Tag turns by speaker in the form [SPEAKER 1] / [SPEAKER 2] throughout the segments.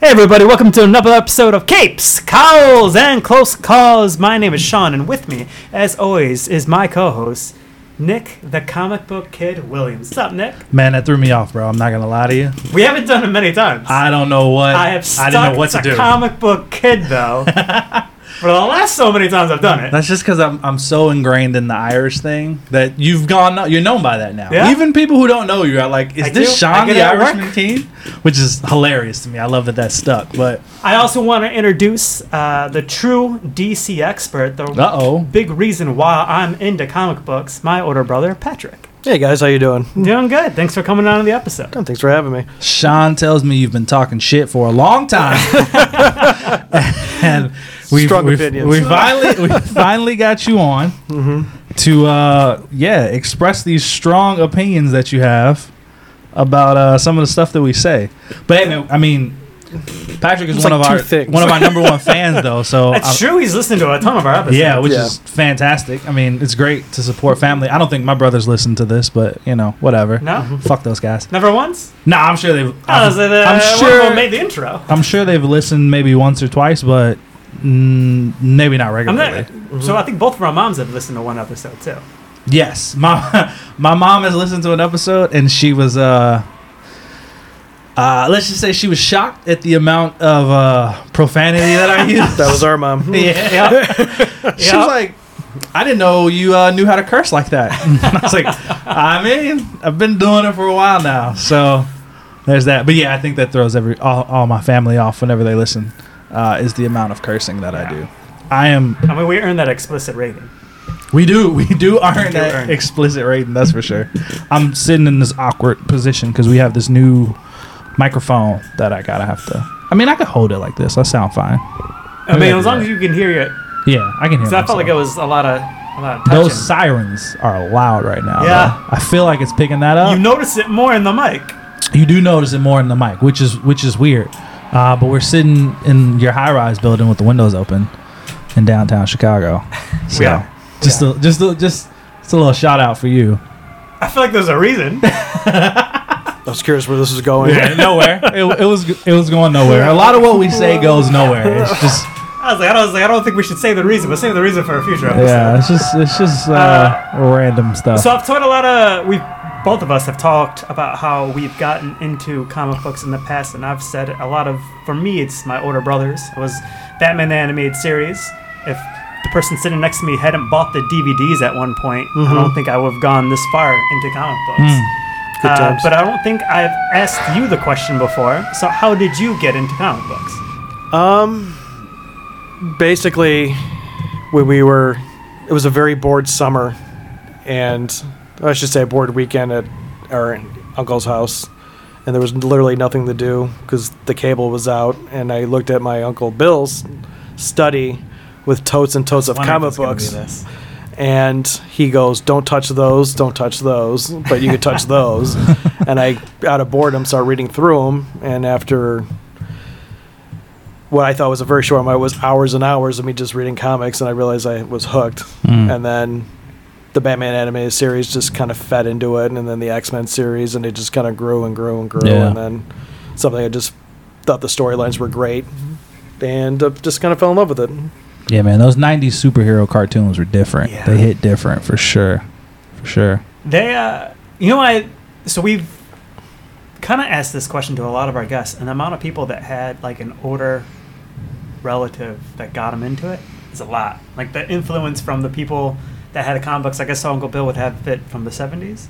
[SPEAKER 1] Hey everybody, welcome to another episode of Capes, Cowls, and Close Calls. My name is Sean, and with me, as always, is my co-host, Nick, the comic book kid Williams. What's up, Nick?
[SPEAKER 2] Man, that threw me off, bro. I'm not gonna lie to you.
[SPEAKER 1] We haven't done it many times.
[SPEAKER 2] I don't know what.
[SPEAKER 1] I have stuck
[SPEAKER 2] I didn't know what
[SPEAKER 1] the
[SPEAKER 2] to do.
[SPEAKER 1] comic book kid though. For the last so many times I've done it.
[SPEAKER 2] That's just because I'm I'm so ingrained in the Irish thing that you've gone you're known by that now.
[SPEAKER 1] Yeah.
[SPEAKER 2] Even people who don't know you are like, is
[SPEAKER 1] I
[SPEAKER 2] this
[SPEAKER 1] do. I
[SPEAKER 2] Sean
[SPEAKER 1] get
[SPEAKER 2] the
[SPEAKER 1] it at
[SPEAKER 2] Irishman
[SPEAKER 1] work.
[SPEAKER 2] team? Which is hilarious to me. I love that that stuck. But
[SPEAKER 1] I also want to introduce uh, the true DC expert, the
[SPEAKER 2] uh oh,
[SPEAKER 1] big reason why I'm into comic books, my older brother, Patrick.
[SPEAKER 3] Hey guys, how you doing?
[SPEAKER 2] Hmm.
[SPEAKER 1] Doing good. Thanks for coming on to the episode.
[SPEAKER 3] Thanks for having me.
[SPEAKER 2] Sean tells me you've been talking shit for a long time, and we
[SPEAKER 3] Strong
[SPEAKER 2] we
[SPEAKER 3] opinions.
[SPEAKER 2] we finally we finally got you on
[SPEAKER 3] Mm-hmm.
[SPEAKER 2] to uh, yeah express these strong opinions that you have about uh, some of the stuff that we say. But hey, man, I mean, Patrick is
[SPEAKER 3] It's
[SPEAKER 2] one
[SPEAKER 3] like
[SPEAKER 2] of
[SPEAKER 3] two
[SPEAKER 2] our
[SPEAKER 3] things.
[SPEAKER 2] one of our number one fans though. So
[SPEAKER 1] That's
[SPEAKER 2] I-
[SPEAKER 1] true. He's listened to a ton of our episodes.
[SPEAKER 2] yeah, which
[SPEAKER 3] Yeah.
[SPEAKER 2] is fantastic. I mean, it's great to support family. I don't think my brothers listen to this, but you know, whatever.
[SPEAKER 1] No?
[SPEAKER 2] Fuck those guys.
[SPEAKER 1] Never once?
[SPEAKER 2] Nah, I'm sure they've.
[SPEAKER 1] Oh, so the-
[SPEAKER 2] Mm-hmm.
[SPEAKER 1] one
[SPEAKER 2] I'm
[SPEAKER 1] of
[SPEAKER 2] sure-
[SPEAKER 1] them made the intro.
[SPEAKER 2] I'm sure they've listened maybe once or twice, but mm, maybe not
[SPEAKER 1] I'm
[SPEAKER 2] regularly.
[SPEAKER 1] not, Mm-hmm. So I think both of our moms have listened to one episode too.
[SPEAKER 2] Yes, my my mom has listened to an episode, and she was uh, uh let's just say she was shocked at the amount of uh profanity that I used.
[SPEAKER 3] That was our mom.
[SPEAKER 2] yeah.
[SPEAKER 1] Yeah.
[SPEAKER 2] She was like, I didn't know you uh, knew how to curse like that. I was like, I mean, I've been doing it for a while now, so there's that. But yeah, I think that throws every all, all my family off whenever they listen. Uh, is the amount of cursing that I do. I am.
[SPEAKER 1] I mean, we earned that explicit rating.
[SPEAKER 2] We do. We do earn
[SPEAKER 1] do
[SPEAKER 2] that
[SPEAKER 1] earn.
[SPEAKER 2] explicit rating. That's for sure. I'm sitting in this awkward position because we have this new microphone that I gotta have to. I mean, I could hold it like this. I sound fine. Oh,
[SPEAKER 1] I mean, as long as you can hear it.
[SPEAKER 2] Yeah, I can hear.
[SPEAKER 1] Because I felt like
[SPEAKER 2] myself.
[SPEAKER 1] it was a lot of, a lot of touching.
[SPEAKER 2] Those sirens are loud right now.
[SPEAKER 1] Yeah.
[SPEAKER 2] though. I feel like it's picking that up.
[SPEAKER 1] you notice it more in the mic.
[SPEAKER 2] You do notice it more in the mic, which is which is weird. Uh, but we're sitting in your high-rise building with the windows open in downtown Chicago. So
[SPEAKER 1] Yeah.
[SPEAKER 2] just a, just a, just just a little shout out for you.
[SPEAKER 1] I feel like there's a reason.
[SPEAKER 3] I was curious where this was going.
[SPEAKER 2] nowhere. It, it was it was going nowhere. A lot of what we say goes nowhere. It's just
[SPEAKER 1] I was like, I, don't, I was like, I don't think we should say the reason, but save the reason for a future episode.
[SPEAKER 2] yeah. It's just it's just uh, random stuff.
[SPEAKER 1] So I've taught a lot of we both of us have talked about how we've gotten into comic books in the past, and I've said a lot of for me it's my older brothers. It was Batman the animated series. If the person sitting next to me hadn't bought the DVDs at one point, I
[SPEAKER 2] Mm-hmm.
[SPEAKER 1] don't think I would have gone this far into comic
[SPEAKER 2] Hmm.
[SPEAKER 1] books.
[SPEAKER 3] Good
[SPEAKER 1] Uh,
[SPEAKER 3] times.
[SPEAKER 1] but I don't think I've asked you the question before. So how did you get into comic books? uh,
[SPEAKER 3] Um, basically, when we were, it was a very bored summer, and I should say a bored weekend at our uncle's house, and there was literally nothing to do because the cable was out, and I looked at my uncle Bill's study with totes and totes of comic books. and he goes, "Don't touch those, don't touch those, but you can touch those." and I, out of boredom, started reading through them, and after what I thought was a very short amount was hours and hours of me just reading comics, and I realized I was hooked. And then the Batman animated series just kind of fed into it, and then the X Men series, and it just kind of grew and grew and grew,
[SPEAKER 2] Yeah.
[SPEAKER 3] and then something I just thought the storylines were great. And uh, just kind of fell in love with it.
[SPEAKER 2] Yeah, man, those '90s superhero cartoons were different.
[SPEAKER 1] Yeah.
[SPEAKER 2] They hit different for sure, for sure.
[SPEAKER 1] They, uh, you know, I so we've kind of asked this question to a lot of our guests, and the amount of people that had like an older relative that got them into it is a lot. Like the influence from the people that had the comic books. Like I saw Uncle Bill would have it from the seventies,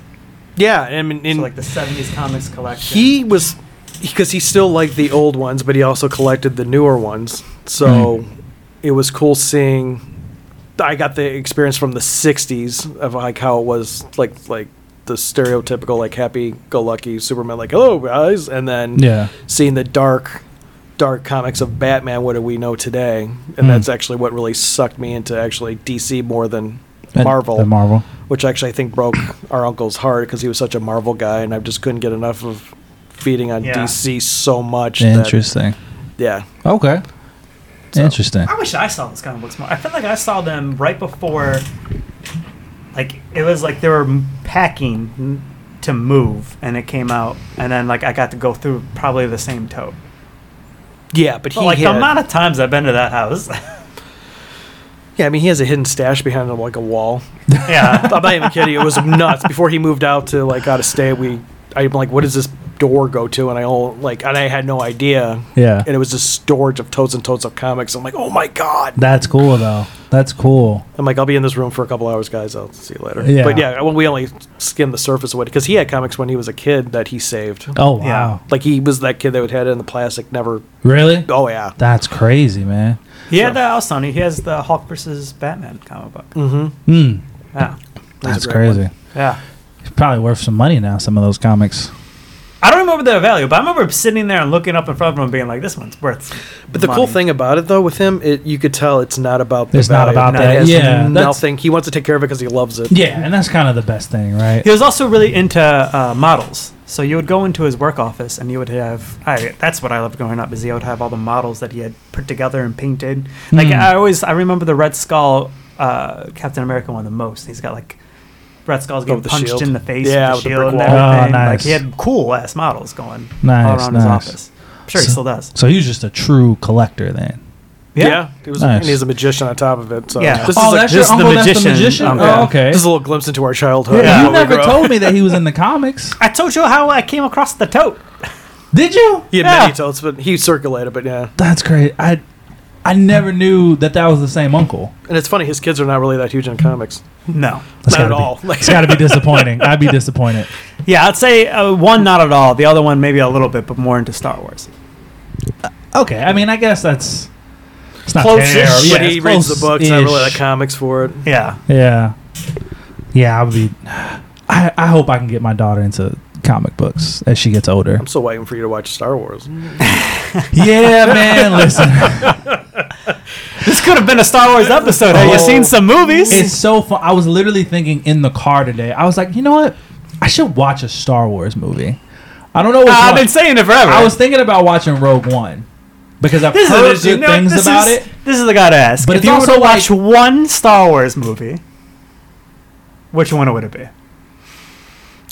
[SPEAKER 3] Yeah, I mean, in,
[SPEAKER 1] so like the seventies comics collection.
[SPEAKER 3] he was because he still liked the old ones but he also collected the newer ones so
[SPEAKER 2] Hmm.
[SPEAKER 3] it was cool seeing i got the experience from the 60s of like how it was like like the stereotypical like happy go lucky superman like hello guys and then
[SPEAKER 2] Yeah.
[SPEAKER 3] seeing the dark dark comics of Batman, what do we know today? And
[SPEAKER 2] Hmm.
[SPEAKER 3] that's actually what really sucked me into actually DC more than
[SPEAKER 2] And-
[SPEAKER 3] Marvel,
[SPEAKER 2] and Marvel.
[SPEAKER 3] which actually I think broke our uncle's heart because he was such a Marvel guy, and I just couldn't get enough of feeding on
[SPEAKER 1] Yeah.
[SPEAKER 3] DC so much. that-
[SPEAKER 2] Interesting.
[SPEAKER 3] yeah.
[SPEAKER 2] Okay. Interesting.
[SPEAKER 1] I wish I saw those comic books more. I feel like I saw them right before, like it was like they were m- packing n- to move, and it came out, and then like I got to go through probably the same tote.
[SPEAKER 3] Yeah, but he
[SPEAKER 1] But, like the
[SPEAKER 3] had-
[SPEAKER 1] amount of times I've been to that house,
[SPEAKER 3] yeah, I mean, he has a hidden stash behind him like a wall.
[SPEAKER 1] yeah,
[SPEAKER 3] I'm not even kidding. you, It was nuts. Before he moved out to like out of state, we I'm like, what does this door go to? And I all like, and I had no idea.
[SPEAKER 2] Yeah.
[SPEAKER 3] And it was just storage of totes and totes of comics. I'm like, oh my god.
[SPEAKER 2] That's cool though. That's cool.
[SPEAKER 3] I'm like, I'll be in this room for a couple hours, guys. I'll see you later.
[SPEAKER 2] Yeah.
[SPEAKER 3] But yeah, well, we only skimmed the surface of it because he had comics when he was a kid that he saved.
[SPEAKER 2] Oh
[SPEAKER 1] Yeah.
[SPEAKER 2] wow.
[SPEAKER 3] Like he was that kid that would had it in the plastic. Never.
[SPEAKER 2] Really?
[SPEAKER 3] Oh yeah.
[SPEAKER 2] That's crazy, man.
[SPEAKER 1] he had that house, Sonny. He has the Hulk versus Batman comic book.
[SPEAKER 3] Mm-hmm.
[SPEAKER 2] Mm,
[SPEAKER 1] Yeah,
[SPEAKER 2] that's
[SPEAKER 3] a great
[SPEAKER 2] crazy.
[SPEAKER 1] yeah.
[SPEAKER 2] It's probably worth some money now. Some of those comics.
[SPEAKER 1] I don't remember their value, but I remember sitting there and looking up in front of him and being like, "This one's worth."
[SPEAKER 3] But the cool
[SPEAKER 1] money.
[SPEAKER 3] thing about it, though, with him, it you could tell it's not about the
[SPEAKER 2] It's not
[SPEAKER 3] value.
[SPEAKER 2] about
[SPEAKER 3] It
[SPEAKER 2] that.
[SPEAKER 3] has
[SPEAKER 2] Yeah, that's-
[SPEAKER 3] Nothing. He wants to take care of it because he loves it.
[SPEAKER 2] Yeah, and that's kind of the best thing, right?
[SPEAKER 1] He was also really into uh, models. So you would go into his work office and you would have. I, that's what I loved growing up. Is he would have all the models that he had put together and painted. Like
[SPEAKER 2] Hmm.
[SPEAKER 1] I always, I remember the Red Skull, uh, Captain America one the most. He's got like Red Skull's
[SPEAKER 3] Oh,
[SPEAKER 1] getting
[SPEAKER 3] the
[SPEAKER 1] punched
[SPEAKER 3] shield.
[SPEAKER 1] in the face
[SPEAKER 3] Yeah,
[SPEAKER 1] with
[SPEAKER 3] with
[SPEAKER 1] the
[SPEAKER 3] the
[SPEAKER 1] shield and
[SPEAKER 3] brick
[SPEAKER 2] wall. Oh,
[SPEAKER 1] everything. Like
[SPEAKER 2] nice.
[SPEAKER 1] he had cool ass models going all
[SPEAKER 2] Nice,
[SPEAKER 1] around his
[SPEAKER 2] nice.
[SPEAKER 1] office. I'm sure he
[SPEAKER 2] So-
[SPEAKER 1] still does.
[SPEAKER 2] So he was just a true collector then.
[SPEAKER 3] Yeah, it was,
[SPEAKER 2] Nice.
[SPEAKER 3] and he's a magician on top of it. So
[SPEAKER 1] Yeah.
[SPEAKER 3] this
[SPEAKER 1] Oh,
[SPEAKER 3] is like,
[SPEAKER 1] that's your this is the uncle, that's the magician magician? uncle.
[SPEAKER 2] Oh, okay.
[SPEAKER 3] This is a little glimpse into our childhood.
[SPEAKER 1] Yeah,
[SPEAKER 3] and what
[SPEAKER 2] you
[SPEAKER 3] we
[SPEAKER 2] never
[SPEAKER 3] grew up-
[SPEAKER 2] told me that he was in the comics.
[SPEAKER 1] I told you how I came across the tote.
[SPEAKER 2] Did you?
[SPEAKER 3] He had
[SPEAKER 1] Yeah.
[SPEAKER 3] many totes, but he circulated. But yeah,
[SPEAKER 2] That's crazy. I I never knew that that was the same uncle.
[SPEAKER 3] and it's funny. His kids are not really that huge in comics.
[SPEAKER 1] No.
[SPEAKER 2] That's
[SPEAKER 3] Not at
[SPEAKER 2] gotta be-
[SPEAKER 3] all. Like-
[SPEAKER 2] it's got to be disappointing. I'd be disappointed.
[SPEAKER 1] Yeah, I'd say uh, one not at all. The other one maybe a little bit, but more into Star Wars.
[SPEAKER 2] Okay, I mean, I guess that's it's not
[SPEAKER 3] Close-ish,
[SPEAKER 2] terrible.
[SPEAKER 3] but
[SPEAKER 2] Yeah,
[SPEAKER 3] he
[SPEAKER 2] it's
[SPEAKER 3] reads the books. Not really like
[SPEAKER 2] close-ish.
[SPEAKER 3] comics for it.
[SPEAKER 1] Yeah.
[SPEAKER 2] Yeah, yeah. I would be. I I hope I can get my daughter into comic books as she gets older.
[SPEAKER 3] I'm still waiting for you to watch Star Wars.
[SPEAKER 2] yeah, man. Listen,
[SPEAKER 1] This could have been a Star Wars episode. Have you
[SPEAKER 3] Oh.
[SPEAKER 1] seen some movies?
[SPEAKER 2] it's so fun. I was literally thinking in the car today. I was like, you know what? I should watch a Star Wars movie. I don't know what
[SPEAKER 1] Uh, I've been saying it forever.
[SPEAKER 2] I was thinking about watching Rogue One because I've
[SPEAKER 1] This is
[SPEAKER 2] heard
[SPEAKER 1] you
[SPEAKER 2] good
[SPEAKER 1] know,
[SPEAKER 2] things
[SPEAKER 1] this
[SPEAKER 2] about
[SPEAKER 1] is-
[SPEAKER 2] it.
[SPEAKER 1] This is the guy to ask.
[SPEAKER 2] But
[SPEAKER 1] if
[SPEAKER 2] it's
[SPEAKER 1] you were to
[SPEAKER 2] also
[SPEAKER 1] watch
[SPEAKER 2] like-
[SPEAKER 1] one Star Wars movie, which one would it be?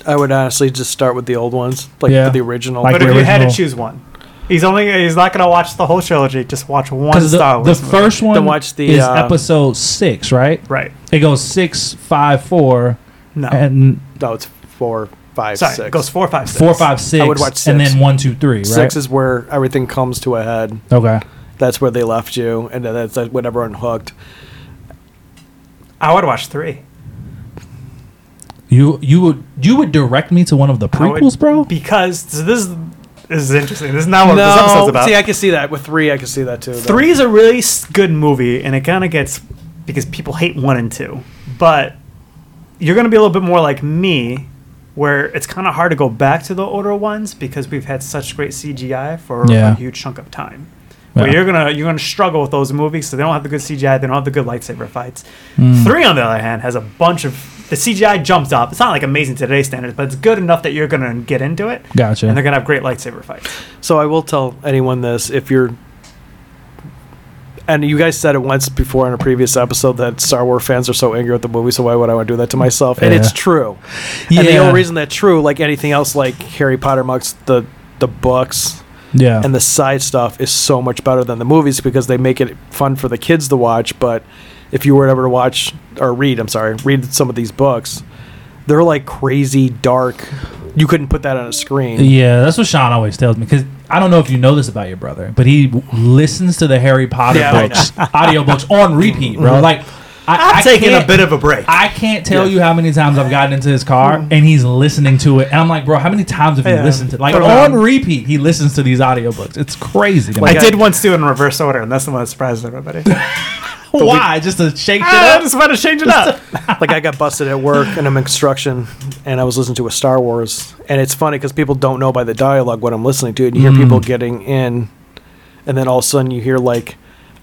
[SPEAKER 3] I would honestly just start with the old ones, like
[SPEAKER 2] Yeah.
[SPEAKER 3] the original.
[SPEAKER 2] Like
[SPEAKER 1] but
[SPEAKER 2] the
[SPEAKER 1] if you had to
[SPEAKER 2] original.
[SPEAKER 1] choose one, he's only he's not gonna watch the whole trilogy. Just watch one
[SPEAKER 2] Because
[SPEAKER 1] Star
[SPEAKER 2] the,
[SPEAKER 1] Wars.
[SPEAKER 2] the
[SPEAKER 1] movie.
[SPEAKER 2] first one
[SPEAKER 3] Then watch the,
[SPEAKER 2] is
[SPEAKER 3] uh,
[SPEAKER 2] episode six, right?
[SPEAKER 1] right?
[SPEAKER 2] It goes six, five, four,
[SPEAKER 1] No,
[SPEAKER 2] and
[SPEAKER 3] no, it's four, five,
[SPEAKER 1] sorry,
[SPEAKER 3] six.
[SPEAKER 1] it goes four, five, six.
[SPEAKER 2] four, five, six.
[SPEAKER 3] I would watch
[SPEAKER 2] and
[SPEAKER 3] six.
[SPEAKER 2] then one, two, three. Right?
[SPEAKER 3] Six is where everything comes to a head.
[SPEAKER 2] okay.
[SPEAKER 3] That's where they left you, and then that's when everyone hooked.
[SPEAKER 1] I would watch three.
[SPEAKER 2] You you would you would direct me to one of the
[SPEAKER 1] I would-
[SPEAKER 2] prequels, bro?
[SPEAKER 1] Because so this is this is interesting. This is not what this episode's
[SPEAKER 3] No,
[SPEAKER 1] about.
[SPEAKER 3] see, I can see that with three. I can see that too. though.
[SPEAKER 1] Three is a really s- good movie, and it kind of gets because people hate one and two. But you're going to be a little bit more like me, where it's kind of hard to go back to the older ones because we've had such great CGI for a
[SPEAKER 2] Yeah.
[SPEAKER 1] huge chunk of time.
[SPEAKER 2] Yeah.
[SPEAKER 1] But you're gonna you're gonna struggle with those movies, so they don't have the good CGI, they don't have the good lightsaber fights.
[SPEAKER 2] Mm.
[SPEAKER 1] Three, on the other hand, has a bunch of the CGI jumps up. It's not like amazing to today's standards, but it's good enough that you're gonna get into it,
[SPEAKER 2] Gotcha.
[SPEAKER 1] and they're gonna have great lightsaber fights.
[SPEAKER 3] So I will tell anyone this if you're and you guys said it once before in a previous episode that Star Wars fans are so angry at the movie, so why would I want to do that to myself? And it's
[SPEAKER 2] Yeah.
[SPEAKER 3] true.
[SPEAKER 2] yeah.
[SPEAKER 3] And the only reason that's true, like anything else like Harry Potter mugs the the books
[SPEAKER 2] yeah.
[SPEAKER 3] and the side stuff is so much better than the movies because they make it fun for the kids to watch. But if you were ever to watch or read, I'm sorry, read some of these books, they're like crazy dark. You couldn't put that on a screen.
[SPEAKER 2] Yeah, that's what Sean always tells me because I don't know if you know this about your brother, but he w- listens to the Harry Potter
[SPEAKER 3] Yeah, I know.
[SPEAKER 2] books, audiobooks on repeat, bro. Like, I,
[SPEAKER 1] I'm
[SPEAKER 2] I
[SPEAKER 1] taking a
[SPEAKER 2] can't-
[SPEAKER 1] bit of a break.
[SPEAKER 2] I can't tell
[SPEAKER 3] Yeah.
[SPEAKER 2] you how many times I've gotten into his car and he's listening to it, and I'm like, bro, how many times have you
[SPEAKER 1] Mm-hmm. Yeah.
[SPEAKER 2] listened to like
[SPEAKER 1] Turn around.
[SPEAKER 2] on repeat? He listens to these audiobooks. It's crazy. To me.
[SPEAKER 1] I
[SPEAKER 3] Like,
[SPEAKER 1] did once do it in reverse order, and that's the one that surprised everybody.
[SPEAKER 2] why? Just to shake it
[SPEAKER 1] Ah, I
[SPEAKER 2] up?
[SPEAKER 1] just want to change it up.
[SPEAKER 3] like I got busted at work and I'm in construction and I was listening to a Star
[SPEAKER 2] Mm.
[SPEAKER 3] Wars and it's funny because people don't know by the dialogue what I'm listening to and you hear people getting in and then all of a sudden you hear like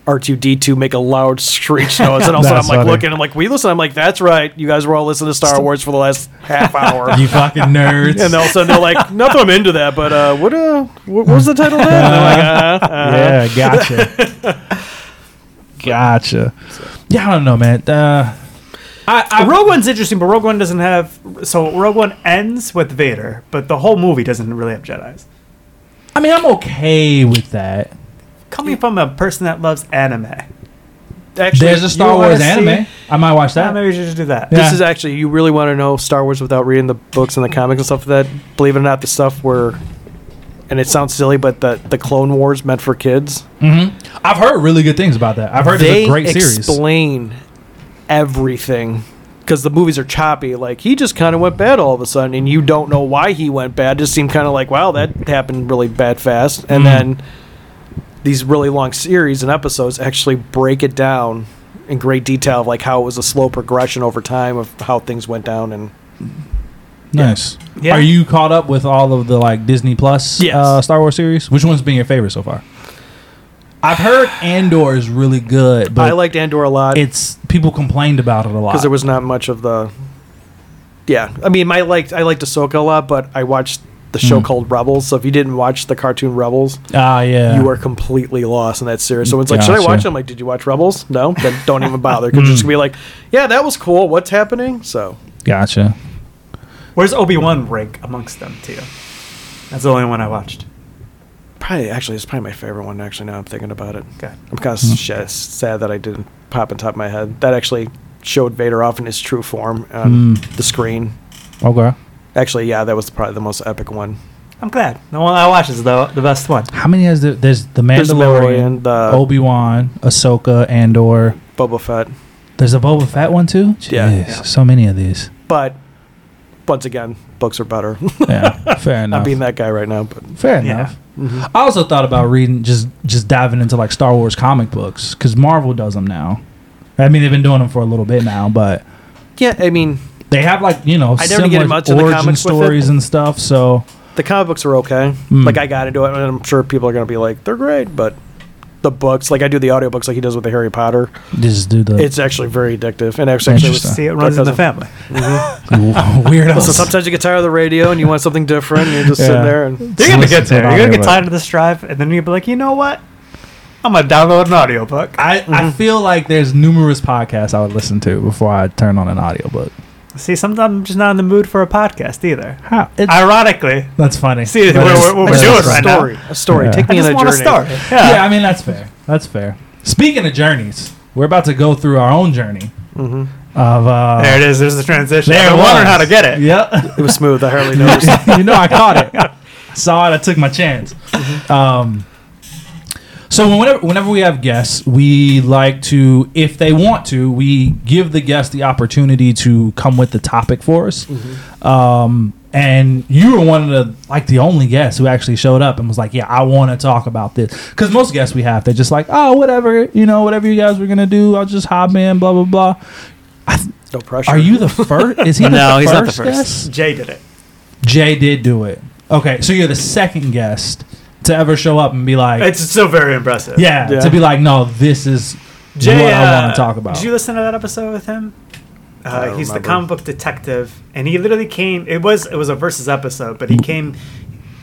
[SPEAKER 3] R2D2 make a loud screech noise, and all of a sudden I'm
[SPEAKER 2] That's
[SPEAKER 3] like
[SPEAKER 2] funny.
[SPEAKER 3] looking, I'm like, we listen, I'm like, that's right, you guys were all listening to Star Wars for the last half hour.
[SPEAKER 2] You fucking nerds.
[SPEAKER 3] And all of a sudden they're like, not that I'm into that, but uh, what, uh, what was the title of that? And I'm like, uh, uh,
[SPEAKER 1] uh-huh.
[SPEAKER 2] yeah, gotcha. gotcha. Yeah, I don't know, man. Uh,
[SPEAKER 1] I, Rogue One's interesting, but Rogue One doesn't have. So Rogue One ends with Vader, but the whole movie doesn't really have Jedi's.
[SPEAKER 2] I mean, I'm okay with that.
[SPEAKER 1] Coming from a person that loves anime,
[SPEAKER 3] actually,
[SPEAKER 2] There's a Star
[SPEAKER 3] you wanna
[SPEAKER 2] Wars
[SPEAKER 3] see-
[SPEAKER 2] anime. I might watch
[SPEAKER 1] Ah,
[SPEAKER 2] that.
[SPEAKER 1] maybe we should just do that.
[SPEAKER 2] Yeah.
[SPEAKER 3] This is actually you really want to know Star Wars without reading the books and the comics and stuff like that. Believe it or not, the stuff where and it sounds silly, but the the Clone Wars meant for kids.
[SPEAKER 2] Mm-hmm. I've heard really good things about that. I've heard
[SPEAKER 3] they
[SPEAKER 2] it's a great series.
[SPEAKER 3] explain everything because the movies are choppy. Like he just kind of went bad all of a sudden, and you don't know why he went bad. It just seemed kind of like wow, that happened really bad fast, and
[SPEAKER 2] Mhm.
[SPEAKER 3] then these really long series and episodes actually break it down in great detail of like how it was a slow progression over time of how things went down and
[SPEAKER 2] Nice.
[SPEAKER 1] Yeah.
[SPEAKER 2] Are you caught up with all of the like Disney Plus
[SPEAKER 3] Yes.
[SPEAKER 2] uh, Star Wars series? Which one's been your favorite so far? I've heard Andor is really good, but
[SPEAKER 3] I liked Andor a lot
[SPEAKER 2] it's people complained about it a lot.
[SPEAKER 3] because there was not much of the. Yeah, I mean, I liked I liked Ahsoka a lot, but I watched the show
[SPEAKER 2] Mm.
[SPEAKER 3] called Rebels. So if you didn't watch the cartoon Rebels,
[SPEAKER 2] ah yeah,
[SPEAKER 3] you are completely lost in that series. So it's like, should I
[SPEAKER 2] Gotcha. Hmm.
[SPEAKER 3] watch? it? I'm like, did you watch Rebels? No, then don't even bother because you're just gonna be like, yeah, that was cool. What's happening? So
[SPEAKER 2] gotcha.
[SPEAKER 1] Where's Obi Wan rank amongst them too? That's the only one I watched.
[SPEAKER 3] probably actually, it's probably my favorite one. Actually, now I'm thinking about it.
[SPEAKER 1] Good.
[SPEAKER 3] I'm kind
[SPEAKER 2] Hmm.
[SPEAKER 3] of sad that I didn't pop on top of my head. That actually showed Vader off in his true form on
[SPEAKER 2] Mm.
[SPEAKER 3] the screen.
[SPEAKER 2] Okay.
[SPEAKER 3] Actually, yeah, that was probably the most epic one.
[SPEAKER 1] I'm glad. The one I watch is the the best one.
[SPEAKER 2] How many has there? There's the
[SPEAKER 3] There's the
[SPEAKER 2] Mandalorian,
[SPEAKER 3] Mandalorian,
[SPEAKER 2] Oh.
[SPEAKER 3] uh, the
[SPEAKER 2] Obi Wan, Ahsoka, Andor.
[SPEAKER 3] Boba Fett.
[SPEAKER 2] There's a Boba Fett one too. Jeez,
[SPEAKER 3] Yeah. Yeah.
[SPEAKER 2] so many of these.
[SPEAKER 3] But once again, books are better.
[SPEAKER 2] Yeah, fair enough.
[SPEAKER 3] I'm being that guy right now, but
[SPEAKER 2] fair
[SPEAKER 1] Yeah.
[SPEAKER 2] enough. I also thought about reading just just diving into like Star Wars comic books because Marvel does them now. I mean, they've been doing them for a little bit now, but
[SPEAKER 3] yeah, I mean,
[SPEAKER 2] they have like you know
[SPEAKER 3] I never
[SPEAKER 2] similar
[SPEAKER 3] get much into
[SPEAKER 2] origin
[SPEAKER 3] comics with it.
[SPEAKER 2] stories and stuff. So
[SPEAKER 3] the comic books are okay.
[SPEAKER 2] Mm.
[SPEAKER 3] Like I got into it, and I'm sure people are gonna be like, they're great, but the books, like I do the audiobooks, like he does with the Harry Potter.
[SPEAKER 2] just do the
[SPEAKER 3] It's actually very addictive, and actually, actually
[SPEAKER 2] Interesting.
[SPEAKER 1] See, it runs in the family.
[SPEAKER 2] weirdos.
[SPEAKER 3] So sometimes you get tired of the radio and you want something different. And you're just
[SPEAKER 2] Yeah.
[SPEAKER 3] sitting there, and
[SPEAKER 1] You're gonna get
[SPEAKER 2] Listen to
[SPEAKER 1] there.
[SPEAKER 2] an
[SPEAKER 1] You're gonna get
[SPEAKER 2] audiobook.
[SPEAKER 1] tired of this drive, and then you'll be like, you know what? I'm gonna download an audiobook.
[SPEAKER 2] I, I feel like there's numerous podcasts I would listen to before I turn on an audiobook.
[SPEAKER 1] See, sometimes I'm just not in the mood for a podcast either.
[SPEAKER 2] How? It's,
[SPEAKER 1] Ironically,
[SPEAKER 2] that's funny.
[SPEAKER 1] See,
[SPEAKER 2] That
[SPEAKER 1] what-
[SPEAKER 2] is-
[SPEAKER 1] what- what
[SPEAKER 2] that
[SPEAKER 1] we're
[SPEAKER 2] is
[SPEAKER 1] doing
[SPEAKER 2] funny.
[SPEAKER 1] right now.
[SPEAKER 3] story, a story.
[SPEAKER 2] Yeah.
[SPEAKER 3] Take
[SPEAKER 1] I
[SPEAKER 3] me on
[SPEAKER 1] just
[SPEAKER 3] a
[SPEAKER 1] want
[SPEAKER 3] journey.
[SPEAKER 1] to start.
[SPEAKER 2] Yeah.
[SPEAKER 1] Yeah.
[SPEAKER 2] I mean that's fair. That's fair. Speaking of journeys, we're about to go through our own journey
[SPEAKER 3] Mhm.
[SPEAKER 2] of uh,
[SPEAKER 1] There it is. There's the transition.
[SPEAKER 2] There
[SPEAKER 1] I've
[SPEAKER 2] it
[SPEAKER 1] been wondering
[SPEAKER 2] was.
[SPEAKER 1] how to get it.
[SPEAKER 2] Yep.
[SPEAKER 3] It was smooth. I hardly noticed.
[SPEAKER 2] you know, I caught it. I saw it. I took my chance. Um, so whenever whenever we have guests, we like to, if they want to, we give the guest the opportunity to come with the topic for us. Um, and you were one of the like the only guests who actually showed up and was like, "Yeah, I want to talk about this." Because most guests we have, they're just like, "Oh, whatever, you know, whatever you guys were gonna do, I'll just hop in, blah blah blah."
[SPEAKER 3] No pressure.
[SPEAKER 2] Are you the first? Is he
[SPEAKER 4] No,
[SPEAKER 2] the
[SPEAKER 4] he's not the
[SPEAKER 2] first
[SPEAKER 4] first.
[SPEAKER 2] guest?
[SPEAKER 1] Jay did it.
[SPEAKER 2] Jay did do it. Okay, so you're the second guest to ever show up and be like,
[SPEAKER 1] It's still very impressive.
[SPEAKER 2] yeah,
[SPEAKER 3] Yeah.
[SPEAKER 2] to be like, no, this is
[SPEAKER 1] Jay,
[SPEAKER 2] what I want
[SPEAKER 1] uh,
[SPEAKER 2] to talk about.
[SPEAKER 1] Did you listen to that episode with him?
[SPEAKER 3] I
[SPEAKER 1] Uh,
[SPEAKER 3] don't
[SPEAKER 1] he's the
[SPEAKER 3] remember.
[SPEAKER 1] comic book detective, and he literally came. It was it was a versus episode, but he
[SPEAKER 2] Mm.
[SPEAKER 1] came.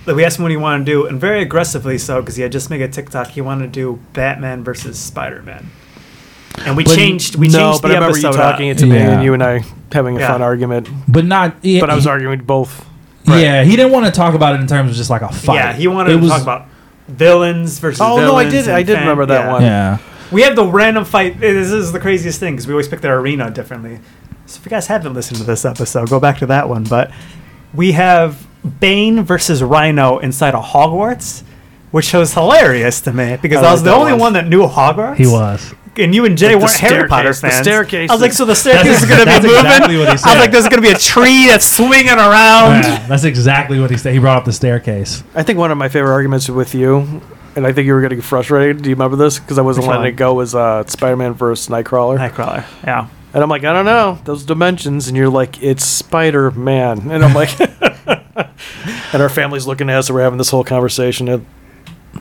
[SPEAKER 1] We asked him what he wanted to do, and very aggressively so, because he had just made a TikTok. He wanted to do Batman versus Spider Man, and we
[SPEAKER 2] But
[SPEAKER 1] changed. We
[SPEAKER 3] no,
[SPEAKER 1] changed
[SPEAKER 3] but
[SPEAKER 1] the
[SPEAKER 3] I remember you
[SPEAKER 1] episode.
[SPEAKER 3] talking it
[SPEAKER 1] up.
[SPEAKER 3] to me,
[SPEAKER 2] Yeah.
[SPEAKER 3] and you and I having a
[SPEAKER 1] Yeah.
[SPEAKER 3] fun argument.
[SPEAKER 2] but not. It,
[SPEAKER 3] But I was arguing both.
[SPEAKER 2] Yeah, he didn't want to talk about it in terms of just like a fight.
[SPEAKER 1] Yeah, he wanted
[SPEAKER 2] It
[SPEAKER 1] to
[SPEAKER 2] was-
[SPEAKER 1] talk about villains versus.
[SPEAKER 3] Oh, no, I
[SPEAKER 1] villains
[SPEAKER 3] did-
[SPEAKER 1] and
[SPEAKER 3] I did
[SPEAKER 1] fan-
[SPEAKER 3] remember that
[SPEAKER 1] yeah.
[SPEAKER 3] one.
[SPEAKER 2] Yeah,
[SPEAKER 1] We have the random fight. This is the craziest thing because we always pick their arena differently. So if you guys haven't listened to this episode, go back to that one. But we have Bane versus Rhino inside of Hogwarts, which was hilarious to me because
[SPEAKER 3] I
[SPEAKER 1] I, was
[SPEAKER 3] like
[SPEAKER 1] the
[SPEAKER 3] that
[SPEAKER 1] only
[SPEAKER 3] one.
[SPEAKER 1] one that knew Hogwarts.
[SPEAKER 2] he was.
[SPEAKER 1] and you and Jay
[SPEAKER 3] Like the
[SPEAKER 1] weren't Harry Potter
[SPEAKER 3] staircase, the
[SPEAKER 1] fans.
[SPEAKER 3] staircase
[SPEAKER 1] I was like,
[SPEAKER 3] is-
[SPEAKER 1] so the staircase
[SPEAKER 2] That's
[SPEAKER 1] is going to be
[SPEAKER 2] ex-
[SPEAKER 1] moving.
[SPEAKER 2] that's exactly what he
[SPEAKER 1] I
[SPEAKER 2] said.
[SPEAKER 1] was like, there's going to be a tree that's swinging around.
[SPEAKER 2] Yeah, that's exactly what he said. He brought up the staircase.
[SPEAKER 3] I think one of my favorite arguments with you, and I think you were getting frustrated. Do you remember this? Because I wasn't
[SPEAKER 1] Which
[SPEAKER 3] letting
[SPEAKER 1] one?
[SPEAKER 3] it go. Was uh, Spider-Man versus Nightcrawler?
[SPEAKER 1] Nightcrawler. Yeah.
[SPEAKER 3] And I'm like, I don't know those dimensions. And you're like, it's Spider-Man. And I'm like, and our family's looking at us. and We're having this whole conversation. And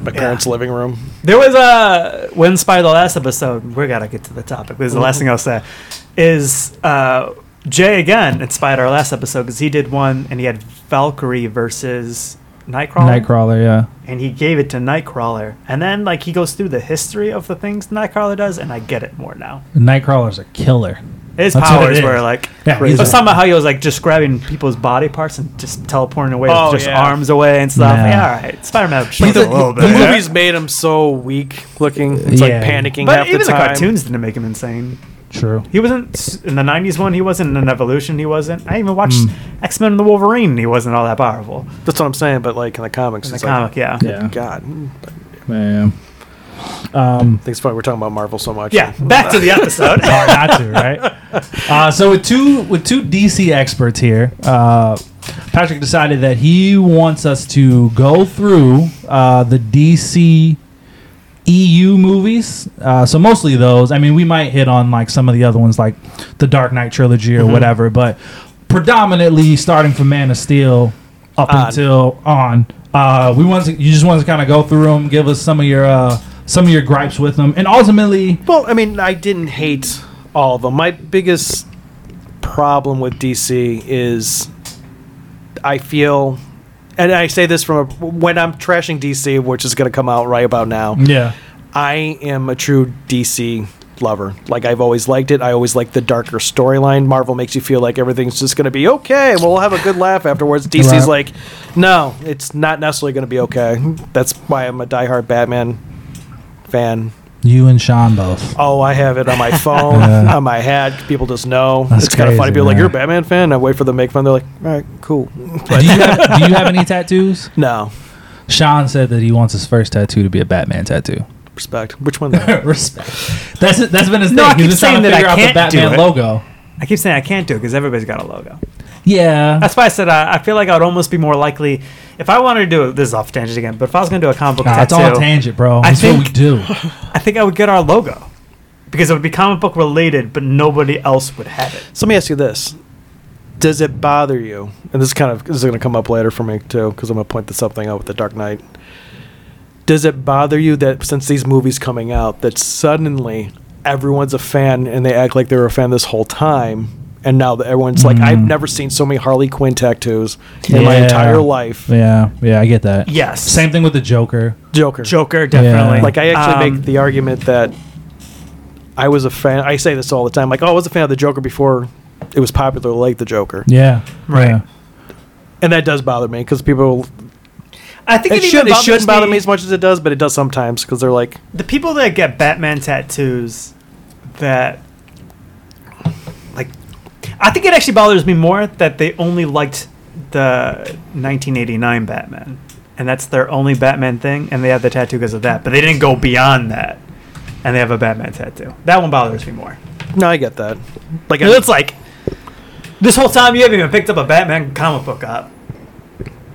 [SPEAKER 3] my parents' living room.
[SPEAKER 1] There was a what inspired the last episode. We gotta get to the topic. This is the last
[SPEAKER 2] Mm-hmm.
[SPEAKER 1] thing I'll say. Is uh, Jay again inspired our last episode because he did one and he had Valkyrie versus Nightcrawler,
[SPEAKER 2] Nightcrawler, yeah.
[SPEAKER 1] and he gave it to Nightcrawler. And then like he goes through the history of the things Nightcrawler does, and I get it more now.
[SPEAKER 2] Nightcrawler's a killer.
[SPEAKER 1] His
[SPEAKER 2] That's what
[SPEAKER 1] powers
[SPEAKER 2] it
[SPEAKER 1] were
[SPEAKER 2] is.
[SPEAKER 1] like
[SPEAKER 2] Yeah,
[SPEAKER 1] crazy.
[SPEAKER 2] he's
[SPEAKER 1] I was
[SPEAKER 2] a-
[SPEAKER 1] talking about how he was like just grabbing people's body parts and just teleporting away, with
[SPEAKER 3] Oh,
[SPEAKER 1] just
[SPEAKER 3] yeah.
[SPEAKER 1] arms away and stuff.
[SPEAKER 2] Nah.
[SPEAKER 1] Yeah, all right, Spider-Man.
[SPEAKER 3] But
[SPEAKER 1] was a
[SPEAKER 3] the,
[SPEAKER 1] little
[SPEAKER 3] the
[SPEAKER 1] bit.
[SPEAKER 3] movies made him so weak looking. It's like
[SPEAKER 2] Yeah.
[SPEAKER 3] panicking half
[SPEAKER 1] But
[SPEAKER 3] the
[SPEAKER 1] even the,
[SPEAKER 3] time.
[SPEAKER 1] cartoons didn't make him insane.
[SPEAKER 2] True.
[SPEAKER 1] He wasn't s- in the '90s one. He wasn't in an Evolution. He wasn't. I even watched
[SPEAKER 2] Mm.
[SPEAKER 1] X Men: and The Wolverine. and He wasn't all that powerful
[SPEAKER 3] That's what I'm saying. But like in the comics,
[SPEAKER 1] in the
[SPEAKER 3] it's
[SPEAKER 1] comic. yeah.
[SPEAKER 2] Yeah.
[SPEAKER 1] yeah,
[SPEAKER 3] like God. But
[SPEAKER 2] Yeah. Um,
[SPEAKER 3] I think it's funny we're talking about Marvel so much.
[SPEAKER 1] Back to the episode.
[SPEAKER 2] hard not to, right? Uh, so with two with two DC experts here, uh, Patrick decided that he wants us to go through uh, the DC EU movies. Uh, so mostly those. I mean, we might hit on like some of the other ones, like the Dark Knight trilogy or whatever, but predominantly starting from Man of Steel up
[SPEAKER 3] On.
[SPEAKER 2] until on. Uh, we want to, you just want to kind of go through them, give us some of your uh, some of your gripes with them, and ultimately,
[SPEAKER 3] Well, I mean, I didn't hate all of them. My biggest problem with DC is I feel, and I say this from a, when I'm trashing DC, which is going to come out right about now.
[SPEAKER 2] yeah,
[SPEAKER 3] I am a true DC lover. Like I've always liked it. I always like the darker storyline. Marvel makes you feel like everything's just going to be okay. We'll have a good laugh afterwards. DC's
[SPEAKER 2] Right.
[SPEAKER 3] like, no, it's not necessarily going to be okay. That's why I'm a diehard Batman fan.
[SPEAKER 2] you and Sean both.
[SPEAKER 3] Oh, I have it on my phone,
[SPEAKER 2] Yeah.
[SPEAKER 3] on my hat. People just know.
[SPEAKER 2] That's
[SPEAKER 3] it's kind of funny.
[SPEAKER 2] crazy,
[SPEAKER 3] People are like,
[SPEAKER 2] man.
[SPEAKER 3] you're a Batman fan. And I wait for them to make fun. They're like, all right, cool.
[SPEAKER 2] do, you have, do you have any tattoos?
[SPEAKER 3] No,
[SPEAKER 2] Sean said that he wants his first tattoo to be a Batman tattoo.
[SPEAKER 3] respect. Which one? though?
[SPEAKER 2] Respect. That's that's been his
[SPEAKER 1] No, I
[SPEAKER 2] thing.
[SPEAKER 1] keep
[SPEAKER 2] He's
[SPEAKER 1] saying
[SPEAKER 2] been trying to
[SPEAKER 1] that I
[SPEAKER 2] figure out the
[SPEAKER 1] can't do
[SPEAKER 2] Batman
[SPEAKER 1] it.
[SPEAKER 2] logo.
[SPEAKER 1] I keep saying I can't do it because everybody's got a logo.
[SPEAKER 2] Yeah.
[SPEAKER 1] That's why I said I, I feel like I would almost be more likely if I wanted to do this is off tangent again. But if I was going to do a comic book
[SPEAKER 2] Nah, it's
[SPEAKER 1] tattoo,
[SPEAKER 2] all tangent, bro.
[SPEAKER 1] I
[SPEAKER 2] That's what we
[SPEAKER 1] think-
[SPEAKER 2] do.
[SPEAKER 1] I think I would get our logo because it would be comic book related, but nobody else would have it.
[SPEAKER 3] So let me ask you this: Does it bother you? And this kind of this is going to come up later for me too, because I'm going to point this something out with the Dark Knight. Does it bother you that since these movies coming out, that suddenly everyone's a fan and they act like they were a fan this whole time, and now that everyone's like, I've never seen so many Harley Quinn tattoos in my
[SPEAKER 2] Yeah.
[SPEAKER 3] entire life.
[SPEAKER 2] Yeah, yeah, I get that.
[SPEAKER 1] Yes.
[SPEAKER 2] Same thing with the Joker.
[SPEAKER 3] Joker.
[SPEAKER 1] Joker definitely.
[SPEAKER 2] Yeah.
[SPEAKER 3] Like I actually
[SPEAKER 1] Um,
[SPEAKER 3] make the argument that I was a fan. I say this all the time. Like, oh, I was a fan of the Joker before it was popular to like the Joker,
[SPEAKER 2] Yeah.
[SPEAKER 1] Right.
[SPEAKER 2] yeah.
[SPEAKER 3] and that does bother me because people.
[SPEAKER 1] I think
[SPEAKER 3] It,
[SPEAKER 1] it,
[SPEAKER 3] should.
[SPEAKER 1] even
[SPEAKER 3] It
[SPEAKER 1] bothers
[SPEAKER 3] shouldn't bother
[SPEAKER 1] me-
[SPEAKER 3] me as much as it does, but it does sometimes because they're like,
[SPEAKER 1] the people that get Batman tattoos that like I think it actually bothers me more that they only liked the 1989 Batman and that's their only Batman thing and they have the tattoo because of that but they didn't go beyond that and they have a Batman tattoo that one bothers me more
[SPEAKER 3] no, I get that. Like,
[SPEAKER 1] because it's like this whole time you haven't even picked up a Batman comic book up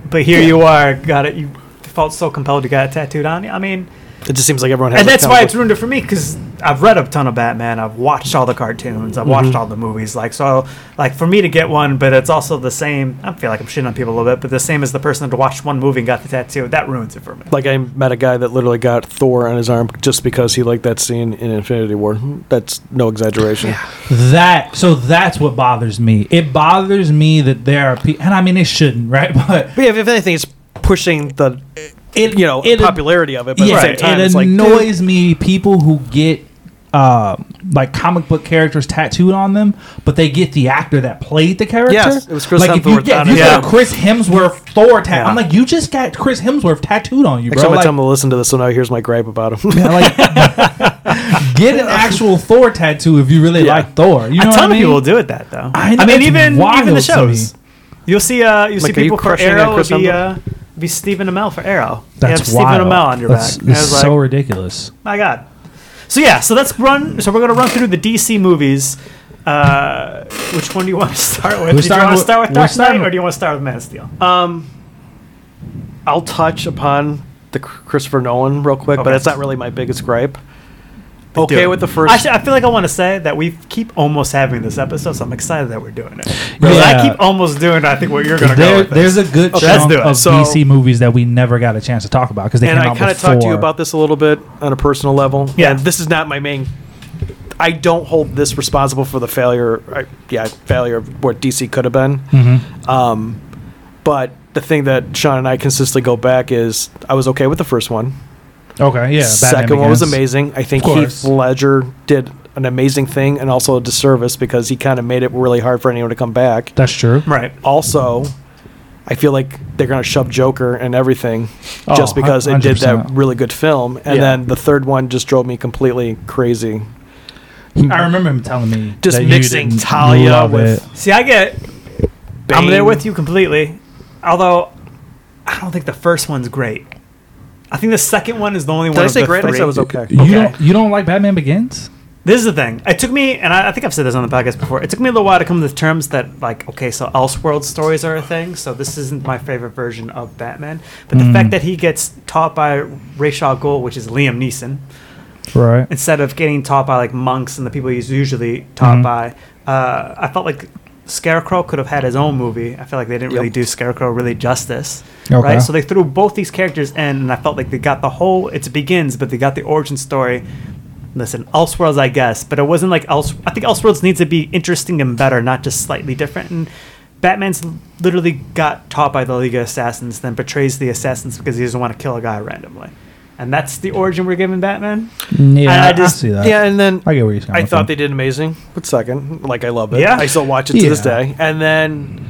[SPEAKER 1] but here you are got it you felt so compelled to get it tattooed on you I mean
[SPEAKER 3] it just seems like everyone has.
[SPEAKER 1] and
[SPEAKER 3] a
[SPEAKER 1] that's
[SPEAKER 3] comic
[SPEAKER 1] why
[SPEAKER 3] book-
[SPEAKER 1] it's ruined it for me because I've read a ton of Batman. I've watched all the cartoons. I've
[SPEAKER 2] Mm-hmm.
[SPEAKER 1] watched all the movies. Like so, like for me to get one, but it's also the same. I feel like I'm shitting on people a little bit, but the same as the person that watched one movie and got the tattoo. That ruins it for me.
[SPEAKER 3] Like I met a guy that literally got Thor on his arm just because he liked that scene in Infinity War. That's no exaggeration.
[SPEAKER 2] That so that's what bothers me. It bothers me that there are people, and I mean it shouldn't, right? But
[SPEAKER 3] But yeah, if if anything, it's pushing the
[SPEAKER 2] It-
[SPEAKER 3] you know
[SPEAKER 2] it-
[SPEAKER 3] popularity of it. But at the same time,
[SPEAKER 2] it
[SPEAKER 3] it's like dude,
[SPEAKER 2] annoys me people who get uh, like comic book characters tattooed on them, but they get the actor that played the character.
[SPEAKER 3] Yes, it was Chris
[SPEAKER 2] like, if you
[SPEAKER 3] Hemsworth
[SPEAKER 2] get-
[SPEAKER 3] on
[SPEAKER 2] if
[SPEAKER 3] it.
[SPEAKER 2] you got a
[SPEAKER 1] Yeah.
[SPEAKER 2] Chris Hemsworth Thor tattoo.
[SPEAKER 3] Yeah.
[SPEAKER 2] I'm like, you just got Chris Hemsworth tattooed on you,
[SPEAKER 3] Next
[SPEAKER 2] bro.
[SPEAKER 3] time I
[SPEAKER 2] Like,
[SPEAKER 3] tell him to listen to this, so now here's my gripe about him.
[SPEAKER 2] yeah, like, get an actual Thor tattoo if you really
[SPEAKER 3] Yeah.
[SPEAKER 2] like Thor. You know
[SPEAKER 1] a
[SPEAKER 2] what I
[SPEAKER 1] ton
[SPEAKER 2] mean?
[SPEAKER 1] of people do it that though.
[SPEAKER 2] I
[SPEAKER 1] I,
[SPEAKER 2] know,
[SPEAKER 1] mean,
[SPEAKER 2] it's
[SPEAKER 1] even even
[SPEAKER 2] wild
[SPEAKER 1] the
[SPEAKER 2] to
[SPEAKER 1] shows.
[SPEAKER 2] me.
[SPEAKER 1] You'll see, uh, you see
[SPEAKER 3] Like, are you
[SPEAKER 1] people for
[SPEAKER 3] crushing on
[SPEAKER 1] Arrow.
[SPEAKER 3] Chris
[SPEAKER 1] It'll be,
[SPEAKER 3] Hemsworth?
[SPEAKER 1] uh, it'll be Stephen Amell for Arrow. You
[SPEAKER 2] That's
[SPEAKER 1] have Stephen
[SPEAKER 2] wild.
[SPEAKER 1] Amell on your
[SPEAKER 2] That's,
[SPEAKER 1] back. And I
[SPEAKER 2] that's
[SPEAKER 1] was
[SPEAKER 2] so
[SPEAKER 1] like,
[SPEAKER 2] ridiculous.
[SPEAKER 1] my god so yeah so let's run so we're gonna run through the dc movies uh, which one do you want to start with? Do
[SPEAKER 2] We're
[SPEAKER 1] you want
[SPEAKER 2] starting
[SPEAKER 1] to
[SPEAKER 2] with-
[SPEAKER 1] start with Dark
[SPEAKER 2] we're
[SPEAKER 1] Knight
[SPEAKER 2] starting-
[SPEAKER 1] or do you want to start with Man of Steel?
[SPEAKER 3] Um, I'll touch upon the Chr- Christopher Nolan real quick, but
[SPEAKER 1] Okay.
[SPEAKER 3] it's not really my biggest gripe. okay
[SPEAKER 5] do.
[SPEAKER 3] with the first.
[SPEAKER 1] I, sh- I feel like I want to say that we keep almost having this episode, so I'm excited that we're doing it. Because I
[SPEAKER 2] Yeah.
[SPEAKER 1] keep almost doing. I think what you're gonna go
[SPEAKER 2] There,
[SPEAKER 1] with this.
[SPEAKER 2] there's a good
[SPEAKER 1] Okay, let's
[SPEAKER 2] chunk
[SPEAKER 1] do it.
[SPEAKER 2] of
[SPEAKER 3] So-
[SPEAKER 2] DC movies that we never got a chance to talk about because they
[SPEAKER 3] and
[SPEAKER 2] came
[SPEAKER 3] I
[SPEAKER 2] out
[SPEAKER 3] kind of talked to you
[SPEAKER 2] before.
[SPEAKER 3] about this a little bit on a personal level.
[SPEAKER 1] Yeah.
[SPEAKER 3] And this is not my main. I don't hold this responsible for the failure. I, yeah, failure of what DC could have been.
[SPEAKER 2] Mm-hmm.
[SPEAKER 3] Um, but the thing that Sean and I consistently go back is I was okay with the first one.
[SPEAKER 2] Okay, yeah.
[SPEAKER 3] Second
[SPEAKER 2] Batman
[SPEAKER 3] one was
[SPEAKER 2] Begins.
[SPEAKER 3] amazing. I think
[SPEAKER 2] Of course.
[SPEAKER 3] Heath Ledger did an amazing thing and also a disservice because he kind of made it really hard for anyone to come back.
[SPEAKER 2] That's true.
[SPEAKER 1] right.
[SPEAKER 3] Also, I feel like they're going to shove Joker and everything
[SPEAKER 2] Oh,
[SPEAKER 3] just because it did that
[SPEAKER 2] 100%.
[SPEAKER 3] really good film. And
[SPEAKER 2] Yeah.
[SPEAKER 3] then the third one just drove me completely crazy.
[SPEAKER 2] I remember him telling me
[SPEAKER 3] Just
[SPEAKER 2] that you
[SPEAKER 3] mixing
[SPEAKER 2] didn't
[SPEAKER 3] Talia
[SPEAKER 2] love
[SPEAKER 3] with-
[SPEAKER 2] it.
[SPEAKER 1] See, I get. I'm
[SPEAKER 3] Bane.
[SPEAKER 1] there with you completely. Although, I don't think the first one's great. I think the second one is the only
[SPEAKER 3] Did
[SPEAKER 1] one.
[SPEAKER 3] I
[SPEAKER 1] of
[SPEAKER 3] say
[SPEAKER 1] the
[SPEAKER 3] great? I
[SPEAKER 1] Three.
[SPEAKER 3] said it was okay.
[SPEAKER 2] You
[SPEAKER 1] Okay.
[SPEAKER 2] don't you don't like Batman Begins?
[SPEAKER 1] This is the thing. It took me, and I, I think I've said this on the podcast before. It took me a little while to come to terms that, like, okay, so Elseworld stories are a thing. So this isn't my favorite version of Batman. But the fact that he gets taught by Ra's al Ghul, which is Liam Neeson,
[SPEAKER 2] Right.
[SPEAKER 1] instead of getting taught by like monks and the people he's usually taught
[SPEAKER 2] Mhm.
[SPEAKER 1] by, uh, I felt like Scarecrow could have had his own movie. I feel like they didn't really
[SPEAKER 3] Yep.
[SPEAKER 1] do Scarecrow really justice,
[SPEAKER 2] Okay.
[SPEAKER 1] right? So they threw both these characters in, and I felt like they got the whole. It begins, but they got the origin story. Listen, Elseworlds, I guess, but it wasn't like else. I think Elseworlds needs to be interesting and better, not just slightly different. And Batman's literally got taught by the League of Assassins, then betrays the assassins because he doesn't want to kill a guy randomly. And that's the origin we're giving Batman.
[SPEAKER 2] Yeah,
[SPEAKER 1] I
[SPEAKER 2] I,
[SPEAKER 1] just-
[SPEAKER 2] see that.
[SPEAKER 3] Yeah, and then
[SPEAKER 2] I get where you're coming
[SPEAKER 3] I thought
[SPEAKER 2] from.
[SPEAKER 3] they did amazing with second. Like I love it.
[SPEAKER 1] Yeah.
[SPEAKER 3] I still watch it to this
[SPEAKER 2] Yeah.
[SPEAKER 3] day. And then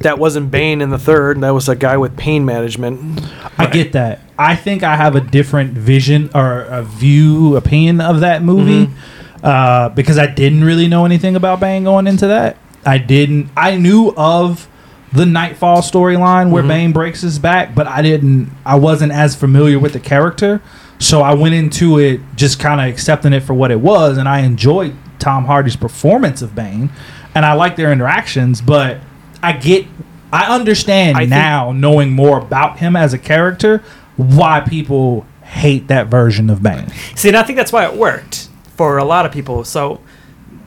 [SPEAKER 3] that wasn't Bane in the third. That was a guy with pain management.
[SPEAKER 2] I get that. I think I have a different vision or a view, opinion of that movie
[SPEAKER 3] Mm-hmm.
[SPEAKER 2] uh, because I didn't really know anything about Bane going into that. I didn't. I knew of the Nightfall storyline
[SPEAKER 3] Mm-hmm.
[SPEAKER 2] where Bane breaks his back, but I didn't. I wasn't as familiar with the character, so I went into it just kind of accepting it for what it was, and I enjoyed Tom Hardy's performance of Bane, and I like their interactions, but I get. I understand
[SPEAKER 3] I think-
[SPEAKER 2] now now, knowing more about him as a character, why people hate that version of Bane.
[SPEAKER 1] See, and I think that's why it worked for a lot of people. So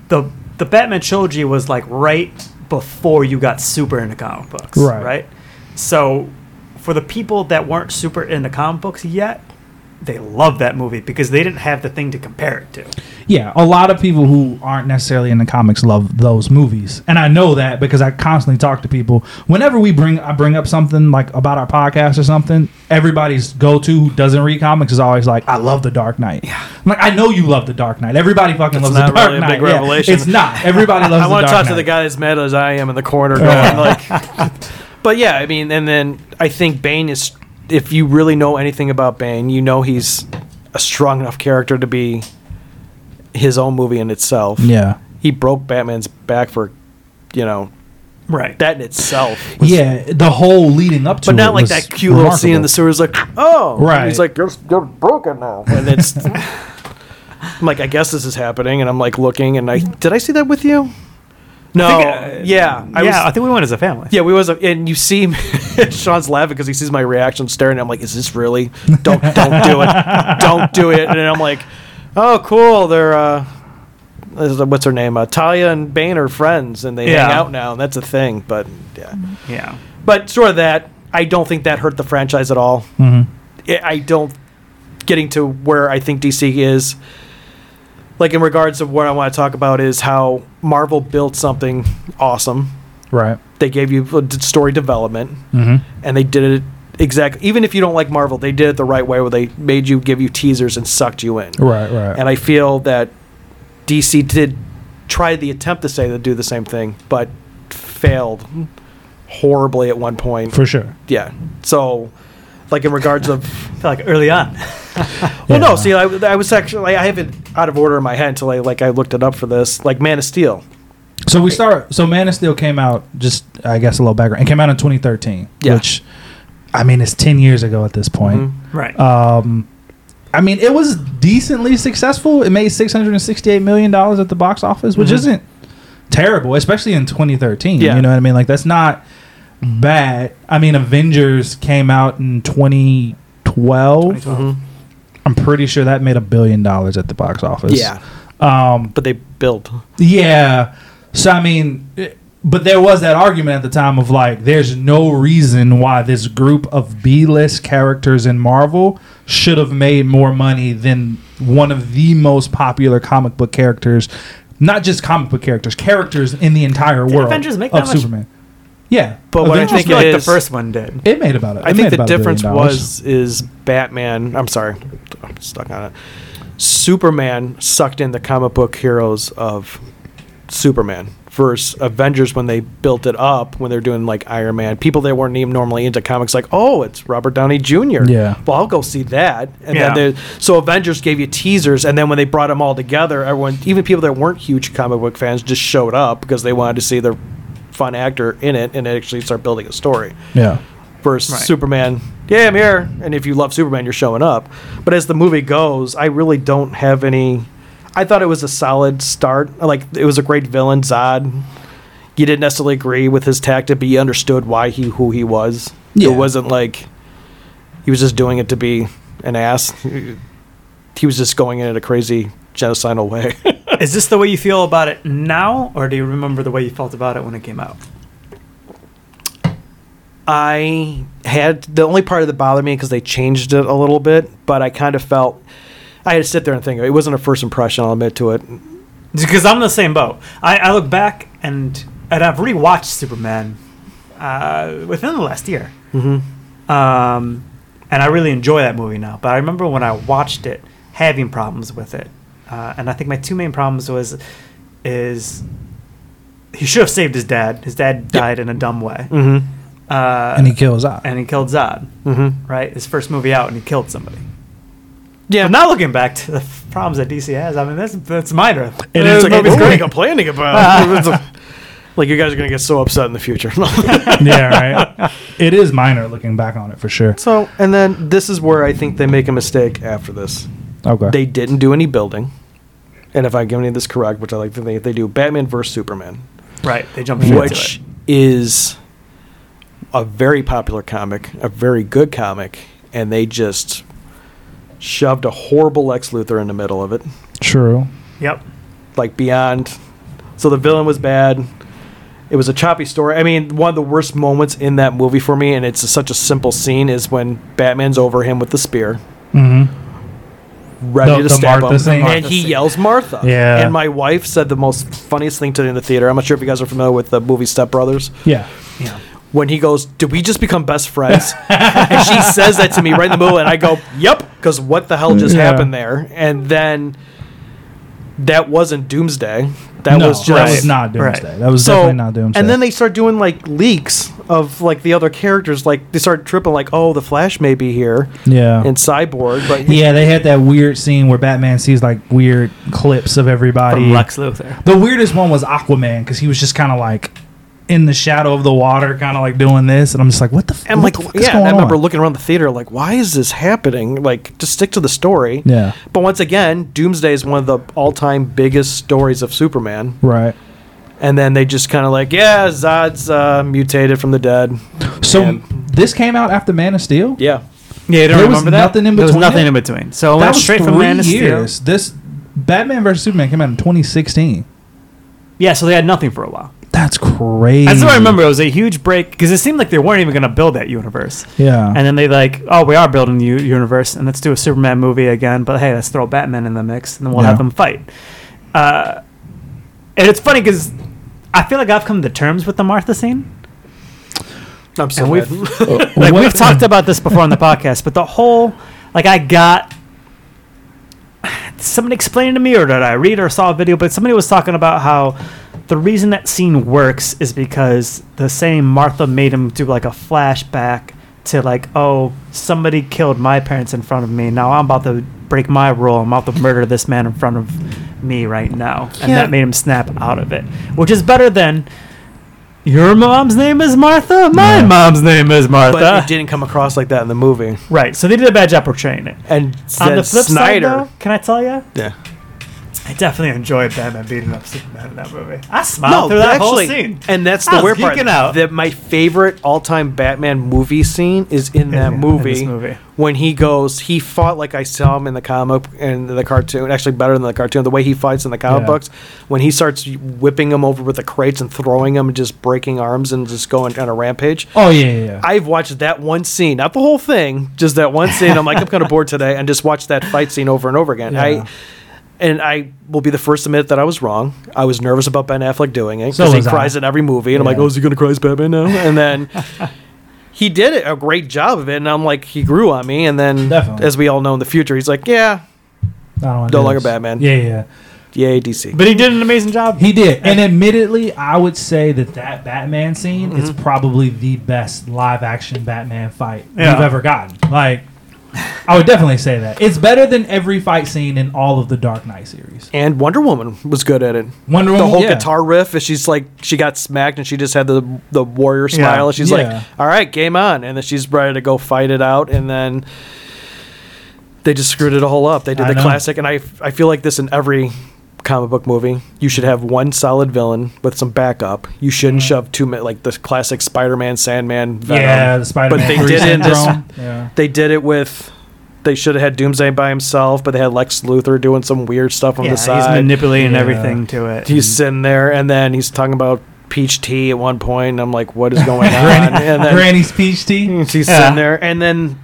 [SPEAKER 1] the the Batman trilogy was like right before you got super into comic books,
[SPEAKER 2] Right.
[SPEAKER 1] So for the people that weren't super into comic books yet, they loved that movie because they didn't have the thing to compare it to.
[SPEAKER 2] Yeah, a lot of people who aren't necessarily in the comics love those movies, and I know that because I constantly talk to people. Whenever we bring, I bring up something like about our podcast or something. Everybody's go-to who doesn't read comics is always like, "I love the Dark Knight." Yeah, I'm like I know you love the Dark Knight. Everybody fucking loves
[SPEAKER 3] not
[SPEAKER 2] the Dark
[SPEAKER 3] really a
[SPEAKER 2] Knight.
[SPEAKER 3] big
[SPEAKER 2] Yeah,
[SPEAKER 3] revelation.
[SPEAKER 2] it's not. Everybody loves.
[SPEAKER 3] I want
[SPEAKER 2] the
[SPEAKER 3] to
[SPEAKER 2] Dark
[SPEAKER 3] talk to the
[SPEAKER 2] Knight.
[SPEAKER 3] guy as mad as I am in the corner, going like. But yeah, I mean, and then I think Bane is. If you really know anything about Bane, you know he's a strong enough character to be his own movie in itself.
[SPEAKER 2] Yeah.
[SPEAKER 3] he broke Batman's back for, you know,
[SPEAKER 1] Right.
[SPEAKER 3] that in itself. was-
[SPEAKER 2] Yeah, the whole leading up to
[SPEAKER 3] But
[SPEAKER 2] it
[SPEAKER 3] not like
[SPEAKER 2] was
[SPEAKER 3] that cute little scene in the
[SPEAKER 2] remarkable.
[SPEAKER 3] sewers, like, oh, and
[SPEAKER 2] Right.
[SPEAKER 3] He's like, you're, you're broken now, and it's. I'm like, I guess this is happening, and I'm like looking, and I did I see that with you? No,
[SPEAKER 1] think, uh,
[SPEAKER 3] yeah,
[SPEAKER 1] I yeah, I think we went as a family.
[SPEAKER 3] Yeah, we was, and you see, him- Sean's laughing because he sees my reaction, staring. I'm like, "Is this really? Don't, don't do it, don't do it." And then I'm like, "Oh, cool. They're uh, is- what's her name? Uh, Talia and Bane are friends, and they hang
[SPEAKER 1] Yeah.
[SPEAKER 3] out now. And that's a thing." But yeah,
[SPEAKER 1] Yeah.
[SPEAKER 3] but sort of that. I don't think that hurt the franchise at all.
[SPEAKER 2] Mm-hmm.
[SPEAKER 3] I- I don't getting to where I think DC is. Like in regards to what I want to talk about is how Marvel built something awesome
[SPEAKER 2] right.
[SPEAKER 3] they gave you a d- story development
[SPEAKER 2] Mm-hmm.
[SPEAKER 3] and they did it exactly even if you don't like marvel they did it the right way where they made you give you teasers and sucked you in
[SPEAKER 2] Right, right.
[SPEAKER 3] and i feel that dc did try the attempt to say to do the same thing but failed horribly at one point
[SPEAKER 2] for sure.
[SPEAKER 3] yeah so like in regards of
[SPEAKER 1] I feel like early on.
[SPEAKER 3] well no
[SPEAKER 2] Yeah.
[SPEAKER 3] see I, I was actually i have it out of order in my head until i like i looked it up for this like man of steel
[SPEAKER 2] So we start. So Man of Steel came out just, I guess, a little background. It came out in 2013,
[SPEAKER 3] Yeah.
[SPEAKER 2] which, I mean, it's 10 years ago at this point.
[SPEAKER 3] Mhm.
[SPEAKER 1] Right.
[SPEAKER 2] Um, I mean, it was decently successful. It made 668 million dollars at the box office, which
[SPEAKER 3] Mhm.
[SPEAKER 2] isn't terrible, especially in 2013.
[SPEAKER 3] Yeah.
[SPEAKER 2] You know what I mean? Like that's not bad. I mean, Avengers came out in 2012.
[SPEAKER 3] Mhm.
[SPEAKER 2] I'm pretty sure that made a billion dollars at the box office.
[SPEAKER 3] Yeah,
[SPEAKER 2] Um,
[SPEAKER 3] but they built.
[SPEAKER 2] yeah. So I mean, it- but there was that argument at the time of like, there's no reason why this group of B-list characters in Marvel should have made more money than one of the most popular comic book characters, not just comic book characters, characters in the entire
[SPEAKER 1] Did
[SPEAKER 2] world
[SPEAKER 1] Avengers make
[SPEAKER 2] of
[SPEAKER 1] that much?
[SPEAKER 2] Superman. Yeah,
[SPEAKER 3] But what I
[SPEAKER 2] Avengers
[SPEAKER 1] I
[SPEAKER 3] think
[SPEAKER 1] feel
[SPEAKER 3] it
[SPEAKER 1] like the
[SPEAKER 3] is-
[SPEAKER 1] first one did.
[SPEAKER 2] It made about it.
[SPEAKER 3] I
[SPEAKER 2] it made
[SPEAKER 3] think the
[SPEAKER 2] about a billion
[SPEAKER 3] difference
[SPEAKER 2] dollars.
[SPEAKER 3] was is Batman. I'm sorry, I'm stuck on it. Superman sucked in the comic book heroes of Superman versus Avengers when they built it up when they're doing like Iron Man. People that weren't even normally into comics, like oh, it's Robert Downey Jr.
[SPEAKER 2] Yeah.
[SPEAKER 3] well I'll go see that. And
[SPEAKER 1] Yeah.
[SPEAKER 3] then there, so Avengers gave you teasers, and then when they brought them all together, everyone, even people that weren't huge comic book fans, just showed up because they wanted to see the fun actor in it and actually start building a story
[SPEAKER 2] Yeah.
[SPEAKER 3] versus
[SPEAKER 1] Right.
[SPEAKER 3] Superman. Yeah, I'm here. And if you love Superman, you're showing up. But as the movie goes, I really don't have any. I thought it was a solid start. Like it was a great villain, Zod. You didn't necessarily agree with his tactic, but you understood why he who he was.
[SPEAKER 2] Yeah.
[SPEAKER 3] It wasn't like he was just doing it to be an ass. He he was just going in in a crazy genocidal way.
[SPEAKER 1] Is this the way you feel about it now, or do you remember the way you felt about it when it came out?
[SPEAKER 3] I had the only part that bothered me because they changed it a little bit, but I kind of felt I had to sit there and think. It wasn't a first impression. I'll admit to it.
[SPEAKER 1] Because I'm in the same boat. I, I look back and and I've rewatched Superman uh, within the last year,
[SPEAKER 3] Mm-hmm.
[SPEAKER 1] um, and I really enjoy that movie now. But I remember when I watched it, having problems with it, uh, and I think my two main problems was is he should have saved his dad. His dad died in a dumb way,
[SPEAKER 3] Mm-hmm.
[SPEAKER 1] uh,
[SPEAKER 2] and he kills out.
[SPEAKER 1] and he killed Zod.
[SPEAKER 3] Mm-hmm.
[SPEAKER 1] Right, his first movie out, and he killed somebody.
[SPEAKER 3] Yeah.
[SPEAKER 1] But now looking back to the problems that DC has, I mean that's that's minor.
[SPEAKER 2] It
[SPEAKER 1] This
[SPEAKER 2] is like a
[SPEAKER 1] movie's
[SPEAKER 2] movie.
[SPEAKER 1] great.
[SPEAKER 3] complaining
[SPEAKER 1] Ah,
[SPEAKER 3] about. like you guys are gonna get so upset in the future.
[SPEAKER 2] yeah, right. It is minor looking back on it for sure.
[SPEAKER 3] so, and then this is where I think they make a mistake after this.
[SPEAKER 2] Okay.
[SPEAKER 3] They didn't do any building, and if I'm getting this correct, which I like to think they do, Batman versus Superman.
[SPEAKER 1] Right, they jumped straight
[SPEAKER 3] which
[SPEAKER 1] to
[SPEAKER 3] is a very popular comic, a very good comic, and they just shoved a horrible Lex Luthor in the middle of it,
[SPEAKER 2] True.
[SPEAKER 1] it. Yep.
[SPEAKER 3] like beyond. So the villain was bad. It was a choppy story. I mean, one of the worst moments in that movie for me, and it's such a simple scene, is when Batman's over him with the spear,
[SPEAKER 2] Mm-hmm.
[SPEAKER 3] ready
[SPEAKER 2] The-
[SPEAKER 3] to
[SPEAKER 2] the
[SPEAKER 3] stab
[SPEAKER 2] Martha
[SPEAKER 3] him,
[SPEAKER 2] scene?
[SPEAKER 3] and
[SPEAKER 1] Martha
[SPEAKER 3] he
[SPEAKER 1] scene.
[SPEAKER 3] yells Martha.
[SPEAKER 2] Yeah.
[SPEAKER 3] And my wife said the most funniest thing to me in the theater. I'm not sure if you guys are familiar with the movie Step Brothers.
[SPEAKER 2] Yeah.
[SPEAKER 1] Yeah.
[SPEAKER 3] when he goes, "Did we just become best friends?" and she says that to me right in the middle, and I go, "Yep," because what the hell just
[SPEAKER 2] Yeah.
[SPEAKER 3] happened there? And then that wasn't Doomsday. That
[SPEAKER 2] no,
[SPEAKER 3] was just
[SPEAKER 2] that was not
[SPEAKER 1] right.
[SPEAKER 2] Doomsday. That was definitely not Doomsday.
[SPEAKER 3] And then they start doing like leaks of like the other characters. Like they start tripping, like, "Oh, the Flash may be here,"
[SPEAKER 2] yeah.
[SPEAKER 3] and Cyborg, but
[SPEAKER 2] yeah, they had that weird scene where Batman sees like weird clips of everybody.
[SPEAKER 1] From Lex Luthor.
[SPEAKER 2] The weirdest one was Aquaman because he was just kind of like in the shadow of the water, kind of like doing this, and I'm just like, what the? F-
[SPEAKER 3] And
[SPEAKER 2] what
[SPEAKER 3] like,
[SPEAKER 2] the fuck is
[SPEAKER 3] yeah, and I
[SPEAKER 2] going
[SPEAKER 3] remember
[SPEAKER 2] on?
[SPEAKER 3] looking around the theater, like, why is this happening? Like, just stick to the story.
[SPEAKER 2] Yeah.
[SPEAKER 3] But once again, Doomsday is one of the all-time biggest stories of Superman.
[SPEAKER 2] Right.
[SPEAKER 3] and then they just kind of like, yeah, Zod's uh, mutated from the dead.
[SPEAKER 2] So
[SPEAKER 3] And-
[SPEAKER 2] this came out after Man of Steel.
[SPEAKER 3] Yeah,
[SPEAKER 1] Yeah, you
[SPEAKER 2] don't There was remember that? nothing in
[SPEAKER 1] There was
[SPEAKER 2] between
[SPEAKER 1] nothing
[SPEAKER 2] it?
[SPEAKER 1] in between. So it
[SPEAKER 2] that
[SPEAKER 1] went
[SPEAKER 2] was
[SPEAKER 1] straight
[SPEAKER 2] three
[SPEAKER 1] from Man of Steel.
[SPEAKER 2] years. This Batman vs Superman came out in 2016.
[SPEAKER 1] Yeah, so they had nothing for a while.
[SPEAKER 2] That's crazy.
[SPEAKER 1] That's what I remember. It was a huge break because it seemed like they weren't even going to build that universe.
[SPEAKER 2] Yeah.
[SPEAKER 1] And then they like, oh, we are building the u- universe, and let's do a Superman movie again. But hey, let's throw Batman in the mix, and then we'll
[SPEAKER 2] Yeah.
[SPEAKER 1] have them fight. Uh, and it's funny because I feel like I've come to terms with the Martha scene.
[SPEAKER 3] I'm so
[SPEAKER 1] And
[SPEAKER 3] mad.
[SPEAKER 1] we've- like we've talked about this before on the podcast, but the whole like I got somebody explained to me or did I read or saw a video, but somebody was talking about how the reason that scene works is because the same Martha made him do like a flashback to like, oh, somebody killed my parents in front of me. Now I'm about to break my rule. I'm about to murder this man in front of me right now. And
[SPEAKER 3] Yeah.
[SPEAKER 1] that made him snap out of it. Which is better than your mom's name is Martha. My
[SPEAKER 2] Yeah.
[SPEAKER 1] mom's name is Martha.
[SPEAKER 3] but it didn't come across like that in the movie.
[SPEAKER 1] Right. So they did a bad job portraying it.
[SPEAKER 3] And
[SPEAKER 1] On
[SPEAKER 3] then
[SPEAKER 1] the flip
[SPEAKER 3] Snyder,
[SPEAKER 1] side, though, can I tell you?
[SPEAKER 3] yeah,
[SPEAKER 1] I definitely enjoyed Batman beating up Superman in that movie. I smiled through that whole scene.
[SPEAKER 3] and that's
[SPEAKER 1] I
[SPEAKER 3] the
[SPEAKER 1] was
[SPEAKER 3] weird part.
[SPEAKER 1] geeking out.
[SPEAKER 3] That my favorite all-time Batman movie scene is in that
[SPEAKER 1] in
[SPEAKER 3] movie,
[SPEAKER 1] this movie.
[SPEAKER 3] when he goes, he fought like I saw him in the comic and the cartoon. Actually, better than the cartoon. The way he fights in the comic
[SPEAKER 2] Yeah.
[SPEAKER 3] books, when he starts whipping him over with the crates and throwing him and just breaking arms and just going on a rampage.
[SPEAKER 2] Oh yeah, yeah. yeah.
[SPEAKER 3] I've watched that one scene, not the whole thing, just that one scene. I'm like, I'm kind of bored today, and just watch that fight scene over and over again.
[SPEAKER 2] Yeah.
[SPEAKER 3] I and I will be the first to admit that I was wrong. I was nervous about Ben Affleck doing it
[SPEAKER 2] So
[SPEAKER 3] because he
[SPEAKER 2] was I.
[SPEAKER 3] cries in every movie, and I'm like,
[SPEAKER 2] Yeah.
[SPEAKER 3] oh, is he going to cry as Batman now? And then he did it, a great job of it, and I'm like, he grew on me. And then,
[SPEAKER 2] Definitely.
[SPEAKER 3] as we all know in the future, he's like, yeah,
[SPEAKER 2] I don't wanna
[SPEAKER 3] no
[SPEAKER 2] do
[SPEAKER 3] longer
[SPEAKER 2] this.
[SPEAKER 3] Batman.
[SPEAKER 2] Yeah, yeah.
[SPEAKER 3] yay DC.
[SPEAKER 1] But he did an amazing job.
[SPEAKER 2] He did, and admittedly, I would say that that Batman scene is
[SPEAKER 3] Mm-hmm.
[SPEAKER 2] probably the best live action Batman fight
[SPEAKER 1] Yeah.
[SPEAKER 2] we've ever gotten. Like, I would definitely say that it's better than every fight scene in all of the Dark Knight series.
[SPEAKER 3] And Wonder Woman was good at it.
[SPEAKER 2] Wonder
[SPEAKER 3] the
[SPEAKER 2] Woman,
[SPEAKER 3] whole
[SPEAKER 2] yeah.
[SPEAKER 3] guitar riff is she's like she got smacked and she just had the the warrior smile and she's
[SPEAKER 2] Yeah.
[SPEAKER 3] like all right game on and then she's ready to go fight it out and then they just screwed it all up they did
[SPEAKER 2] I
[SPEAKER 3] the
[SPEAKER 2] know.
[SPEAKER 3] classic and I, I feel like this in every comic book movie you should have one solid villain with some backup you shouldn't
[SPEAKER 2] Mm.
[SPEAKER 3] shove two ma- like the classic spider-man sandman Venom.
[SPEAKER 2] Yeah, the Spider-Man.
[SPEAKER 3] But they
[SPEAKER 2] three
[SPEAKER 3] did it in this-
[SPEAKER 2] syndrome. Yeah.
[SPEAKER 3] they did it with they should have had doomsday by himself but they had lex luthor doing some weird stuff on
[SPEAKER 1] Yeah,
[SPEAKER 3] the side
[SPEAKER 1] he's manipulating
[SPEAKER 2] Yeah.
[SPEAKER 1] everything to it.
[SPEAKER 3] he's sitting there and then he's talking about peach tea at one point and i'm like what is going on and then
[SPEAKER 2] Granny's peach tea.
[SPEAKER 3] he's
[SPEAKER 1] Yeah.
[SPEAKER 3] sitting there and then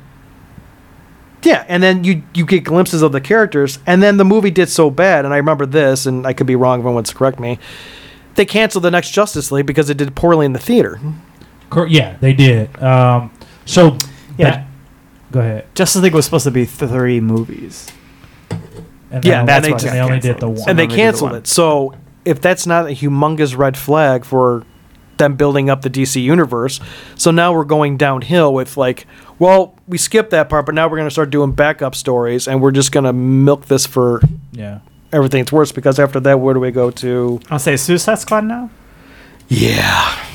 [SPEAKER 3] yeah and then you you get glimpses of the characters and then the movie did so bad and i remember this and i could be wrong if anyone wants to correct me they canceled the next justice league because it did poorly in the theater
[SPEAKER 2] Cor- Yeah, they did. Um, so
[SPEAKER 1] yeah,
[SPEAKER 2] go ahead.
[SPEAKER 1] Justice League was supposed to be three movies.
[SPEAKER 2] And
[SPEAKER 3] Yeah,
[SPEAKER 2] they
[SPEAKER 3] that's
[SPEAKER 2] only-
[SPEAKER 3] why it
[SPEAKER 2] they
[SPEAKER 1] got
[SPEAKER 2] only did the
[SPEAKER 1] canceled.
[SPEAKER 2] one.
[SPEAKER 3] and they
[SPEAKER 1] Remember the
[SPEAKER 3] canceled
[SPEAKER 1] one.
[SPEAKER 3] it so if that's not a humongous red flag for them building up the DC universe, so now we're going downhill with like, well, we skipped that part, but now we're going to start doing backup stories, and we're just going to milk this for
[SPEAKER 2] yeah.
[SPEAKER 3] everything it's worth. Because after that, where do we go to?
[SPEAKER 1] I'll say Suicide Squad now.
[SPEAKER 3] Yeah,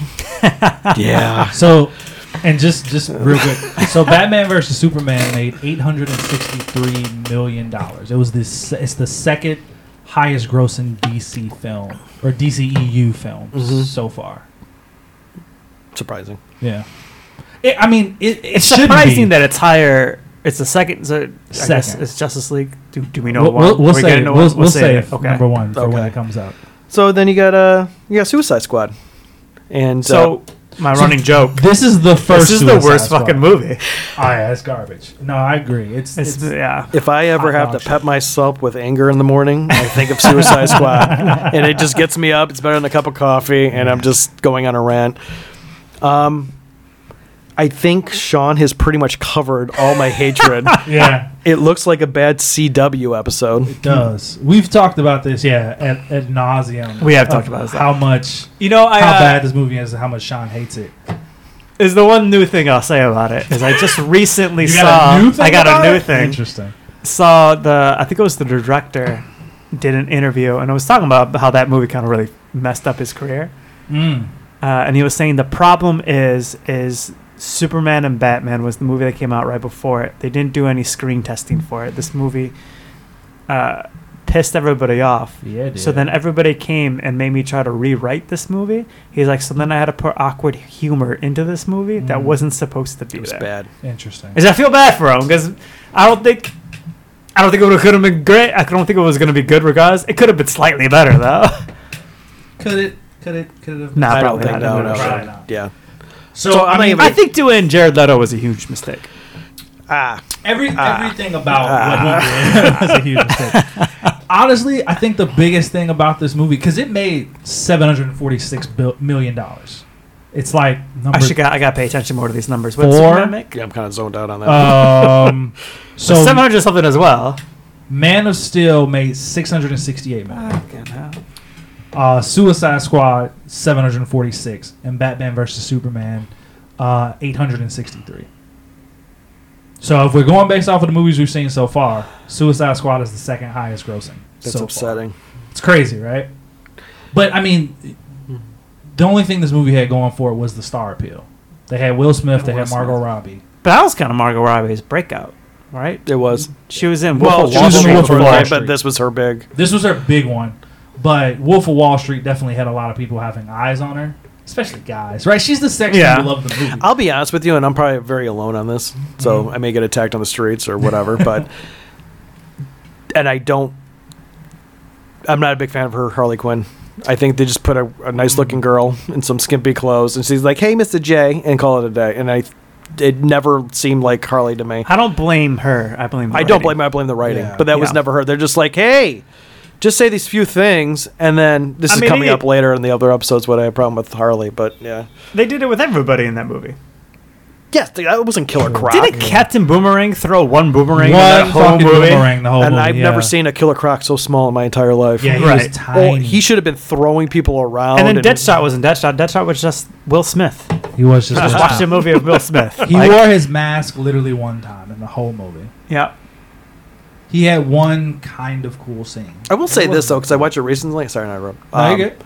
[SPEAKER 3] yeah.
[SPEAKER 2] So, and just just real quick. So, Batman versus Superman made eight hundred and sixty three million dollars. It was this. It's the second highest grossing DC film or DCEU film
[SPEAKER 3] Mhm.
[SPEAKER 2] so far.
[SPEAKER 3] Surprising.
[SPEAKER 2] Yeah. It, I mean, it, it
[SPEAKER 1] It's
[SPEAKER 2] should
[SPEAKER 1] surprising
[SPEAKER 2] be.
[SPEAKER 1] that it's higher. It's the second. So I guess
[SPEAKER 2] Second.
[SPEAKER 1] it's Justice League. Do, do we know
[SPEAKER 2] We'll,
[SPEAKER 1] what?
[SPEAKER 2] we'll, we'll
[SPEAKER 1] Are we
[SPEAKER 2] say
[SPEAKER 1] gonna
[SPEAKER 2] it.
[SPEAKER 1] know
[SPEAKER 2] We'll,
[SPEAKER 1] what-
[SPEAKER 2] we'll, say
[SPEAKER 1] it.
[SPEAKER 2] it number one for when
[SPEAKER 3] Okay.
[SPEAKER 2] it comes out.
[SPEAKER 3] So then you got uh, you got Suicide Squad, and uh,
[SPEAKER 1] So my
[SPEAKER 2] So-
[SPEAKER 1] running joke.
[SPEAKER 2] This is the first.
[SPEAKER 1] This is the
[SPEAKER 2] Suicide
[SPEAKER 1] worst
[SPEAKER 2] Squad.
[SPEAKER 1] fucking movie.
[SPEAKER 2] Oh yeah, it's garbage. No, I agree. It's,
[SPEAKER 1] It's,
[SPEAKER 2] it's
[SPEAKER 1] yeah.
[SPEAKER 3] uh, if I ever
[SPEAKER 2] Hot
[SPEAKER 3] have to
[SPEAKER 2] dog shit.
[SPEAKER 3] pep myself with anger in the morning, I think of Suicide Squad, and it just gets me up. It's better than a cup of coffee, and I'm just going on a rant. Um, I think Sean has pretty much covered all my hatred.
[SPEAKER 2] yeah.
[SPEAKER 3] It looks like a bad CW episode.
[SPEAKER 2] It does. We've talked about this, yeah, at, at nauseum.
[SPEAKER 1] We have talked about this.
[SPEAKER 2] How much,
[SPEAKER 1] You know, I
[SPEAKER 2] how
[SPEAKER 1] uh,
[SPEAKER 2] bad this movie is, and how much Sean hates it.
[SPEAKER 1] is the one new thing I'll say about it is I just recently
[SPEAKER 2] You
[SPEAKER 1] saw I got
[SPEAKER 2] about
[SPEAKER 1] a new
[SPEAKER 2] it?
[SPEAKER 1] thing
[SPEAKER 2] Interesting.
[SPEAKER 1] saw the I think it was the director did an interview and I was talking about how that movie kind of really messed up his career
[SPEAKER 2] Mm.
[SPEAKER 1] uh, and he was saying the problem is is Superman and Batman was the movie that came out right before it they didn't do any screen testing for it this movie uh, pissed everybody off
[SPEAKER 2] Yeah. It
[SPEAKER 1] so then everybody came and made me try to rewrite this movie. He's like, so then I had to put awkward humor into this movie that
[SPEAKER 2] Mm.
[SPEAKER 1] wasn't supposed to be
[SPEAKER 3] It was
[SPEAKER 1] there.
[SPEAKER 3] bad.
[SPEAKER 2] interesting.
[SPEAKER 1] Is I feel bad for him because I don't think I don't think it could have been great. I don't think it was going to be good regardless. It could have been slightly better though.
[SPEAKER 2] Could it? Could it? Could it have?
[SPEAKER 1] Nah,
[SPEAKER 3] I don't
[SPEAKER 1] probably not.
[SPEAKER 3] think no, no,
[SPEAKER 2] Probably
[SPEAKER 3] no.
[SPEAKER 2] not.
[SPEAKER 3] Yeah.
[SPEAKER 2] So,
[SPEAKER 3] So,
[SPEAKER 2] I
[SPEAKER 3] I'm
[SPEAKER 2] mean,
[SPEAKER 3] not
[SPEAKER 1] I think doing Jared Leto was a huge mistake.
[SPEAKER 3] Ah,
[SPEAKER 2] every
[SPEAKER 3] Ah.
[SPEAKER 2] everything about what he did was a huge mistake. Honestly, I think the biggest thing about this movie because it made seven hundred forty-six bil- million dollars. It's like number
[SPEAKER 1] I should got I got to pay attention more to these numbers.
[SPEAKER 2] Four?
[SPEAKER 1] What's Superman make?
[SPEAKER 3] yeah, I'm kind of zoned out on that.
[SPEAKER 2] um.
[SPEAKER 1] So
[SPEAKER 2] So
[SPEAKER 1] seven hundred something as well.
[SPEAKER 2] Man of Steel made 668 million.
[SPEAKER 1] Fucking hell.
[SPEAKER 2] Uh, Suicide Squad 746 and Batman versus Superman uh, 863. So if we're going based off of the movies we've seen so far, Suicide Squad is the second highest grossing.
[SPEAKER 3] That's
[SPEAKER 2] so far.
[SPEAKER 3] upsetting.
[SPEAKER 2] It's crazy, right? But I mean, the only thing this movie had going for it was the star appeal. They had Will Smith, they
[SPEAKER 1] Will
[SPEAKER 2] had Margot
[SPEAKER 1] Smith.
[SPEAKER 2] Robbie.
[SPEAKER 1] But that was kind of Margot Robbie's breakout. right?
[SPEAKER 3] It was.
[SPEAKER 1] She was in Wolf
[SPEAKER 2] Well,
[SPEAKER 1] of
[SPEAKER 2] she
[SPEAKER 1] Wall
[SPEAKER 2] was in
[SPEAKER 1] Street.
[SPEAKER 2] Wolf of Wall
[SPEAKER 3] Right,
[SPEAKER 2] Street.
[SPEAKER 3] but this was her big.
[SPEAKER 2] This was her big one, but Wolf of Wall Street definitely had a lot of people having eyes on her, especially guys. Right? She's the sex
[SPEAKER 1] Yeah.
[SPEAKER 2] symbol of the movie.
[SPEAKER 3] I'll be honest with you, and I'm probably very alone on this, so
[SPEAKER 1] Mm-hmm.
[SPEAKER 3] I may get attacked on the streets or whatever. but and I don't, I'm not a big fan of her Harley Quinn. I think they just put a, a nice
[SPEAKER 1] Mm-hmm.
[SPEAKER 3] looking girl in some skimpy clothes, and she's like, "Hey, Mister J," and call it a day. And I, it never seemed like Harley to me.
[SPEAKER 1] I don't blame her. I blame.
[SPEAKER 3] I don't blame. I blame the writing,
[SPEAKER 2] Yeah.
[SPEAKER 3] but that was
[SPEAKER 1] Yeah.
[SPEAKER 3] never her. They're just like, "Hey." Just say these few things, and then this
[SPEAKER 1] I
[SPEAKER 3] is
[SPEAKER 1] mean,
[SPEAKER 3] coming
[SPEAKER 1] it-
[SPEAKER 3] up later in the other episodes. What I have a problem with Harley, but yeah,
[SPEAKER 1] They did it with everybody in that movie.
[SPEAKER 3] yes, that wasn't Killer Croc.
[SPEAKER 1] Didn't Captain Boomerang throw one boomerang? in that
[SPEAKER 2] One
[SPEAKER 1] whole
[SPEAKER 2] fucking
[SPEAKER 1] movie?
[SPEAKER 2] boomerang the whole
[SPEAKER 3] and
[SPEAKER 2] movie,
[SPEAKER 3] I've
[SPEAKER 2] Oh, yeah.
[SPEAKER 3] never seen a killer croc so small in my entire life.
[SPEAKER 2] Yeah, he
[SPEAKER 1] Right.
[SPEAKER 2] was
[SPEAKER 3] Oh,
[SPEAKER 2] tiny.
[SPEAKER 3] he should have been throwing people around.
[SPEAKER 2] Oh,
[SPEAKER 1] And then Deadshot wasn't Deadshot. Deadshot was just Will Smith.
[SPEAKER 2] he was just.
[SPEAKER 1] Just watched a movie of Will Smith.
[SPEAKER 2] He
[SPEAKER 1] Like,
[SPEAKER 2] wore his mask literally one time in the whole movie.
[SPEAKER 1] yeah.
[SPEAKER 2] He had one kind of cool scene.
[SPEAKER 3] I will say
[SPEAKER 2] It
[SPEAKER 3] this though, because I
[SPEAKER 2] wasn't-
[SPEAKER 3] watched it recently. Sorry, not Rob.
[SPEAKER 2] No,
[SPEAKER 3] Um,
[SPEAKER 2] you're good.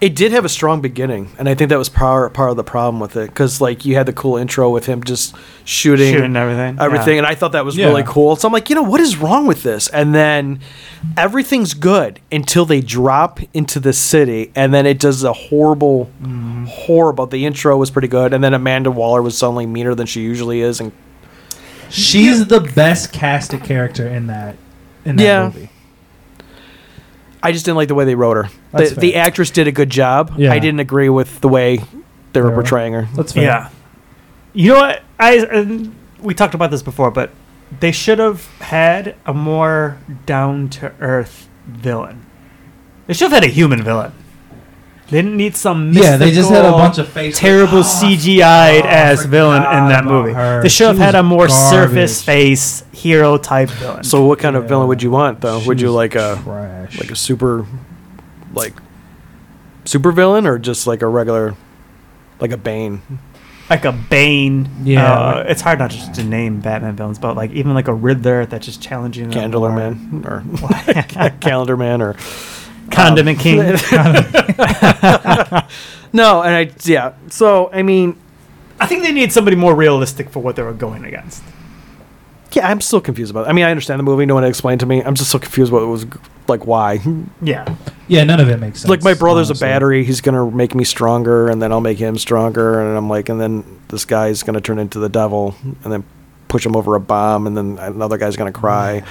[SPEAKER 3] it did have a strong beginning, and I think that was part part of the problem with it, because like you had the cool intro with him just shooting,
[SPEAKER 1] Shooting everything. yeah.
[SPEAKER 3] everything, and I thought that was
[SPEAKER 2] Yeah.
[SPEAKER 3] really cool. So I'm like, you know, what is wrong with this? And then everything's good until they drop into the city, and then it does a horrible,
[SPEAKER 2] Mm-hmm.
[SPEAKER 3] horrible. The intro was pretty good, and then Amanda Waller was suddenly meaner than she usually is, and
[SPEAKER 2] She's the best casted character in that in that
[SPEAKER 3] Yeah.
[SPEAKER 2] movie.
[SPEAKER 3] I just didn't like the way they wrote her.
[SPEAKER 2] That's
[SPEAKER 3] The, the
[SPEAKER 2] fair.
[SPEAKER 3] actress did a good job.
[SPEAKER 2] Yeah.
[SPEAKER 3] I didn't agree with the way they were
[SPEAKER 2] Fair.
[SPEAKER 3] portraying her.
[SPEAKER 2] That's fair.
[SPEAKER 1] Yeah. You know what? I and we talked about this before, but they should have had a more down to earth villain. They should have had a human villain. They didn't need some mystical,
[SPEAKER 2] Yeah, they just had a bunch of faces.
[SPEAKER 1] terrible
[SPEAKER 2] Oh,
[SPEAKER 1] CGI'd
[SPEAKER 2] oh, I
[SPEAKER 1] ass villain in
[SPEAKER 2] forgot
[SPEAKER 1] that
[SPEAKER 2] about
[SPEAKER 1] movie.
[SPEAKER 2] her.
[SPEAKER 1] They should have
[SPEAKER 2] She
[SPEAKER 1] had
[SPEAKER 2] was
[SPEAKER 1] a more
[SPEAKER 2] garbage.
[SPEAKER 1] surface face hero type villain.
[SPEAKER 3] So what kind of
[SPEAKER 2] Yeah.
[SPEAKER 3] villain would you want though?
[SPEAKER 2] She
[SPEAKER 3] would you
[SPEAKER 2] was
[SPEAKER 3] like a
[SPEAKER 2] trash.
[SPEAKER 3] like a super like super villain or just like a regular like a Bane?
[SPEAKER 1] like a Bane.
[SPEAKER 2] Yeah,
[SPEAKER 1] uh,
[SPEAKER 2] like-
[SPEAKER 1] it's hard not just to name Batman villains, but like even like a Riddler that's just challenging. them
[SPEAKER 3] Candler
[SPEAKER 1] more.
[SPEAKER 3] Man or Calendar Man or
[SPEAKER 1] Condiment King.
[SPEAKER 3] No, and I yeah. So I mean
[SPEAKER 1] I think they need somebody more realistic for what they were going against.
[SPEAKER 3] yeah, I'm still confused about it. I mean, I understand the movie. No one explained to me. I'm just so confused what it was like why.
[SPEAKER 1] Yeah.
[SPEAKER 2] yeah, none of it makes sense.
[SPEAKER 3] like my brother's
[SPEAKER 2] honestly.
[SPEAKER 3] a battery he's gonna make me stronger and then i'll make him stronger and i'm like and then this guy's gonna turn into the devil and then push him over a bomb and then another guy's gonna cry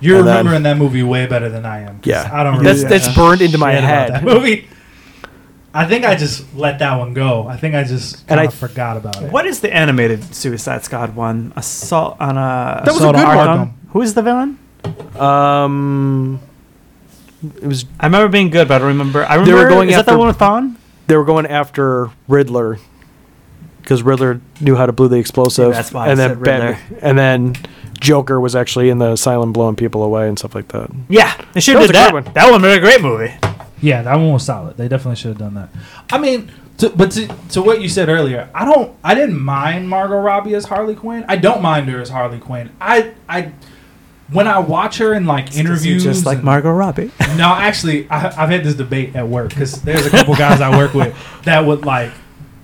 [SPEAKER 2] You're
[SPEAKER 3] And then-
[SPEAKER 2] remembering that movie way better than I am. 'cause
[SPEAKER 3] yeah
[SPEAKER 2] I don't.
[SPEAKER 3] that's
[SPEAKER 2] really
[SPEAKER 3] that's
[SPEAKER 2] know
[SPEAKER 3] burned into my
[SPEAKER 2] shit about
[SPEAKER 3] head
[SPEAKER 2] that movie. I think I just let that one go. I think I just
[SPEAKER 3] And
[SPEAKER 2] kind
[SPEAKER 3] I-
[SPEAKER 2] of forgot about it.
[SPEAKER 1] What is the animated Suicide Squad one? Assault on a.
[SPEAKER 3] That was a
[SPEAKER 1] Assault on
[SPEAKER 3] good
[SPEAKER 1] Arkham?
[SPEAKER 2] one.
[SPEAKER 1] Who is the villain?
[SPEAKER 3] um it was
[SPEAKER 1] I remember being good, but I don't remember. I remember.
[SPEAKER 3] were going
[SPEAKER 1] is that the
[SPEAKER 3] after-
[SPEAKER 1] one with Thawne?
[SPEAKER 3] they were going after riddler because riddler knew how to blow the explosive
[SPEAKER 1] Yeah, that's why I
[SPEAKER 3] and
[SPEAKER 1] said
[SPEAKER 3] then
[SPEAKER 1] Riddler.
[SPEAKER 3] Batman- and then joker was actually in the asylum blowing people away and stuff like that
[SPEAKER 1] Yeah, they should have
[SPEAKER 3] That was
[SPEAKER 1] did
[SPEAKER 3] a
[SPEAKER 1] that.
[SPEAKER 3] good one.
[SPEAKER 1] That one was a great movie.
[SPEAKER 2] Yeah, that one was solid. They definitely should have done that. I mean, to, but to, to what you said earlier, I don't. I didn't mind Margot Robbie as Harley Quinn. I don't mind her as Harley Quinn. I I when I watch her in like interviews,
[SPEAKER 1] just like
[SPEAKER 2] and-
[SPEAKER 1] Margot Robbie.
[SPEAKER 2] No, actually, I, I've had this debate at work because there's a couple guys I work with that would like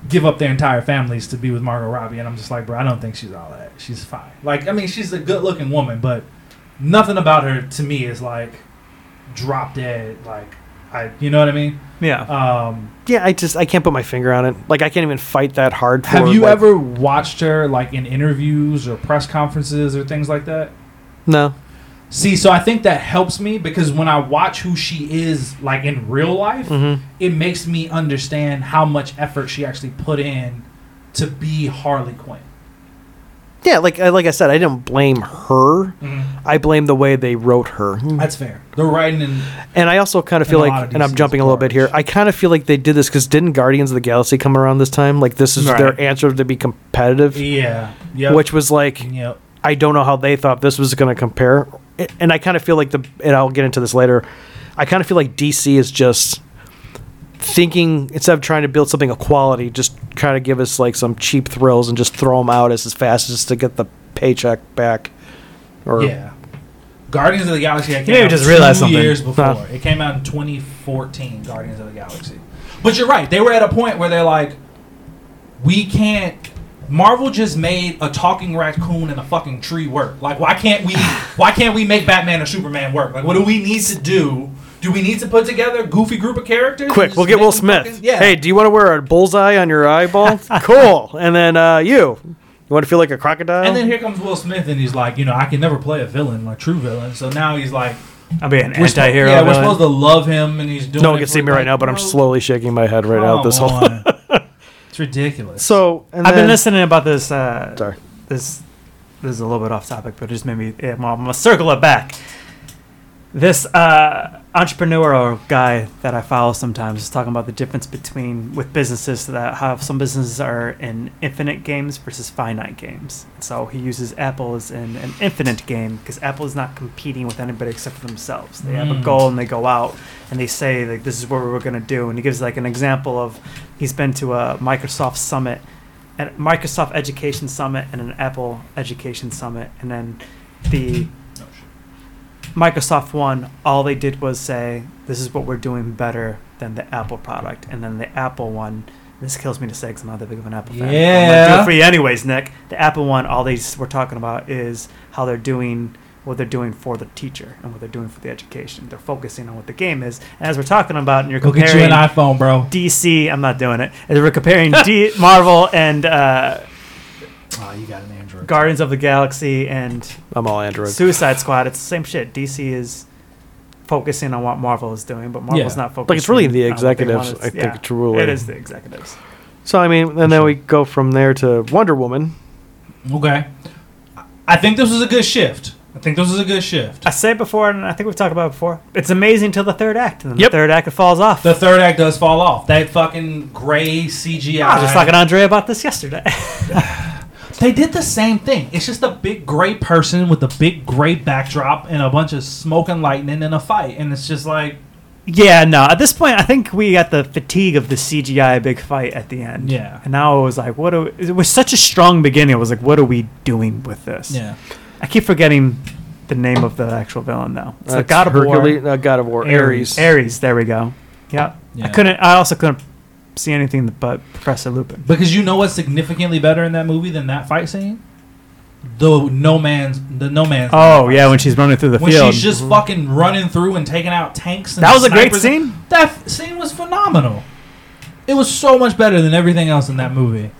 [SPEAKER 2] give up their entire families to be with Margot Robbie, and I'm just like, bro, I don't think she's all that. She's fine. Like, I mean, she's a good-looking woman, but nothing about her to me is like drop dead. Like, I, you know what I mean?
[SPEAKER 1] Yeah.
[SPEAKER 2] Um,
[SPEAKER 3] yeah i just i can't put my finger on it like i can't even fight that hard for
[SPEAKER 2] have you
[SPEAKER 3] like-
[SPEAKER 2] ever watched her like in interviews or press conferences or things like that?
[SPEAKER 3] no
[SPEAKER 2] See, so I think that helps me because when I watch who she is, like in real life,
[SPEAKER 3] Mm-hmm.
[SPEAKER 2] it makes me understand how much effort she actually put in to be Harley Quinn.
[SPEAKER 3] Yeah, like uh, like I said, I didn't blame her. I blame the way they wrote her,
[SPEAKER 2] That's fair. The writing and
[SPEAKER 3] and I also kind of
[SPEAKER 2] And
[SPEAKER 3] feel
[SPEAKER 2] a lot
[SPEAKER 3] like,
[SPEAKER 2] of
[SPEAKER 3] and I'm
[SPEAKER 2] DC's
[SPEAKER 3] jumping a little bit here.
[SPEAKER 2] parts.
[SPEAKER 3] I kind of feel like they did this because didn't Guardians of the Galaxy come around this time? Like this is
[SPEAKER 1] Right.
[SPEAKER 3] their answer to be competitive,
[SPEAKER 2] yeah, yeah,
[SPEAKER 3] which was like
[SPEAKER 2] yep.
[SPEAKER 3] I don't know how they thought this was going to compare. A- And I kind of feel like the, and I'll get into this later. I kind of feel like DC is just thinking instead of trying to build something of quality, just kind of give us like some cheap thrills and just throw them out as as fast as to get the paycheck back. Or
[SPEAKER 2] yeah. Guardians of the Galaxy. I came
[SPEAKER 1] maybe
[SPEAKER 2] out
[SPEAKER 1] just realized
[SPEAKER 2] two
[SPEAKER 1] something.
[SPEAKER 2] years before
[SPEAKER 3] Huh.
[SPEAKER 2] it came out in 2014. Guardians of the Galaxy. But you're right. They were at a point where they're like, we can't Marvel just made a talking raccoon and a fucking tree work. Like, why can't we? Why can't we make Batman or Superman work? Like, what do we need to do? Do we need to put together a goofy group of characters?
[SPEAKER 3] Quick,
[SPEAKER 2] and
[SPEAKER 3] we'll
[SPEAKER 2] just
[SPEAKER 3] get
[SPEAKER 2] make
[SPEAKER 3] Will
[SPEAKER 2] them
[SPEAKER 3] Smith.
[SPEAKER 2] fucking- yeah.
[SPEAKER 3] Hey, do you want to wear a bullseye on your eyeball? cool. And then uh, you, you want to feel like a crocodile?
[SPEAKER 2] And then here comes Will Smith, and he's like, you know, I can never play a villain, like true villain. So now he's like,
[SPEAKER 1] I'll be an
[SPEAKER 2] we're spo-
[SPEAKER 1] anti-hero.
[SPEAKER 2] Yeah, we're
[SPEAKER 1] villain.
[SPEAKER 2] supposed to love him, and he's doing.
[SPEAKER 3] no one
[SPEAKER 2] it
[SPEAKER 3] can
[SPEAKER 2] for,
[SPEAKER 3] see me right
[SPEAKER 2] like,
[SPEAKER 3] now, but I'm
[SPEAKER 2] bro,
[SPEAKER 3] slowly shaking my head right now.
[SPEAKER 2] come
[SPEAKER 3] This whole.
[SPEAKER 2] on. it's ridiculous.
[SPEAKER 3] So and
[SPEAKER 1] I've been
[SPEAKER 3] then-
[SPEAKER 1] listening about this. Uh,
[SPEAKER 3] Sorry.
[SPEAKER 1] This this is a little bit off topic, but it just made me. Yeah, well, I'm gonna circle it back. This uh, entrepreneur or guy that I follow sometimes is talking about the difference between with businesses that have some businesses are in infinite games versus finite games. So he uses Apple as in an infinite game because Apple is not competing with anybody except for themselves. They have a
[SPEAKER 2] Mm.
[SPEAKER 1] goal and they go out and they say like this is what we're gonna do. And he gives like an example of he's been to a Microsoft summit at Microsoft Education Summit and an Apple Education Summit, and then the
[SPEAKER 2] No shit.
[SPEAKER 1] Microsoft one, all they did was say, "This is what we're doing better than the Apple product," and then the Apple one. This kills me to say because I'm not that big of an Apple fan. I'm gonna do
[SPEAKER 2] Yeah.
[SPEAKER 1] it for you anyways, Nick. The Apple one, all they s- we're talking about is how they're doing what they're doing for the teacher and what they're doing for the education. They're focusing on what the game is. And as we're talking about, and you're
[SPEAKER 6] Go
[SPEAKER 1] comparing
[SPEAKER 6] get you an iPhone, bro.
[SPEAKER 1] DC. I'm not doing it. As we're comparing D- Marvel and. Uh,
[SPEAKER 2] Oh, you got an Android.
[SPEAKER 1] Guardians of the Galaxy and
[SPEAKER 3] I'm all Android.
[SPEAKER 1] Suicide Squad, it's the same shit. DC is focusing on what Marvel is doing, but Marvel's
[SPEAKER 2] Yeah.
[SPEAKER 1] not focusing.
[SPEAKER 3] Like it's really
[SPEAKER 1] on
[SPEAKER 3] the
[SPEAKER 1] what they
[SPEAKER 3] executives,
[SPEAKER 1] want
[SPEAKER 3] I
[SPEAKER 1] us- yeah.
[SPEAKER 3] think, truly.
[SPEAKER 1] It is the executives.
[SPEAKER 3] So I mean, and then we go from there to Wonder Woman.
[SPEAKER 2] Okay. I- I think this was a good shift. I think this was a good shift.
[SPEAKER 1] I said before, and I think we've talked about it before. It's amazing till the third act, and then
[SPEAKER 3] Yep.
[SPEAKER 1] the third act it falls off.
[SPEAKER 2] The third act does fall off. That fucking gray CGI.
[SPEAKER 1] I was just talking to Andre about this yesterday.
[SPEAKER 2] They did the same thing. It's just a big gray person with a big gray backdrop and a bunch of smoke and lightning in a fight, and it's just like,
[SPEAKER 1] yeah, no. At this point, I think we got the fatigue of the CGI big fight at the end.
[SPEAKER 2] Yeah.
[SPEAKER 1] and now it was like, what? Are we, it was such a strong beginning. It was like, what are we doing with this?
[SPEAKER 2] yeah,
[SPEAKER 1] I keep forgetting the name of the actual villain though. It's the
[SPEAKER 3] That's
[SPEAKER 1] God of
[SPEAKER 3] Hercule-
[SPEAKER 1] War.
[SPEAKER 3] uh, God of War. Ares.
[SPEAKER 2] Ares.
[SPEAKER 1] Ares. There we go. Yeah. I
[SPEAKER 2] Yeah.
[SPEAKER 1] couldn't. I also couldn't see anything but Professor Lupin.
[SPEAKER 2] because you know what's significantly better in that movie than that fight scene? The no man's the no man's.
[SPEAKER 1] Oh yeah, when she's running through the
[SPEAKER 2] when
[SPEAKER 1] field.
[SPEAKER 2] she's
[SPEAKER 3] Mm-hmm.
[SPEAKER 2] just fucking running through and taking out tanks. And
[SPEAKER 1] that was a great
[SPEAKER 2] snipers.
[SPEAKER 1] scene.
[SPEAKER 2] That f- scene was phenomenal. It was so much better than everything else in that movie.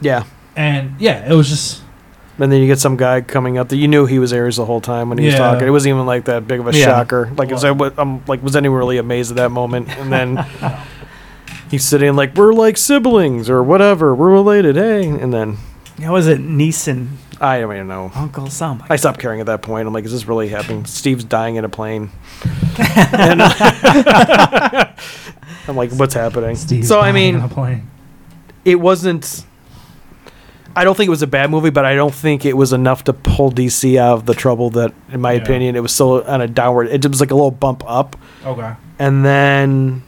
[SPEAKER 3] Yeah.
[SPEAKER 2] And yeah, it was just
[SPEAKER 3] And then you get some guy coming up that you knew he was Ares the whole time when he was
[SPEAKER 2] Yeah.
[SPEAKER 3] talking. It wasn't even like that big of a
[SPEAKER 1] Yeah.
[SPEAKER 3] shocker. Like, is that what, I'm like, was anyone really amazed at that moment? And then he's sitting like, we're like siblings or whatever, we're related, hey. And then
[SPEAKER 1] How was it? Niece and
[SPEAKER 3] I don't even know.
[SPEAKER 1] Uncle oh Sam.
[SPEAKER 3] I stopped caring at that point. I'm like, is this really happening? Steve's dying in a plane. and I'm like, what's happening? so I mean, it wasn't. I don't think it was a bad movie, but I don't think it was enough to pull DC out of the trouble that, in my
[SPEAKER 2] Yeah.
[SPEAKER 3] opinion, it was still on a downward. It was like a little bump up,
[SPEAKER 2] okay.
[SPEAKER 3] and then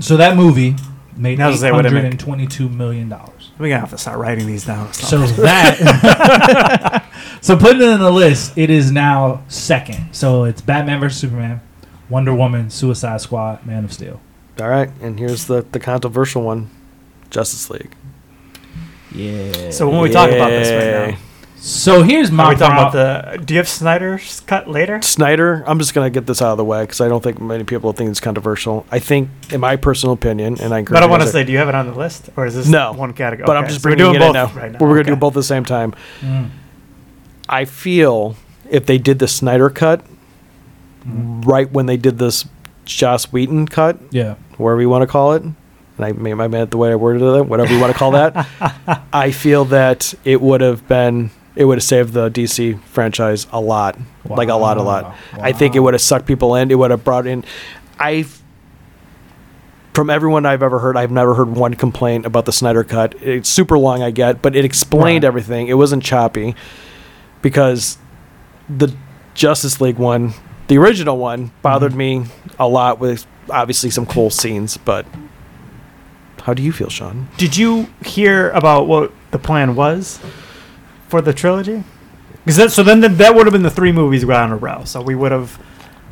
[SPEAKER 2] So that movie made
[SPEAKER 1] Now
[SPEAKER 2] eight
[SPEAKER 1] does that what it
[SPEAKER 2] hundred
[SPEAKER 1] make?
[SPEAKER 2] and twenty-two million dollars.
[SPEAKER 1] We're gonna have to start writing these down. or
[SPEAKER 2] So
[SPEAKER 1] something.
[SPEAKER 2] that, so putting it in the list, it is now second. So it's Batman versus Superman, Wonder Woman, Suicide Squad, Man of Steel.
[SPEAKER 3] all right, and here's the the controversial one, Justice League.
[SPEAKER 2] Yeah.
[SPEAKER 1] So when we talk about this right
[SPEAKER 3] Yay.
[SPEAKER 1] now,
[SPEAKER 2] So here's my
[SPEAKER 1] are we talking about
[SPEAKER 2] problem.
[SPEAKER 1] the? Do you have Snyder's cut later?
[SPEAKER 3] Snyder, I'm just gonna get this out of the way because I don't think many people think it's controversial. I think, in my personal opinion, and I agree.
[SPEAKER 1] But I
[SPEAKER 3] with
[SPEAKER 1] want to
[SPEAKER 3] it,
[SPEAKER 1] say, do you have it on the list, or is this
[SPEAKER 3] No.
[SPEAKER 1] one category?
[SPEAKER 3] but I'm
[SPEAKER 1] Okay,
[SPEAKER 3] just
[SPEAKER 1] so we're
[SPEAKER 3] bringing
[SPEAKER 1] doing
[SPEAKER 3] it in
[SPEAKER 1] both
[SPEAKER 3] now.
[SPEAKER 1] right now.
[SPEAKER 3] We're gonna do
[SPEAKER 1] okay.
[SPEAKER 3] both at the same time.
[SPEAKER 2] Mm.
[SPEAKER 3] I feel if they did the Snyder cut
[SPEAKER 2] mm.
[SPEAKER 1] Mm.
[SPEAKER 3] right when they did this Joss Wheaton cut,
[SPEAKER 2] Yeah.
[SPEAKER 3] wherever you want to call it, and I made my bad the way I worded it, whatever you want to call that, I feel that it would have been it would have saved the DC franchise a lot, like a lot, a lot.
[SPEAKER 2] Wow.
[SPEAKER 3] I think it
[SPEAKER 2] Wow.
[SPEAKER 3] would have sucked people in. It would have brought in. I, from everyone I've ever heard, I've never heard one complaint about the Snyder cut. It's super long, I get, but it explained
[SPEAKER 2] Right.
[SPEAKER 3] everything. It wasn't choppy, because the Justice League one, the original one, bothered me a lot with obviously some cool scenes, but. How do you feel, Sean?
[SPEAKER 1] Did you hear about what the plan was for the trilogy? Because that, so then th- that would have been the three movies we got in a row. So we would have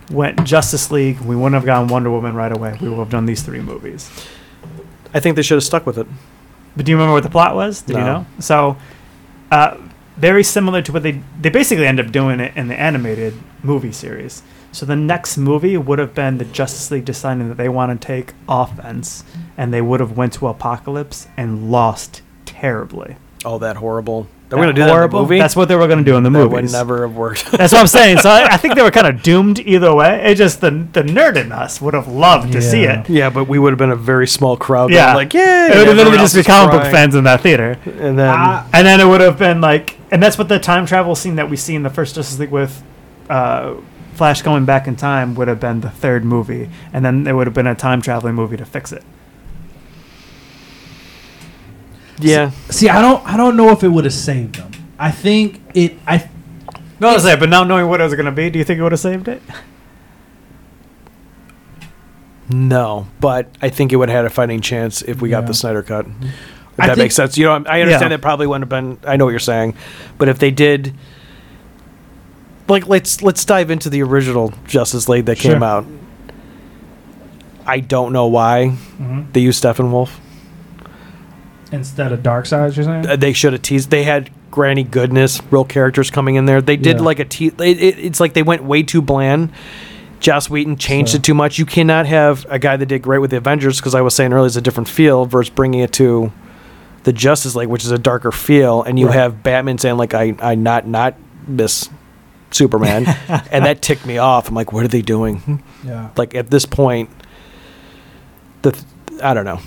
[SPEAKER 1] went Justice League. We wouldn't have gone Wonder Woman right away. We would have done these three movies.
[SPEAKER 3] I think they should have stuck with it.
[SPEAKER 1] But do you remember what the plot was? Did you
[SPEAKER 3] No.
[SPEAKER 1] know? So, uh, very similar to what they they basically end up doing it in the animated movie series. So the next movie would have been the Justice League deciding that they want to take offense, and they would have went to Apocalypse and lost terribly.
[SPEAKER 3] Oh, that horrible. They're going to do that in the movie?
[SPEAKER 1] That's what they were going to do in the
[SPEAKER 3] that
[SPEAKER 1] movie.
[SPEAKER 3] would never have worked.
[SPEAKER 1] That's what I'm saying. So I, I think they were kind of doomed either way. It just the the nerd in us would have loved to see
[SPEAKER 2] Yeah.
[SPEAKER 1] it.
[SPEAKER 3] yeah, but we would have been a very small crowd.
[SPEAKER 1] Yeah.
[SPEAKER 3] Yeah. Like, yeah.
[SPEAKER 1] It would have literally just be comic book fans in that theater.
[SPEAKER 3] And then,
[SPEAKER 2] Ah.
[SPEAKER 1] And then it would have been like, and that's what the time travel scene that we see in the first Justice League with uh, Flash going back in time would have been the third movie, and then it would have been a time traveling movie to fix it.
[SPEAKER 3] yeah.
[SPEAKER 2] See, I don't, I don't know if it would have saved them. I think it, I,
[SPEAKER 1] No, that's it. But now knowing what it was going to be, do you think it would have saved it?
[SPEAKER 3] No, but I think it would have had a fighting chance if we got
[SPEAKER 2] Yeah. Mm-hmm.
[SPEAKER 3] the Snyder cut. If that
[SPEAKER 2] I think-
[SPEAKER 3] makes sense. You know, I understand
[SPEAKER 1] Yeah.
[SPEAKER 3] it probably wouldn't have been. I know what you're saying, but if they did, like, let's let's dive into the original Justice League that came
[SPEAKER 2] Sure.
[SPEAKER 3] out. I don't know why
[SPEAKER 2] Mm-hmm.
[SPEAKER 3] they used Steppenwolf.
[SPEAKER 2] instead of Dark Side, you're saying?
[SPEAKER 3] Uh, They should have teased. They had Granny Goodness, real characters coming in there. They did
[SPEAKER 2] Yeah.
[SPEAKER 3] like a te- it, it, It's like they went way too bland. Joss Wheaton changed
[SPEAKER 2] So-
[SPEAKER 3] it too much. You cannot have a guy that did great with the Avengers because I was saying earlier it's a different feel versus bringing it to the Justice League, which is a darker feel, and you
[SPEAKER 2] Right.
[SPEAKER 3] have Batman saying like I I not not miss Superman, and that ticked me off. I'm like, what are they doing?
[SPEAKER 2] yeah.
[SPEAKER 3] Like at this point, the th- I don't know.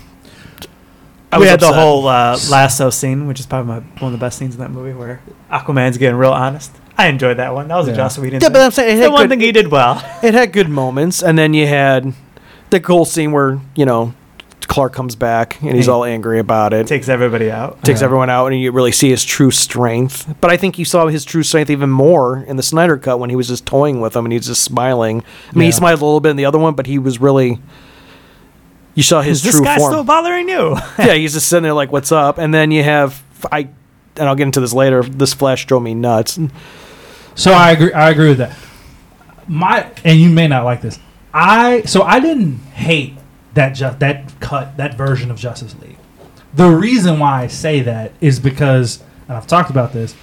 [SPEAKER 3] I
[SPEAKER 1] we
[SPEAKER 3] was
[SPEAKER 1] had the
[SPEAKER 3] upset.
[SPEAKER 1] whole uh, lasso scene, which is probably my, one of the best scenes in that movie, where Aquaman's getting real honest. I enjoyed that one. That was
[SPEAKER 2] Yeah.
[SPEAKER 1] a Joss Whedon.
[SPEAKER 3] Yeah,
[SPEAKER 1] thing.
[SPEAKER 3] but I'm saying it
[SPEAKER 1] It's the
[SPEAKER 3] had
[SPEAKER 1] one
[SPEAKER 3] good-
[SPEAKER 1] thing he did well.
[SPEAKER 3] it had good moments, and then you had the cool scene where you know Clark comes back and he's
[SPEAKER 1] Yeah.
[SPEAKER 3] all angry about it,
[SPEAKER 1] Takes everybody out.
[SPEAKER 3] takes
[SPEAKER 2] Yeah.
[SPEAKER 3] everyone out, and you really see his true strength. But I think you saw his true strength even more in the Snyder cut when he was just toying with him and he was just smiling. I mean,
[SPEAKER 2] Yeah.
[SPEAKER 3] he smiled a little bit in the other one, but he was really you saw his
[SPEAKER 1] Is this
[SPEAKER 3] true
[SPEAKER 1] guy
[SPEAKER 3] form.
[SPEAKER 1] still bothering you?
[SPEAKER 3] yeah, he's just sitting there like, "What's up?" And then you have I. And I'll get into this later. This flash drove me nuts.
[SPEAKER 2] So I agree. I agree with that. My and you may not like this. I so I didn't hate that ju- that cut that version of Justice League. The reason why I say that is because and I've talked about this.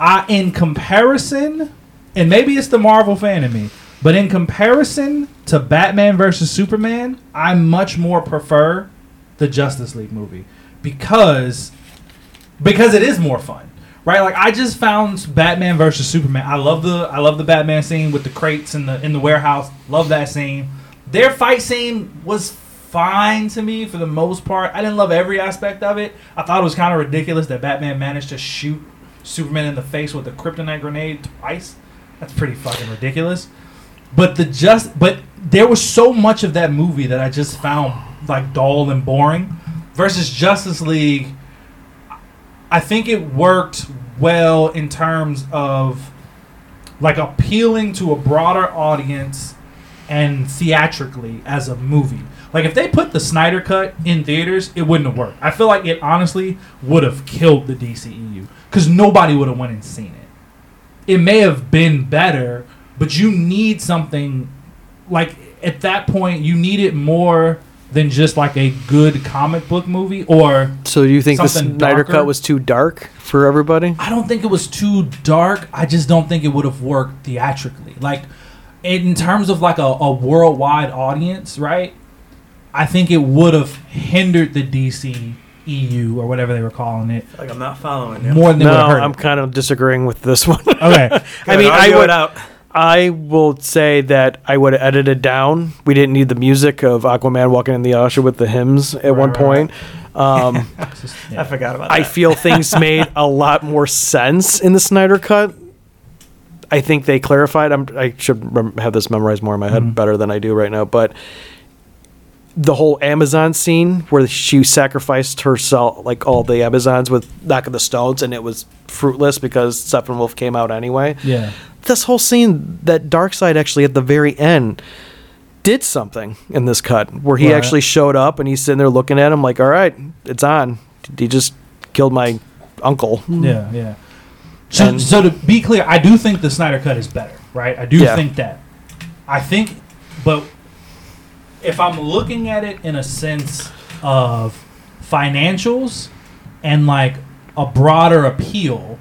[SPEAKER 2] I in comparison, and maybe it's the Marvel fan in me, but in comparison to Batman versus Superman, I much more prefer the Justice League movie because because it is more fun, right? Like I just found Batman versus Superman. I love the I love the Batman scene with the crates in the in the warehouse. Love that scene. Their fight scene was fine to me for the most part. I didn't love every aspect of it. I thought it was kind of ridiculous that Batman managed to shoot Superman in the face with a kryptonite grenade twice. That's pretty fucking ridiculous. But the just but there was so much of that movie that I just found like dull and boring. Versus Justice League, I think it worked well in terms of like appealing to a broader audience and theatrically as a movie. Like if they put the Snyder cut in theaters, it wouldn't have worked. I feel like it honestly would have killed the DCEU cuz nobody would have went and seen it. It may have been better, but you need something like at that point you need it more than just like a good comic book movie or
[SPEAKER 3] So, do you think the
[SPEAKER 2] Something
[SPEAKER 3] Snyder
[SPEAKER 2] darker?
[SPEAKER 3] cut was too dark for everybody?
[SPEAKER 7] I don't think it was too dark. I just don't think it would have worked theatrically. Like in terms of like a, a worldwide audience, right? I think it would have hindered the DC EU or whatever they were calling it
[SPEAKER 1] Like I'm not following
[SPEAKER 7] more than it would
[SPEAKER 3] No,
[SPEAKER 7] have hurt.
[SPEAKER 3] I'm kind of disagreeing with this one.
[SPEAKER 2] Okay.
[SPEAKER 3] I mean, I would. I will say that I would have edited down. We didn't need the music of Aquaman walking in the ocean with the hymns at one
[SPEAKER 2] right,
[SPEAKER 3] point. Um,
[SPEAKER 7] It's just- yeah.
[SPEAKER 1] I forgot about that.
[SPEAKER 3] I feel things made a lot more sense in the Snyder cut. I think they clarified. I'm, I should rem- have this memorized more in my head
[SPEAKER 1] Mm-hmm.
[SPEAKER 3] better than I do right now. But the whole Amazon scene where she sacrificed herself, like all the Amazons with Knock of the Stones, and it was fruitless because Steppenwolf came out anyway
[SPEAKER 2] Yeah.
[SPEAKER 3] this whole scene that dark side actually at the very end did something in this cut where he
[SPEAKER 2] Right.
[SPEAKER 3] actually showed up and he's sitting there looking at him like all right it's on he just killed my uncle
[SPEAKER 2] Yeah. Yeah.
[SPEAKER 7] So,
[SPEAKER 3] Mm. And-
[SPEAKER 7] so to be clear, I do think the Snyder cut is better, right? I do
[SPEAKER 3] Yeah.
[SPEAKER 7] think that. I think, but if I'm looking at it in a sense of
[SPEAKER 2] financials and like a broader appeal,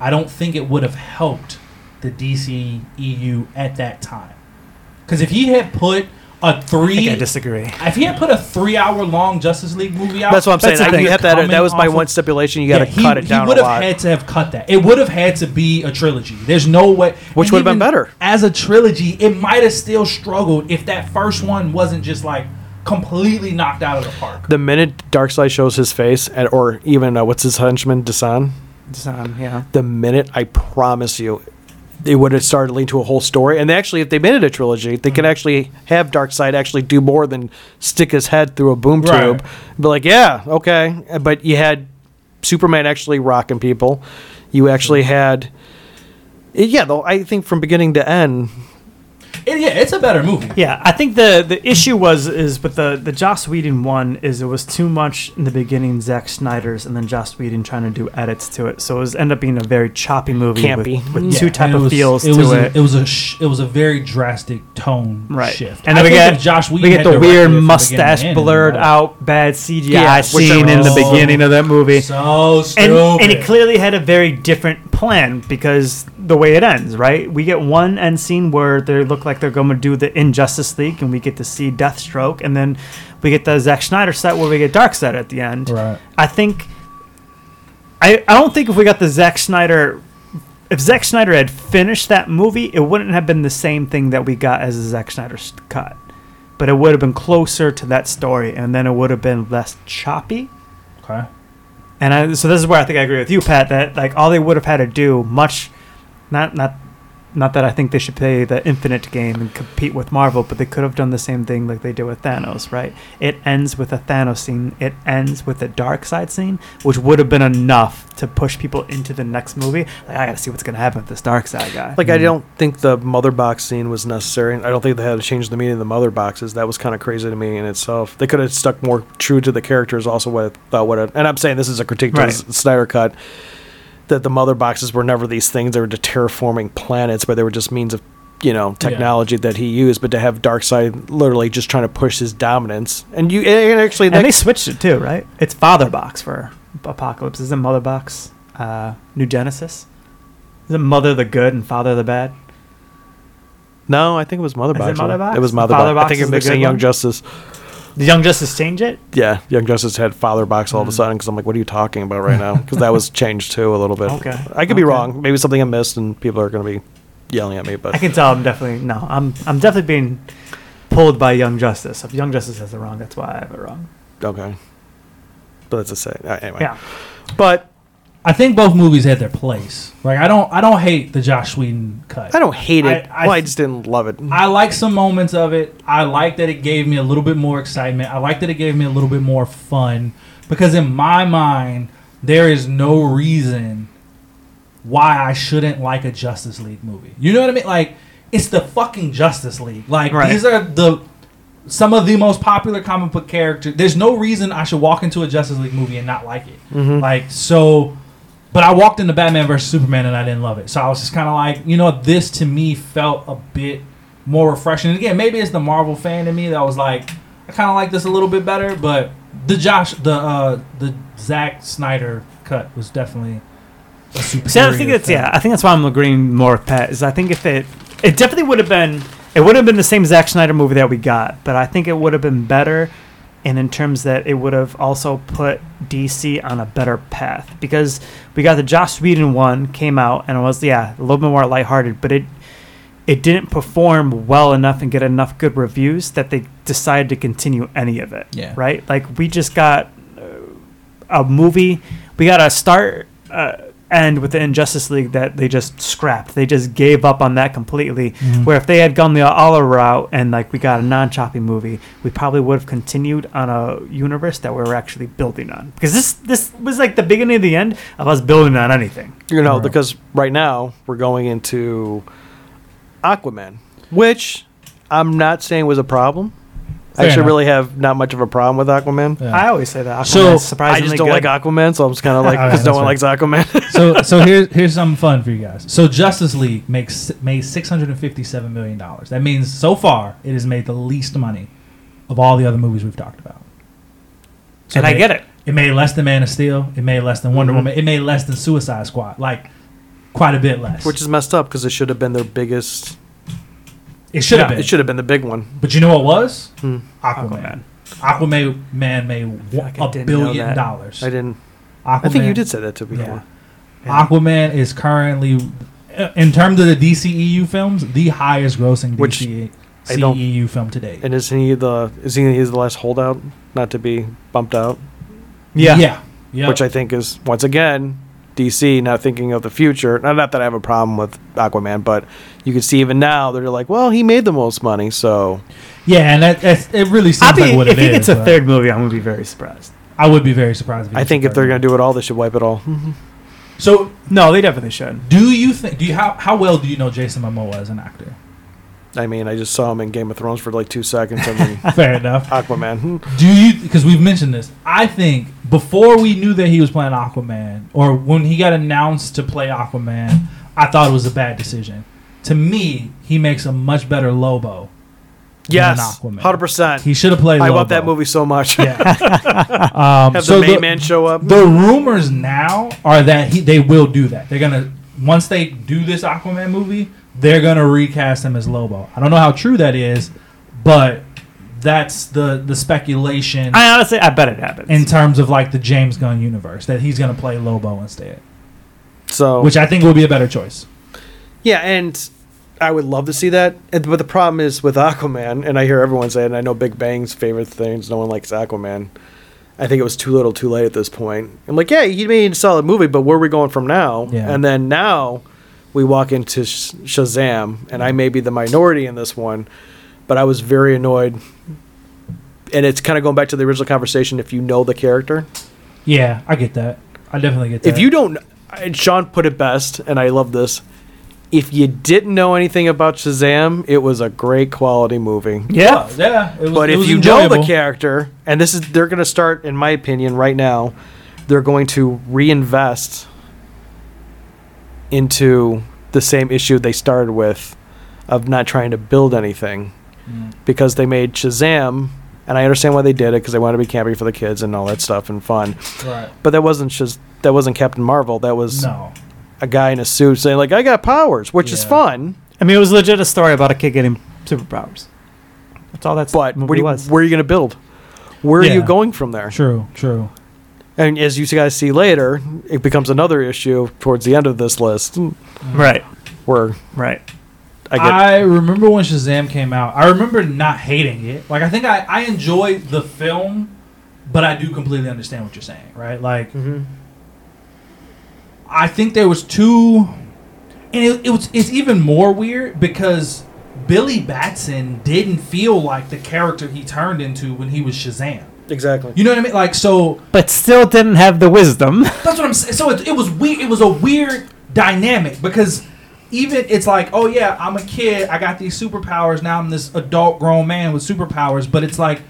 [SPEAKER 2] I don't think it would have helped the DC EU at that time. Because if he had put a
[SPEAKER 8] I think
[SPEAKER 2] three,
[SPEAKER 8] I disagree.
[SPEAKER 2] if he had put a three-hour-long Justice League movie out,
[SPEAKER 3] That's what I'm saying.
[SPEAKER 2] the
[SPEAKER 3] I,
[SPEAKER 2] thing.
[SPEAKER 3] you have to,
[SPEAKER 2] Coming
[SPEAKER 3] that was my
[SPEAKER 2] off of-
[SPEAKER 3] one stipulation. You got to
[SPEAKER 2] yeah, he-
[SPEAKER 3] cut it down
[SPEAKER 2] He
[SPEAKER 3] a
[SPEAKER 2] would have
[SPEAKER 3] lot.
[SPEAKER 2] had to have cut that. It would have had to be a trilogy. There's no way.
[SPEAKER 3] Which
[SPEAKER 2] and
[SPEAKER 3] would have been
[SPEAKER 2] even
[SPEAKER 3] better.
[SPEAKER 2] As a trilogy, it might have still struggled if that first one wasn't just like completely knocked out of the park.
[SPEAKER 3] the minute Darkseid shows his face, and, or even uh, what's his henchman, Dasan,
[SPEAKER 1] Design, um, yeah.
[SPEAKER 3] the minute I promise you, they would have started leaning to a whole story. And they actually, if they made it a trilogy, they could actually have Darkseid actually do more than stick his head through a boom
[SPEAKER 2] Right.
[SPEAKER 3] tube. Be like, yeah, okay. But you had Superman actually rocking people. You actually had, yeah. Though I think from beginning to end,
[SPEAKER 2] It- yeah, it's a better movie.
[SPEAKER 1] Yeah, I think the the issue was is with the the Joss Whedon one is it was too much in the beginning Zack Snyder's and then Joss Whedon trying to do edits to it, so it was end up being a very choppy movie
[SPEAKER 3] Campy.
[SPEAKER 1] with, with
[SPEAKER 2] Yeah,
[SPEAKER 1] two type
[SPEAKER 2] and it
[SPEAKER 1] of
[SPEAKER 2] was-
[SPEAKER 1] feels
[SPEAKER 2] it
[SPEAKER 1] to
[SPEAKER 2] was a,
[SPEAKER 1] it.
[SPEAKER 2] it was a sh- it was a very drastic tone
[SPEAKER 1] Right,
[SPEAKER 2] shift.
[SPEAKER 1] and
[SPEAKER 2] I
[SPEAKER 1] then we
[SPEAKER 2] think
[SPEAKER 1] get
[SPEAKER 2] if Josh Whedon
[SPEAKER 1] we get
[SPEAKER 2] had
[SPEAKER 1] the
[SPEAKER 2] directed it
[SPEAKER 1] weird
[SPEAKER 2] from beginning to
[SPEAKER 1] mustache
[SPEAKER 2] end,
[SPEAKER 1] blurred
[SPEAKER 2] like,
[SPEAKER 1] out bad CGI
[SPEAKER 3] Yeah, which I
[SPEAKER 1] scene in the
[SPEAKER 3] was-
[SPEAKER 1] beginning of that movie.
[SPEAKER 2] So
[SPEAKER 1] and,
[SPEAKER 2] stupid.
[SPEAKER 1] and it clearly had a very different plan because the way it ends, right? We get one end scene where they look like they're going to do the Injustice League, and we get to see Deathstroke, and then we get the Zack Snyder set where we get Darkseid at the end.
[SPEAKER 2] Right.
[SPEAKER 1] I think I I don't think if we got the Zack Snyder if Zack Snyder had finished that movie, it wouldn't have been the same thing that we got as a Zack Snyder s- cut. But it would have been closer to that story, and then it would have been less choppy.
[SPEAKER 2] Okay.
[SPEAKER 1] And I, so this is where I think I agree with you, Pat. That like all they would have had to do much, not not not that I think they should play the infinite game and compete with Marvel, but they could have done the same thing like they did with Thanos, right? It ends with a Thanos scene. It ends with a dark side scene, which would have been enough to push people into the next movie. Like I gotta see what's gonna happen with this dark side guy.
[SPEAKER 3] like I don't think the mother box scene was necessary. I don't think they had to change the meaning of the mother boxes. That was kind of crazy to me in itself. They could have stuck more true to the characters also without what. It, and I'm saying this is a critique to
[SPEAKER 1] Right.
[SPEAKER 3] the Snyder cut that the mother boxes were never these things. They were to terraforming planets, but they were just means of you know
[SPEAKER 2] Yeah.
[SPEAKER 3] technology that he used. But to have Darkseid literally just trying to push his dominance and you and actually that
[SPEAKER 1] and they switched it too, right? It's Father Box for Apocalypse. Isn't Mother Box uh, New Genesis? Isn't Mother the good and Father the bad?
[SPEAKER 3] no, I think it was mother
[SPEAKER 1] Is it
[SPEAKER 3] box.
[SPEAKER 1] Mother Box?
[SPEAKER 3] It was mother
[SPEAKER 1] Father
[SPEAKER 3] box. I
[SPEAKER 1] Box
[SPEAKER 3] think
[SPEAKER 1] is
[SPEAKER 3] you're
[SPEAKER 1] the good
[SPEAKER 3] mixing Young
[SPEAKER 1] one?
[SPEAKER 3] Justice.
[SPEAKER 1] Did Young Justice change it?
[SPEAKER 3] Yeah, Young Justice had Father Box all of a
[SPEAKER 1] Mm.
[SPEAKER 3] sudden because I'm like, what are you talking about right now? Because that was changed too a little bit.
[SPEAKER 1] Okay.
[SPEAKER 3] I could be
[SPEAKER 1] Okay.
[SPEAKER 3] wrong. Maybe something I missed and people are going to be yelling at me. But
[SPEAKER 1] I can tell I'm definitely no. I'm I'm definitely being pulled by Young Justice. If Young Justice has it wrong, that's why I have it wrong.
[SPEAKER 3] okay. But that's a say. Uh, anyway.
[SPEAKER 1] Yeah.
[SPEAKER 3] But
[SPEAKER 2] I think both movies had their place. Like I don't I don't hate the Josh Whedon cut.
[SPEAKER 3] I don't hate it.
[SPEAKER 2] I- I
[SPEAKER 3] well, I
[SPEAKER 2] th-
[SPEAKER 3] just didn't love it.
[SPEAKER 2] I like some moments of it. I like that it gave me a little bit more excitement. I like that it gave me a little bit more fun because in my mind there is no reason why I shouldn't like a Justice League movie. You know what I mean? Like it's the fucking Justice League. Like
[SPEAKER 1] Right.
[SPEAKER 2] these are the some of the most popular comic book characters. There's no reason I should walk into a Justice League movie and not like it. Like so but I walked into Batman versus Superman and I didn't love it. So I was just kind of like, you know, this to me felt a bit more refreshing. And again, maybe it's the Marvel fan in me that was like, I kind of like this a little bit better. But the Josh, the uh, the Zack Snyder cut was definitely a superior.
[SPEAKER 1] See, I think that's
[SPEAKER 2] cut.
[SPEAKER 1] yeah. I think that's why I'm agreeing more with Pat. Is I think if it it definitely would have been it would have been the same Zack Snyder movie that we got, but I think it would have been better, and in terms that it would have also put DC on a better path because we got the Joss Whedon one came out and it was yeah a little bit more lighthearted, but it it didn't perform well enough and get enough good reviews that they decided to continue any of it.
[SPEAKER 2] Yeah.
[SPEAKER 1] Right? Like we just got uh, a movie. We got a start uh, end with the Injustice League that they just scrapped. They just gave up on that completely.
[SPEAKER 2] Mm-hmm.
[SPEAKER 1] Where if they had gone the all route and like we got a non choppy movie, we probably would have continued on a universe that we were actually building on. Because this this was like the beginning of the end of us building on anything.
[SPEAKER 3] You know,
[SPEAKER 2] Right.
[SPEAKER 3] because right now we're going into Aquaman, which I'm not saying was a problem.
[SPEAKER 2] Fair
[SPEAKER 3] I actually
[SPEAKER 2] enough.
[SPEAKER 3] really have not much of a problem with Aquaman.
[SPEAKER 2] Yeah.
[SPEAKER 1] I always say that.
[SPEAKER 2] So, I
[SPEAKER 1] Aquaman's
[SPEAKER 2] just
[SPEAKER 3] I
[SPEAKER 1] surprisingly
[SPEAKER 3] just don't
[SPEAKER 1] good. Oh,
[SPEAKER 3] like Aquaman, so I'm just kind of like,
[SPEAKER 2] Alright,
[SPEAKER 3] because no
[SPEAKER 2] that's
[SPEAKER 3] one likes Aquaman.
[SPEAKER 2] so so here's here's something fun for you guys. So Justice League makes made six hundred and fifty seven million dollars. That means so far it has made the least money of all the other movies we've talked about. So
[SPEAKER 1] and I
[SPEAKER 2] they-
[SPEAKER 1] get it.
[SPEAKER 2] It made less than Man of Steel. It made less than Wonder
[SPEAKER 3] Mhm.
[SPEAKER 2] Woman. It made less than Suicide Squad. Like quite a bit less.
[SPEAKER 3] which is messed up because it should have been their biggest.
[SPEAKER 2] it should have been.
[SPEAKER 3] It should have been the big one.
[SPEAKER 2] But you know what was?
[SPEAKER 3] Hmm.
[SPEAKER 2] Aquaman. Aquaman, man made
[SPEAKER 1] I
[SPEAKER 2] one- a
[SPEAKER 1] didn't know
[SPEAKER 2] billion
[SPEAKER 1] that.
[SPEAKER 2] dollars.
[SPEAKER 3] I didn't.
[SPEAKER 2] Aquaman,
[SPEAKER 3] I think you did say that to me
[SPEAKER 2] Oh, Yeah.
[SPEAKER 3] before.
[SPEAKER 2] Aquaman is currently, uh, in terms of the DCEU films, the highest grossing E,
[SPEAKER 3] Which
[SPEAKER 2] DCEU
[SPEAKER 3] I don't-
[SPEAKER 2] film to date.
[SPEAKER 3] And is he the is he he's the last holdout not to be bumped out?
[SPEAKER 6] Yeah.
[SPEAKER 2] Yeah. Yeah.
[SPEAKER 3] Which I think is once again DC not thinking of the future. Now, not that I have a problem with Aquaman, but you can see even now they're like, well, he made the most money, so
[SPEAKER 2] yeah, and that, that's, it really
[SPEAKER 1] I'll
[SPEAKER 2] seems
[SPEAKER 1] be,
[SPEAKER 2] like what
[SPEAKER 1] if
[SPEAKER 2] it
[SPEAKER 1] he
[SPEAKER 2] is,
[SPEAKER 1] gets a
[SPEAKER 2] but
[SPEAKER 1] third movie, I'm gonna be very surprised.
[SPEAKER 2] I would be very surprised. If
[SPEAKER 3] I think if they're gonna do it all, they should wipe it all. Hmm.
[SPEAKER 2] do. So,
[SPEAKER 1] No, they definitely should.
[SPEAKER 2] do you think? Do you how how well do you know Jason Momoa as an actor?
[SPEAKER 3] I mean, I just saw him in Game of Thrones for like two seconds, and then
[SPEAKER 2] Fair enough.
[SPEAKER 3] Aquaman. Hmm.
[SPEAKER 2] Do you? Because we've mentioned this. I think before we knew that he was playing Aquaman, or when he got announced to play Aquaman, I thought it was a bad decision. To me, he makes a much better Lobo. than
[SPEAKER 3] Yes,
[SPEAKER 2] Aquaman.
[SPEAKER 3] hundred percent.
[SPEAKER 2] He should have played.
[SPEAKER 3] I
[SPEAKER 2] Lobo.
[SPEAKER 3] want that movie so much.
[SPEAKER 2] Yeah. um,
[SPEAKER 3] Have
[SPEAKER 2] so
[SPEAKER 3] the main
[SPEAKER 2] the,
[SPEAKER 3] man show up.
[SPEAKER 2] the rumors now are that he, they will do that. They're gonna once they do this Aquaman movie, they're gonna recast him as Lobo. I don't know how true that is, but that's the the speculation
[SPEAKER 1] I honestly, I bet it happens.
[SPEAKER 2] in terms of like the James Gunn universe that he's gonna play Lobo instead,
[SPEAKER 3] so
[SPEAKER 2] which I think will be a better choice.
[SPEAKER 3] Yeah, and I would love to see that. And- But the problem is with Aquaman, and I hear everyone say it, and I know Big Bang's favorite things, no one likes Aquaman. I think it was too little too late at this point. I'm like, yeah, he made a solid movie, but where are we going from now?
[SPEAKER 2] Yeah.
[SPEAKER 3] And then now we walk into Sh- Shazam, and I may be the minority in this one, but I was very annoyed. And it's kind of going back to the original conversation if you know the character.
[SPEAKER 2] Yeah, I get that. I definitely get that.
[SPEAKER 3] If you don't, and Sean put it best, and I love this. If you didn't know anything about Shazam, it was a great quality movie.
[SPEAKER 1] yeah,
[SPEAKER 2] yeah, it was,
[SPEAKER 3] But
[SPEAKER 2] it
[SPEAKER 3] if
[SPEAKER 2] was
[SPEAKER 3] you know
[SPEAKER 2] enjoyable.
[SPEAKER 3] the character, and this is they're going to start, in my opinion, right now, they're going to reinvest into the same issue they started with, of not trying to build anything,
[SPEAKER 2] Mm.
[SPEAKER 3] because they made Shazam, and I understand why they did it because they wanted to be campy for the kids and all that stuff and fun.
[SPEAKER 2] right?
[SPEAKER 3] But that wasn't Shaz- that wasn't Captain Marvel. That was
[SPEAKER 2] No,
[SPEAKER 3] a guy in a suit saying like I got powers, which is
[SPEAKER 2] Yeah.
[SPEAKER 3] fun.
[SPEAKER 1] I mean, it was legit a story about a kid getting superpowers. That's all that's.
[SPEAKER 3] But
[SPEAKER 1] movie
[SPEAKER 3] where, do you,
[SPEAKER 1] was.
[SPEAKER 3] where are you going to build? Where are you
[SPEAKER 2] Yeah.
[SPEAKER 3] going from there?
[SPEAKER 2] true, true.
[SPEAKER 3] And as you guys see later, it becomes another issue towards the end of this list
[SPEAKER 1] Mm-hmm. Right,
[SPEAKER 3] where
[SPEAKER 1] right.
[SPEAKER 3] I get
[SPEAKER 2] I, remember when Shazam came out. I remember not hating it. Like I think I, I enjoyed the film, but I do completely understand what you're saying, right? Like
[SPEAKER 3] Mm-hmm.
[SPEAKER 2] I think there was two and it, it was it's even more weird because Billy Batson didn't feel like the character he turned into when he was Shazam.
[SPEAKER 3] exactly.
[SPEAKER 2] You know what I mean? Like so
[SPEAKER 1] But still didn't have the wisdom.
[SPEAKER 2] that's what I'm saying. So it, it was weird. It was a weird dynamic because even it's like, oh yeah, I'm a kid. I got these superpowers. Now I'm this adult grown man with superpowers. But it's like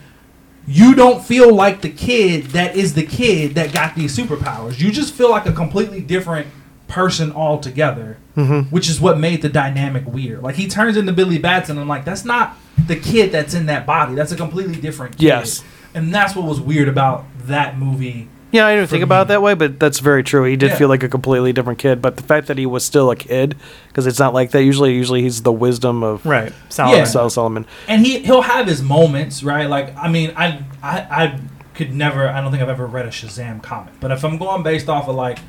[SPEAKER 2] you don't feel like the kid that is the kid that got these superpowers. You just feel like a completely different person altogether, which is what made the dynamic weird. Like he turns into Billy Batson. I'm like, that's not the kid that's in that body. That's a completely different kid.
[SPEAKER 3] Yes.
[SPEAKER 2] And that's what was weird about that movie.
[SPEAKER 3] Yeah, I didn't think
[SPEAKER 2] For
[SPEAKER 3] about it
[SPEAKER 2] me.
[SPEAKER 3] that way, but that's very true. He did
[SPEAKER 2] Yeah.
[SPEAKER 3] feel like a completely different kid, but the fact that he was still a kid because it's not like that usually usually he's the wisdom of
[SPEAKER 1] Right, Solomon.
[SPEAKER 2] Yeah.
[SPEAKER 3] Sol- Solomon.
[SPEAKER 2] and he he'll have his moments, right? Like I mean, I I I could never. I don't think I've ever read a Shazam comic, but if I'm going based off of like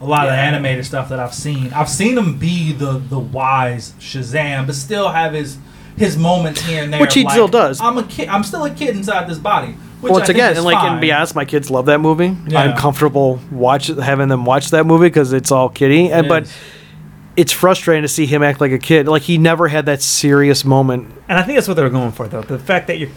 [SPEAKER 2] a lot of the animated stuff that I've seen, I've seen him be the the wise Shazam, but still have his his moments here and there,
[SPEAKER 3] Which he
[SPEAKER 2] like,
[SPEAKER 3] still does.
[SPEAKER 2] I'm a kid. I'm still a kid inside this body. Which I
[SPEAKER 3] Once
[SPEAKER 2] think
[SPEAKER 3] again,
[SPEAKER 2] is
[SPEAKER 3] and like
[SPEAKER 2] fine.
[SPEAKER 3] and be honest, my kids love that movie.
[SPEAKER 2] Yeah.
[SPEAKER 3] I'm comfortable watch having them watch that movie because it's all kiddie. And
[SPEAKER 2] It
[SPEAKER 3] but
[SPEAKER 2] is.
[SPEAKER 3] it's frustrating to see him act like a kid. Like he never had that serious moment.
[SPEAKER 1] And I think that's what they were going for, though. The fact that you,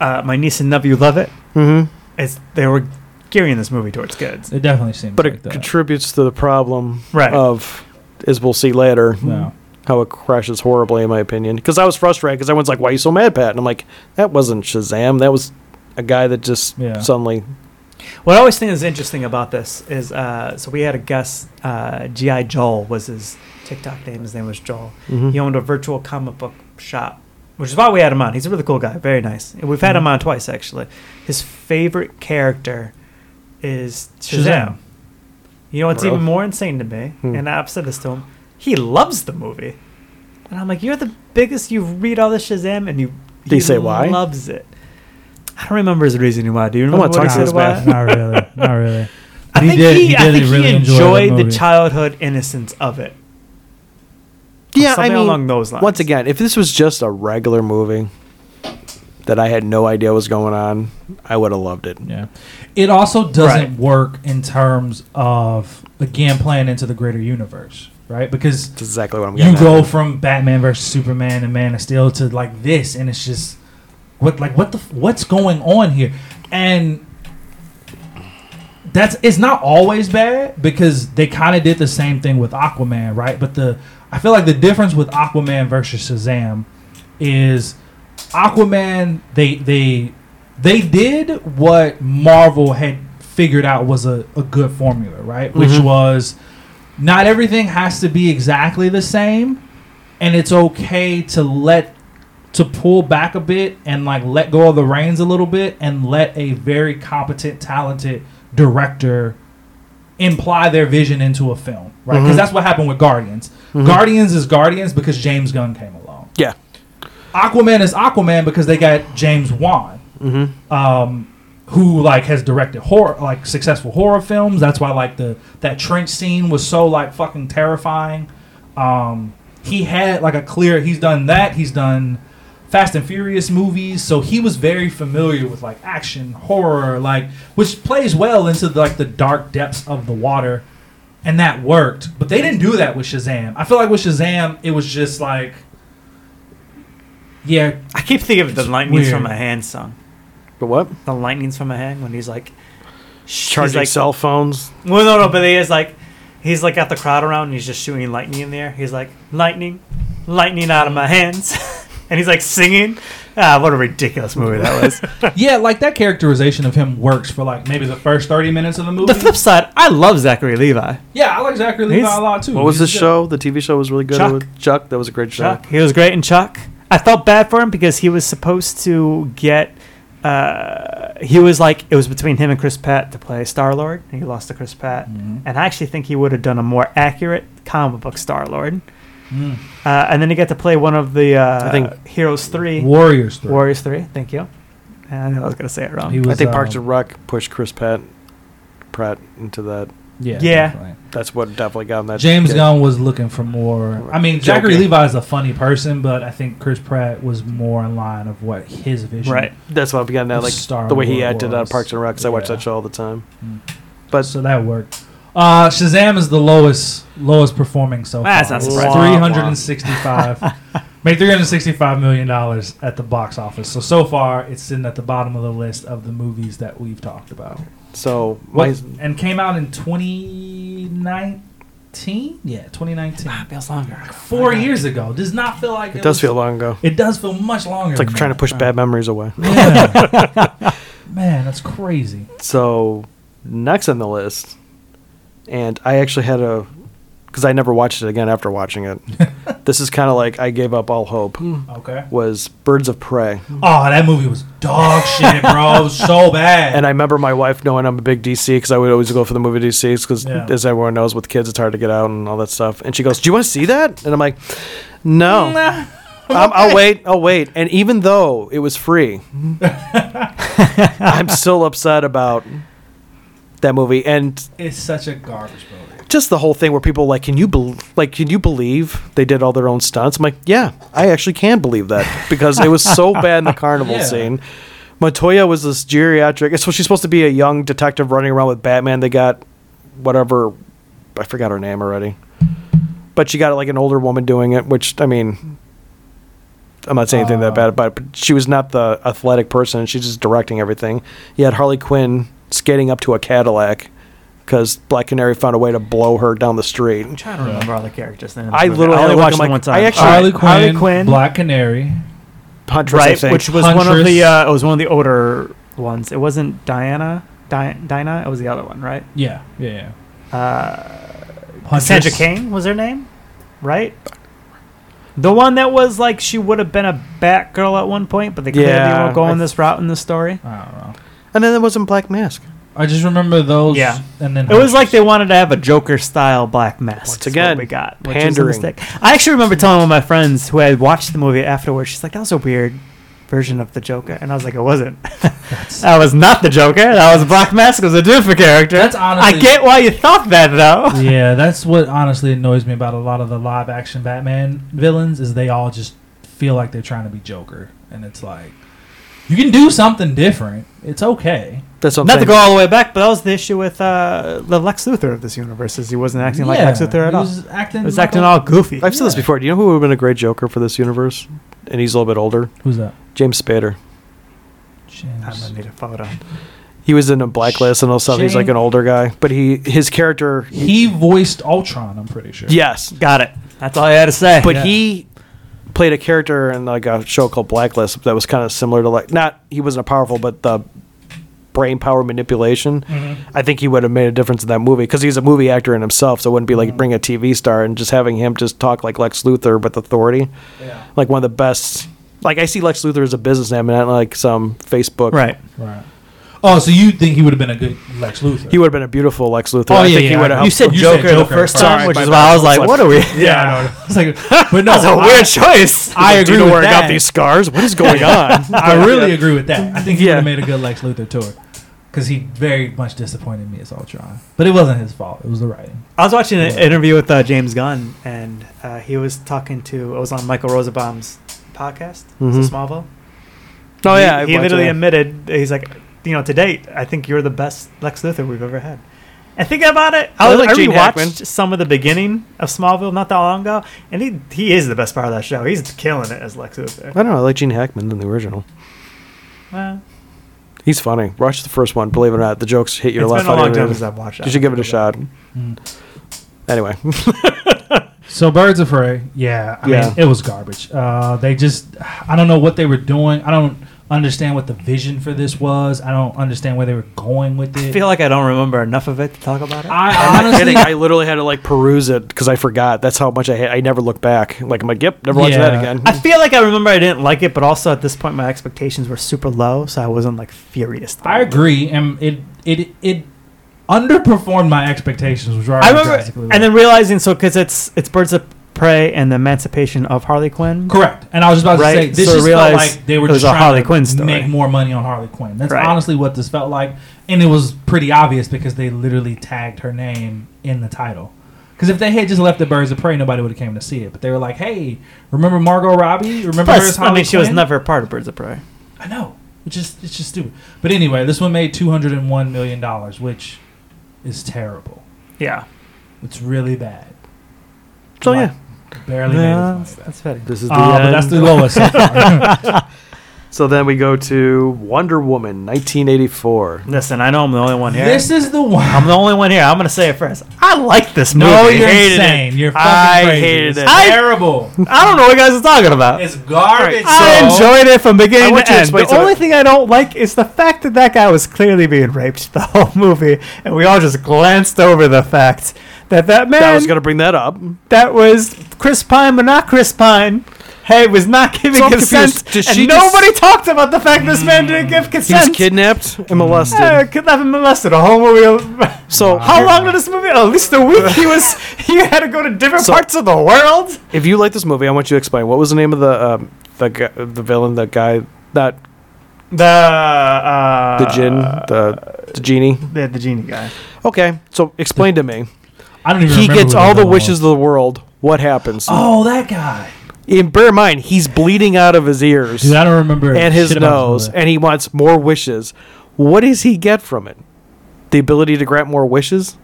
[SPEAKER 1] uh, my niece and nephew love it,
[SPEAKER 3] Mm-hmm.
[SPEAKER 1] is they were gearing this movie towards kids.
[SPEAKER 2] it definitely seems
[SPEAKER 3] But
[SPEAKER 2] like
[SPEAKER 3] it
[SPEAKER 2] that.
[SPEAKER 3] contributes to the problem
[SPEAKER 1] Right.
[SPEAKER 3] of, as we'll see later,
[SPEAKER 2] No.
[SPEAKER 3] how it crashes horribly, in my opinion. Because I was frustrated because everyone's like, "Why are you so mad, Pat?" And I'm like, "That wasn't Shazam. That was a guy that just
[SPEAKER 2] Yeah.
[SPEAKER 3] suddenly."
[SPEAKER 1] What I always think is interesting about this is, uh, so we had a guest, uh, G.I. Joel was his TikTok name. His name was Joel.
[SPEAKER 3] Mhm.
[SPEAKER 1] He owned a virtual comic book shop, which is why we had him
[SPEAKER 3] Mm-hmm.
[SPEAKER 1] on. He's a really cool guy, very nice. And We've had him on twice actually. His favorite character is Shazam.
[SPEAKER 6] Shazam.
[SPEAKER 1] You know what's
[SPEAKER 3] Bro.
[SPEAKER 1] even more insane to me,
[SPEAKER 3] Hmm.
[SPEAKER 1] and I've said this to him, he loves the movie. And I'm like, you're the biggest. You read all this Shazam, and you.
[SPEAKER 3] Did he say why?
[SPEAKER 1] Loves it. I don't remember his reasoning why. Do you
[SPEAKER 3] I
[SPEAKER 1] remember
[SPEAKER 3] wanna
[SPEAKER 1] what he
[SPEAKER 3] talk to
[SPEAKER 1] said
[SPEAKER 3] this
[SPEAKER 1] why?
[SPEAKER 3] man.
[SPEAKER 6] Not really. Not really.
[SPEAKER 1] I
[SPEAKER 6] He
[SPEAKER 1] think
[SPEAKER 6] did-
[SPEAKER 1] he,
[SPEAKER 6] he
[SPEAKER 1] I
[SPEAKER 6] did
[SPEAKER 1] think
[SPEAKER 6] really
[SPEAKER 1] he
[SPEAKER 6] enjoy the
[SPEAKER 1] enjoyed the,
[SPEAKER 6] movie.
[SPEAKER 1] childhood innocence of it.
[SPEAKER 3] Yeah, I
[SPEAKER 1] Something
[SPEAKER 3] mean,
[SPEAKER 1] along those lines.
[SPEAKER 3] once again, if this was just a regular movie that I had no idea was going on, I would have loved it.
[SPEAKER 2] Yeah. It also doesn't
[SPEAKER 1] Right.
[SPEAKER 2] work in terms of again playing into the greater universe, right? Because
[SPEAKER 3] That's exactly what I'm getting.
[SPEAKER 2] you
[SPEAKER 3] at.
[SPEAKER 2] go from Batman versus Superman and Man of Steel to like this, and it's just what like what the f- what's going on here, and that's it's not always bad because they kind of did the same thing with Aquaman, right? But the I feel like the difference with Aquaman versus Shazam is Aquaman they they they did what Marvel had figured out was a, a good formula, right? Which
[SPEAKER 3] Mhm.
[SPEAKER 2] was not everything has to be exactly the same and it's okay to let to pull back a bit and like let go of the reins a little bit and let a very competent talented director imply their vision into a film right because
[SPEAKER 3] Mhm.
[SPEAKER 2] that's what happened with guardians
[SPEAKER 3] Mhm.
[SPEAKER 2] guardians is guardians because james gunn came along
[SPEAKER 3] Yeah.
[SPEAKER 2] aquaman is aquaman because they got james wan
[SPEAKER 3] Mhm.
[SPEAKER 2] um, who like has directed horror like successful horror films. That's why like the that trench scene was so like fucking terrifying. Um, he had like a clear. He's done that. He's done Fast and Furious movies, so he was very familiar with like action horror, like which plays well into like the dark depths of the water. And that worked, but they didn't do that with Shazam. I feel like with Shazam, it was just like, yeah,
[SPEAKER 1] I keep thinking of the lightnings
[SPEAKER 2] weird.
[SPEAKER 1] from a hand song.
[SPEAKER 3] But what?
[SPEAKER 1] The lightnings from a hand when he's like, sh-
[SPEAKER 3] Charging
[SPEAKER 1] he's like,
[SPEAKER 3] cell phones.
[SPEAKER 1] well, no, no, but he is like, he's like got the crowd around and he's just shooting lightning in the air. He's like, lightning, lightning out of my hands, and he's like singing. Ah, what a ridiculous movie that was.
[SPEAKER 2] yeah, like that characterization of him works for like maybe the first thirty minutes of the movie.
[SPEAKER 1] the flip side, I love Zachary Levi.
[SPEAKER 2] yeah, I like Zachary
[SPEAKER 1] He's-
[SPEAKER 2] Levi a lot too.
[SPEAKER 3] What was the
[SPEAKER 2] He's good.
[SPEAKER 3] show? The TV show was really good.
[SPEAKER 1] Chuck.
[SPEAKER 3] With Chuck. That was a great show.
[SPEAKER 1] Chuck. He was great in Chuck. I felt bad for him because he was supposed to get. Uh, he was like it was between him and Chris Pratt to play Star Lord, and he lost to Chris Pratt.
[SPEAKER 2] Mhm.
[SPEAKER 1] And I actually think he would have done a more accurate comic book Star Lord.
[SPEAKER 2] Mm.
[SPEAKER 1] Uh, and then he got to play one of the uh,
[SPEAKER 3] I think-
[SPEAKER 1] Heroes Three,
[SPEAKER 2] Warriors. Three.
[SPEAKER 1] Warriors Three. Thank you. I know I was gonna say it wrong.
[SPEAKER 2] He was,
[SPEAKER 3] I think
[SPEAKER 2] um,
[SPEAKER 3] Parks and Rec pushed Chris Pratt, Pratt into that.
[SPEAKER 2] Yeah.
[SPEAKER 1] Yeah.
[SPEAKER 2] definitely.
[SPEAKER 3] That's what definitely got him that.
[SPEAKER 2] James
[SPEAKER 3] kick.
[SPEAKER 2] Gunn was looking for more. I mean, Zachary
[SPEAKER 3] Joker.
[SPEAKER 2] Levi is a funny person, but I think Chris Pratt was more in line of what his vision.
[SPEAKER 1] right.
[SPEAKER 3] That's what I'm getting at. Like
[SPEAKER 2] Star
[SPEAKER 3] the way he
[SPEAKER 2] Wars.
[SPEAKER 3] acted on Parks and Rec. 'cause I watch
[SPEAKER 2] Yeah.
[SPEAKER 3] that show all the time.
[SPEAKER 2] Mm.
[SPEAKER 3] But
[SPEAKER 2] So that worked. Uh, Shazam is the lowest lowest performing so
[SPEAKER 1] That's
[SPEAKER 2] far.
[SPEAKER 1] not surprising.
[SPEAKER 2] Three hundred and sixty five, made three hundred sixty five million dollars at the box office. So so far, it's sitting at the bottom of the list of the movies that we've talked about.
[SPEAKER 3] so my,
[SPEAKER 2] What, and came out in twenty nineteen. Yeah, twenty nineteen.
[SPEAKER 1] Ah, it feels longer.
[SPEAKER 2] Four years ago. Does not feel like
[SPEAKER 3] it does
[SPEAKER 2] was-
[SPEAKER 3] feel long ago.
[SPEAKER 2] It does feel much longer.
[SPEAKER 3] It's like trying to push bad memories away.
[SPEAKER 2] Yeah. Man, that's crazy.
[SPEAKER 3] So next on the list, and I actually had a because I never watched it again after watching it. this is kind of like I gave up all hope.
[SPEAKER 2] Hmm.
[SPEAKER 1] Hmm.
[SPEAKER 2] Okay.
[SPEAKER 3] Was Birds of Prey,
[SPEAKER 2] Oh, that movie was dog shit, bro. It was so bad.
[SPEAKER 3] and I remember my wife knowing I'm a big DC because I would always go for the movie DCs because
[SPEAKER 2] Yeah.
[SPEAKER 3] as everyone knows with kids it's hard to get out and all that stuff. And she goes, "Do you want to see that?" And I'm like, "No." Um, I'll wait. I'll wait. And even though it was free, I'm still upset about that movie. And
[SPEAKER 2] It's such a garbage movie.
[SPEAKER 3] just the whole thing where people like, can you bel like, can you believe they did all their own stunts? I'm like, yeah, I actually can believe that because it was so bad in the carnival
[SPEAKER 2] Yeah.
[SPEAKER 3] scene. Montoya was this geriatric. So she's supposed to be a young detective running around with Batman. They got whatever, I forgot her name already, but she got like an older woman doing it. Which I mean, I'm not saying anything that bad about it, but she was not the athletic person. and She's just directing everything. You had Harley Quinn skating up to a Cadillac because Black Canary found a way to blow her down the street.
[SPEAKER 1] I'm trying to remember all the characters. Then
[SPEAKER 3] I literally
[SPEAKER 1] only
[SPEAKER 3] look,
[SPEAKER 1] watched them
[SPEAKER 3] I'm like-
[SPEAKER 1] one time.
[SPEAKER 3] I actually-
[SPEAKER 2] Harley Quinn,
[SPEAKER 1] Harley Quinn.
[SPEAKER 2] Black Canary.
[SPEAKER 3] Huntress, I
[SPEAKER 1] right,
[SPEAKER 3] think.
[SPEAKER 1] which was one of
[SPEAKER 2] Huntress.
[SPEAKER 1] the uh, it was one of the older ones. It wasn't Diana, Di- Dinah. It was the other one, right?
[SPEAKER 2] Yeah, yeah,
[SPEAKER 1] Uh,
[SPEAKER 2] yeah.
[SPEAKER 1] Cassandra
[SPEAKER 2] Huntress.
[SPEAKER 1] Kane was her name, right? The one that was like she would have been a Batgirl at one point, but they clearly
[SPEAKER 3] Yeah,
[SPEAKER 1] won't go
[SPEAKER 3] I-
[SPEAKER 1] on this route in the story.
[SPEAKER 2] I don't know.
[SPEAKER 3] and then there wasn't Black Mask.
[SPEAKER 2] I just remember those.
[SPEAKER 1] Yeah.
[SPEAKER 2] and then
[SPEAKER 1] It was like they wanted to have a Joker style black mask. is what
[SPEAKER 3] Once again,
[SPEAKER 1] we got which was a
[SPEAKER 3] pandering.
[SPEAKER 1] mistake. I actually remember telling one of my friends who had watched the movie afterwards. She's like, "That was a weird version of the Joker," and I was like, "It wasn't. that was not the Joker. That was Black Mask. It was a different character."
[SPEAKER 2] That's
[SPEAKER 1] I
[SPEAKER 2] honestly-
[SPEAKER 1] get why you thought that though.
[SPEAKER 2] yeah, that's what honestly annoys me about a lot of the live action Batman villains is they all just feel like they're trying to be Joker, and it's like you can do something different. It's okay.
[SPEAKER 3] That's what I'm
[SPEAKER 1] Not to
[SPEAKER 3] saying.
[SPEAKER 1] go all the way back, but that was the issue with uh, the Lex Luthor of this universe. Is he wasn't acting like
[SPEAKER 2] Yeah,
[SPEAKER 1] Lex Luthor at
[SPEAKER 2] he
[SPEAKER 1] all.
[SPEAKER 2] was acting.
[SPEAKER 1] He was
[SPEAKER 2] like
[SPEAKER 1] acting
[SPEAKER 2] a-
[SPEAKER 1] all goofy.
[SPEAKER 3] I've said this
[SPEAKER 2] Yeah.
[SPEAKER 3] before. Do you know who would have been a great Joker for this universe? And he's a little bit older.
[SPEAKER 2] Who's that?
[SPEAKER 3] James Spader.
[SPEAKER 1] I'm
[SPEAKER 2] James.
[SPEAKER 1] gonna need a photo.
[SPEAKER 3] He was in a blacklist and all stuff. He's like an older guy, but he his character.
[SPEAKER 2] He voiced Ultron. I'm pretty sure.
[SPEAKER 3] Yes,
[SPEAKER 1] Got it. That's all I had to say.
[SPEAKER 3] but
[SPEAKER 2] Yeah.
[SPEAKER 3] he played a character in like a show called Blacklist that was kind of similar to like not he wasn't powerful, but the brain power manipulation.
[SPEAKER 1] Mm-hmm.
[SPEAKER 3] I think he would have made a difference in that movie because he's a movie actor in himself. So it wouldn't be
[SPEAKER 1] Mm-hmm.
[SPEAKER 3] like bring a TV star and just having him just talk like Lex Luthor with authority.
[SPEAKER 2] Yeah.
[SPEAKER 3] Like one of the best. Like I see Lex Luthor as a businessman, not like some Facebook.
[SPEAKER 1] right.
[SPEAKER 2] Right. Oh, so you think he would have been a good Lex Luthor?
[SPEAKER 3] He would have been a beautiful Lex Luthor.
[SPEAKER 2] Oh,
[SPEAKER 3] I
[SPEAKER 2] yeah,
[SPEAKER 3] think
[SPEAKER 2] yeah,
[SPEAKER 3] he would
[SPEAKER 2] I
[SPEAKER 3] have
[SPEAKER 2] know.
[SPEAKER 1] You said
[SPEAKER 2] You said
[SPEAKER 1] Joker the
[SPEAKER 2] Joker,
[SPEAKER 1] first
[SPEAKER 2] sorry,
[SPEAKER 1] time, which
[SPEAKER 3] my
[SPEAKER 1] is
[SPEAKER 3] bad.
[SPEAKER 1] why I was like, "What are we?"
[SPEAKER 2] yeah. I know. It's like, but no,
[SPEAKER 1] That's a
[SPEAKER 2] I-
[SPEAKER 1] weird choice.
[SPEAKER 2] I agree
[SPEAKER 3] know
[SPEAKER 2] with
[SPEAKER 3] where I got
[SPEAKER 2] that.
[SPEAKER 3] these scars. What is going on?
[SPEAKER 2] I really agree with that. I think he
[SPEAKER 3] Yeah.
[SPEAKER 2] would have made a good Lex Luthor tour because he very much disappointed me as Ultron. But it wasn't his fault. It was the writing.
[SPEAKER 1] I was watching an
[SPEAKER 2] Yeah.
[SPEAKER 1] interview with uh, James Gunn, and uh, he was talking to. It was on Michael Rosenbaum's podcast,
[SPEAKER 3] Mhm.
[SPEAKER 1] so Smallville.
[SPEAKER 3] oh
[SPEAKER 1] He-
[SPEAKER 3] yeah, I've
[SPEAKER 1] he,
[SPEAKER 3] watched
[SPEAKER 1] literally
[SPEAKER 3] that.
[SPEAKER 1] admitted he's like, you know, to date, I think you're the best Lex Luthor we've ever had. And thinking about it, I,
[SPEAKER 3] I
[SPEAKER 1] was,
[SPEAKER 3] like
[SPEAKER 1] I
[SPEAKER 3] Gene
[SPEAKER 1] rewatched
[SPEAKER 3] Hackman.
[SPEAKER 1] some of the beginning of Smallville not that long ago, and he he is the best part of that show. He's killing it as Lex Luthor.
[SPEAKER 3] I don't know. I like Gene Hackman than the original.
[SPEAKER 1] Well,
[SPEAKER 3] He's funny. Watch the first one. Believe it or not, the jokes hit your
[SPEAKER 1] it's
[SPEAKER 3] left.
[SPEAKER 1] been a long
[SPEAKER 3] funny.
[SPEAKER 1] time since I've watched that.
[SPEAKER 3] You should give it a shot.
[SPEAKER 2] Mm.
[SPEAKER 3] Anyway,
[SPEAKER 2] So Birds of Prey, yeah, I
[SPEAKER 3] Yeah.
[SPEAKER 2] mean it was garbage. Uh, they just, I don't know what they were doing. I don't understand what the vision for this was. I don't understand where they were going with
[SPEAKER 1] I
[SPEAKER 2] it.
[SPEAKER 1] feel like I don't remember enough of it to talk about it.
[SPEAKER 2] I honestly,
[SPEAKER 3] kidding. I literally had to like peruse it because I forgot. That's how much I hate. I never look back. Like I'm like, yep, never watch that
[SPEAKER 2] Yeah.
[SPEAKER 3] again.
[SPEAKER 1] I feel like I remember I didn't like it, but also at this point my expectations were super low, so I wasn't like furious.
[SPEAKER 2] I agree, and it it it underperformed my expectations, which were
[SPEAKER 1] I
[SPEAKER 2] drastically
[SPEAKER 1] remember,
[SPEAKER 2] low.
[SPEAKER 1] and then realizing so because it's it's Birds of Prey and the Emancipation of Harley Quinn.
[SPEAKER 2] Correct. And I was about
[SPEAKER 1] Right,
[SPEAKER 2] to say this
[SPEAKER 1] so
[SPEAKER 2] just felt
[SPEAKER 1] realize
[SPEAKER 2] like they were
[SPEAKER 1] it was
[SPEAKER 2] just
[SPEAKER 1] a
[SPEAKER 2] trying
[SPEAKER 1] Harley
[SPEAKER 2] to
[SPEAKER 1] Quinn story.
[SPEAKER 2] make more money on Harley Quinn. That's
[SPEAKER 1] Right.
[SPEAKER 2] honestly what this felt like, and it was pretty obvious because they literally tagged her name in the title. Because if they had just left the Birds of Prey, nobody would have came to see it. But they were like, "Hey, remember Margot Robbie? Remember her as
[SPEAKER 1] Plus, I
[SPEAKER 2] Harley
[SPEAKER 1] mean, she was
[SPEAKER 2] Quinn?"
[SPEAKER 1] never a part of Birds of Prey.
[SPEAKER 2] I know. It's just it's just stupid. But anyway, this one made two hundred and one million dollars, which is terrible.
[SPEAKER 1] Yeah.
[SPEAKER 2] It's really bad.
[SPEAKER 3] So,
[SPEAKER 2] Like, barely made
[SPEAKER 1] Yeah,
[SPEAKER 2] its
[SPEAKER 1] that's,
[SPEAKER 2] money
[SPEAKER 1] that's better.
[SPEAKER 2] back.
[SPEAKER 3] this is the
[SPEAKER 1] Ah,
[SPEAKER 2] Uh, but
[SPEAKER 3] end.
[SPEAKER 2] that's the lowest. so far.
[SPEAKER 3] so then we go to Wonder Woman, 1984.
[SPEAKER 1] Listen, I know I'm the only one here.
[SPEAKER 2] this is the one.
[SPEAKER 1] I'm the only one here. I'm gonna say it first. I like this movie.
[SPEAKER 2] No, you're
[SPEAKER 1] Hated it.
[SPEAKER 2] insane. You're fucking
[SPEAKER 3] I
[SPEAKER 2] crazy.
[SPEAKER 3] hated
[SPEAKER 2] it's
[SPEAKER 3] it.
[SPEAKER 1] I-
[SPEAKER 2] terrible.
[SPEAKER 1] I don't know what you guys are talking about.
[SPEAKER 2] it's garbage.
[SPEAKER 1] I
[SPEAKER 2] so-
[SPEAKER 1] enjoyed it from
[SPEAKER 3] I
[SPEAKER 1] beginning
[SPEAKER 3] want
[SPEAKER 1] to
[SPEAKER 3] you to
[SPEAKER 1] end.
[SPEAKER 3] explain
[SPEAKER 1] The
[SPEAKER 3] to
[SPEAKER 1] only
[SPEAKER 3] it.
[SPEAKER 1] thing I don't like is the fact that that guy was clearly being raped the whole movie, and we all just glanced over the fact that that man
[SPEAKER 3] I was gonna bring that up.
[SPEAKER 1] that was Chris Pine, but not Chris Pine. Hey, was not giving
[SPEAKER 3] So I'm
[SPEAKER 1] consent,
[SPEAKER 3] confused. Does
[SPEAKER 1] and
[SPEAKER 3] she just- Mm,
[SPEAKER 1] nobody talked about the fact this man didn't give
[SPEAKER 3] He was
[SPEAKER 1] consent.
[SPEAKER 3] kidnapped and molested.
[SPEAKER 1] Uh, kidnapping molested a whole movie.
[SPEAKER 3] so
[SPEAKER 1] How long did this movie? At least a week. He was. He had to go to different
[SPEAKER 3] So-
[SPEAKER 1] parts of the world.
[SPEAKER 3] if you like this movie, I want you to explain what was the name of the um, the gu the villain, the guy, that
[SPEAKER 1] The uh,
[SPEAKER 3] the gin, the the genie.
[SPEAKER 1] the, the genie guy.
[SPEAKER 3] Okay, so explain to me.
[SPEAKER 2] I don't even.
[SPEAKER 3] He
[SPEAKER 2] remember
[SPEAKER 3] gets
[SPEAKER 2] who
[SPEAKER 3] all the
[SPEAKER 2] villain
[SPEAKER 3] wishes
[SPEAKER 2] was.
[SPEAKER 3] of the world. What happens?
[SPEAKER 2] Oh, that guy.
[SPEAKER 3] In bear in mind, he's bleeding out of his ears
[SPEAKER 2] Dude, I don't remember.
[SPEAKER 3] and his
[SPEAKER 2] shit about this
[SPEAKER 3] nose,
[SPEAKER 2] movie.
[SPEAKER 3] and he wants more wishes. What does he get from it? The ability to grant more wishes.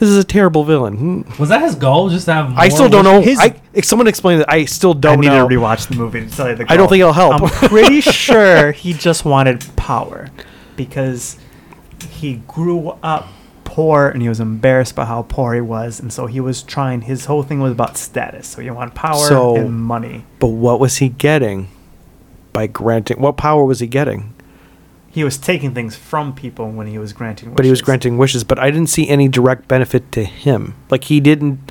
[SPEAKER 3] This is a terrible villain. Hmm.
[SPEAKER 2] Was that his goal? Just to have. More
[SPEAKER 3] I still don't know.
[SPEAKER 1] his-
[SPEAKER 3] I, if someone explain it, I still
[SPEAKER 1] I
[SPEAKER 3] don't
[SPEAKER 1] need
[SPEAKER 3] know.
[SPEAKER 1] to rewatch the movie to tell you the.
[SPEAKER 3] I don't
[SPEAKER 1] goal.
[SPEAKER 3] think it'll help.
[SPEAKER 1] I'm pretty sure he just wanted power because he grew up poor and he was embarrassed by how poor he was, and so he was trying. His whole thing was about status. So he wanted power
[SPEAKER 3] So-
[SPEAKER 1] and money.
[SPEAKER 3] but what was he getting by granting? What power was he getting?
[SPEAKER 1] He was taking things from people when he was granting. Wishes.
[SPEAKER 3] But he was granting wishes. But I didn't see any direct benefit to him. Like he didn't.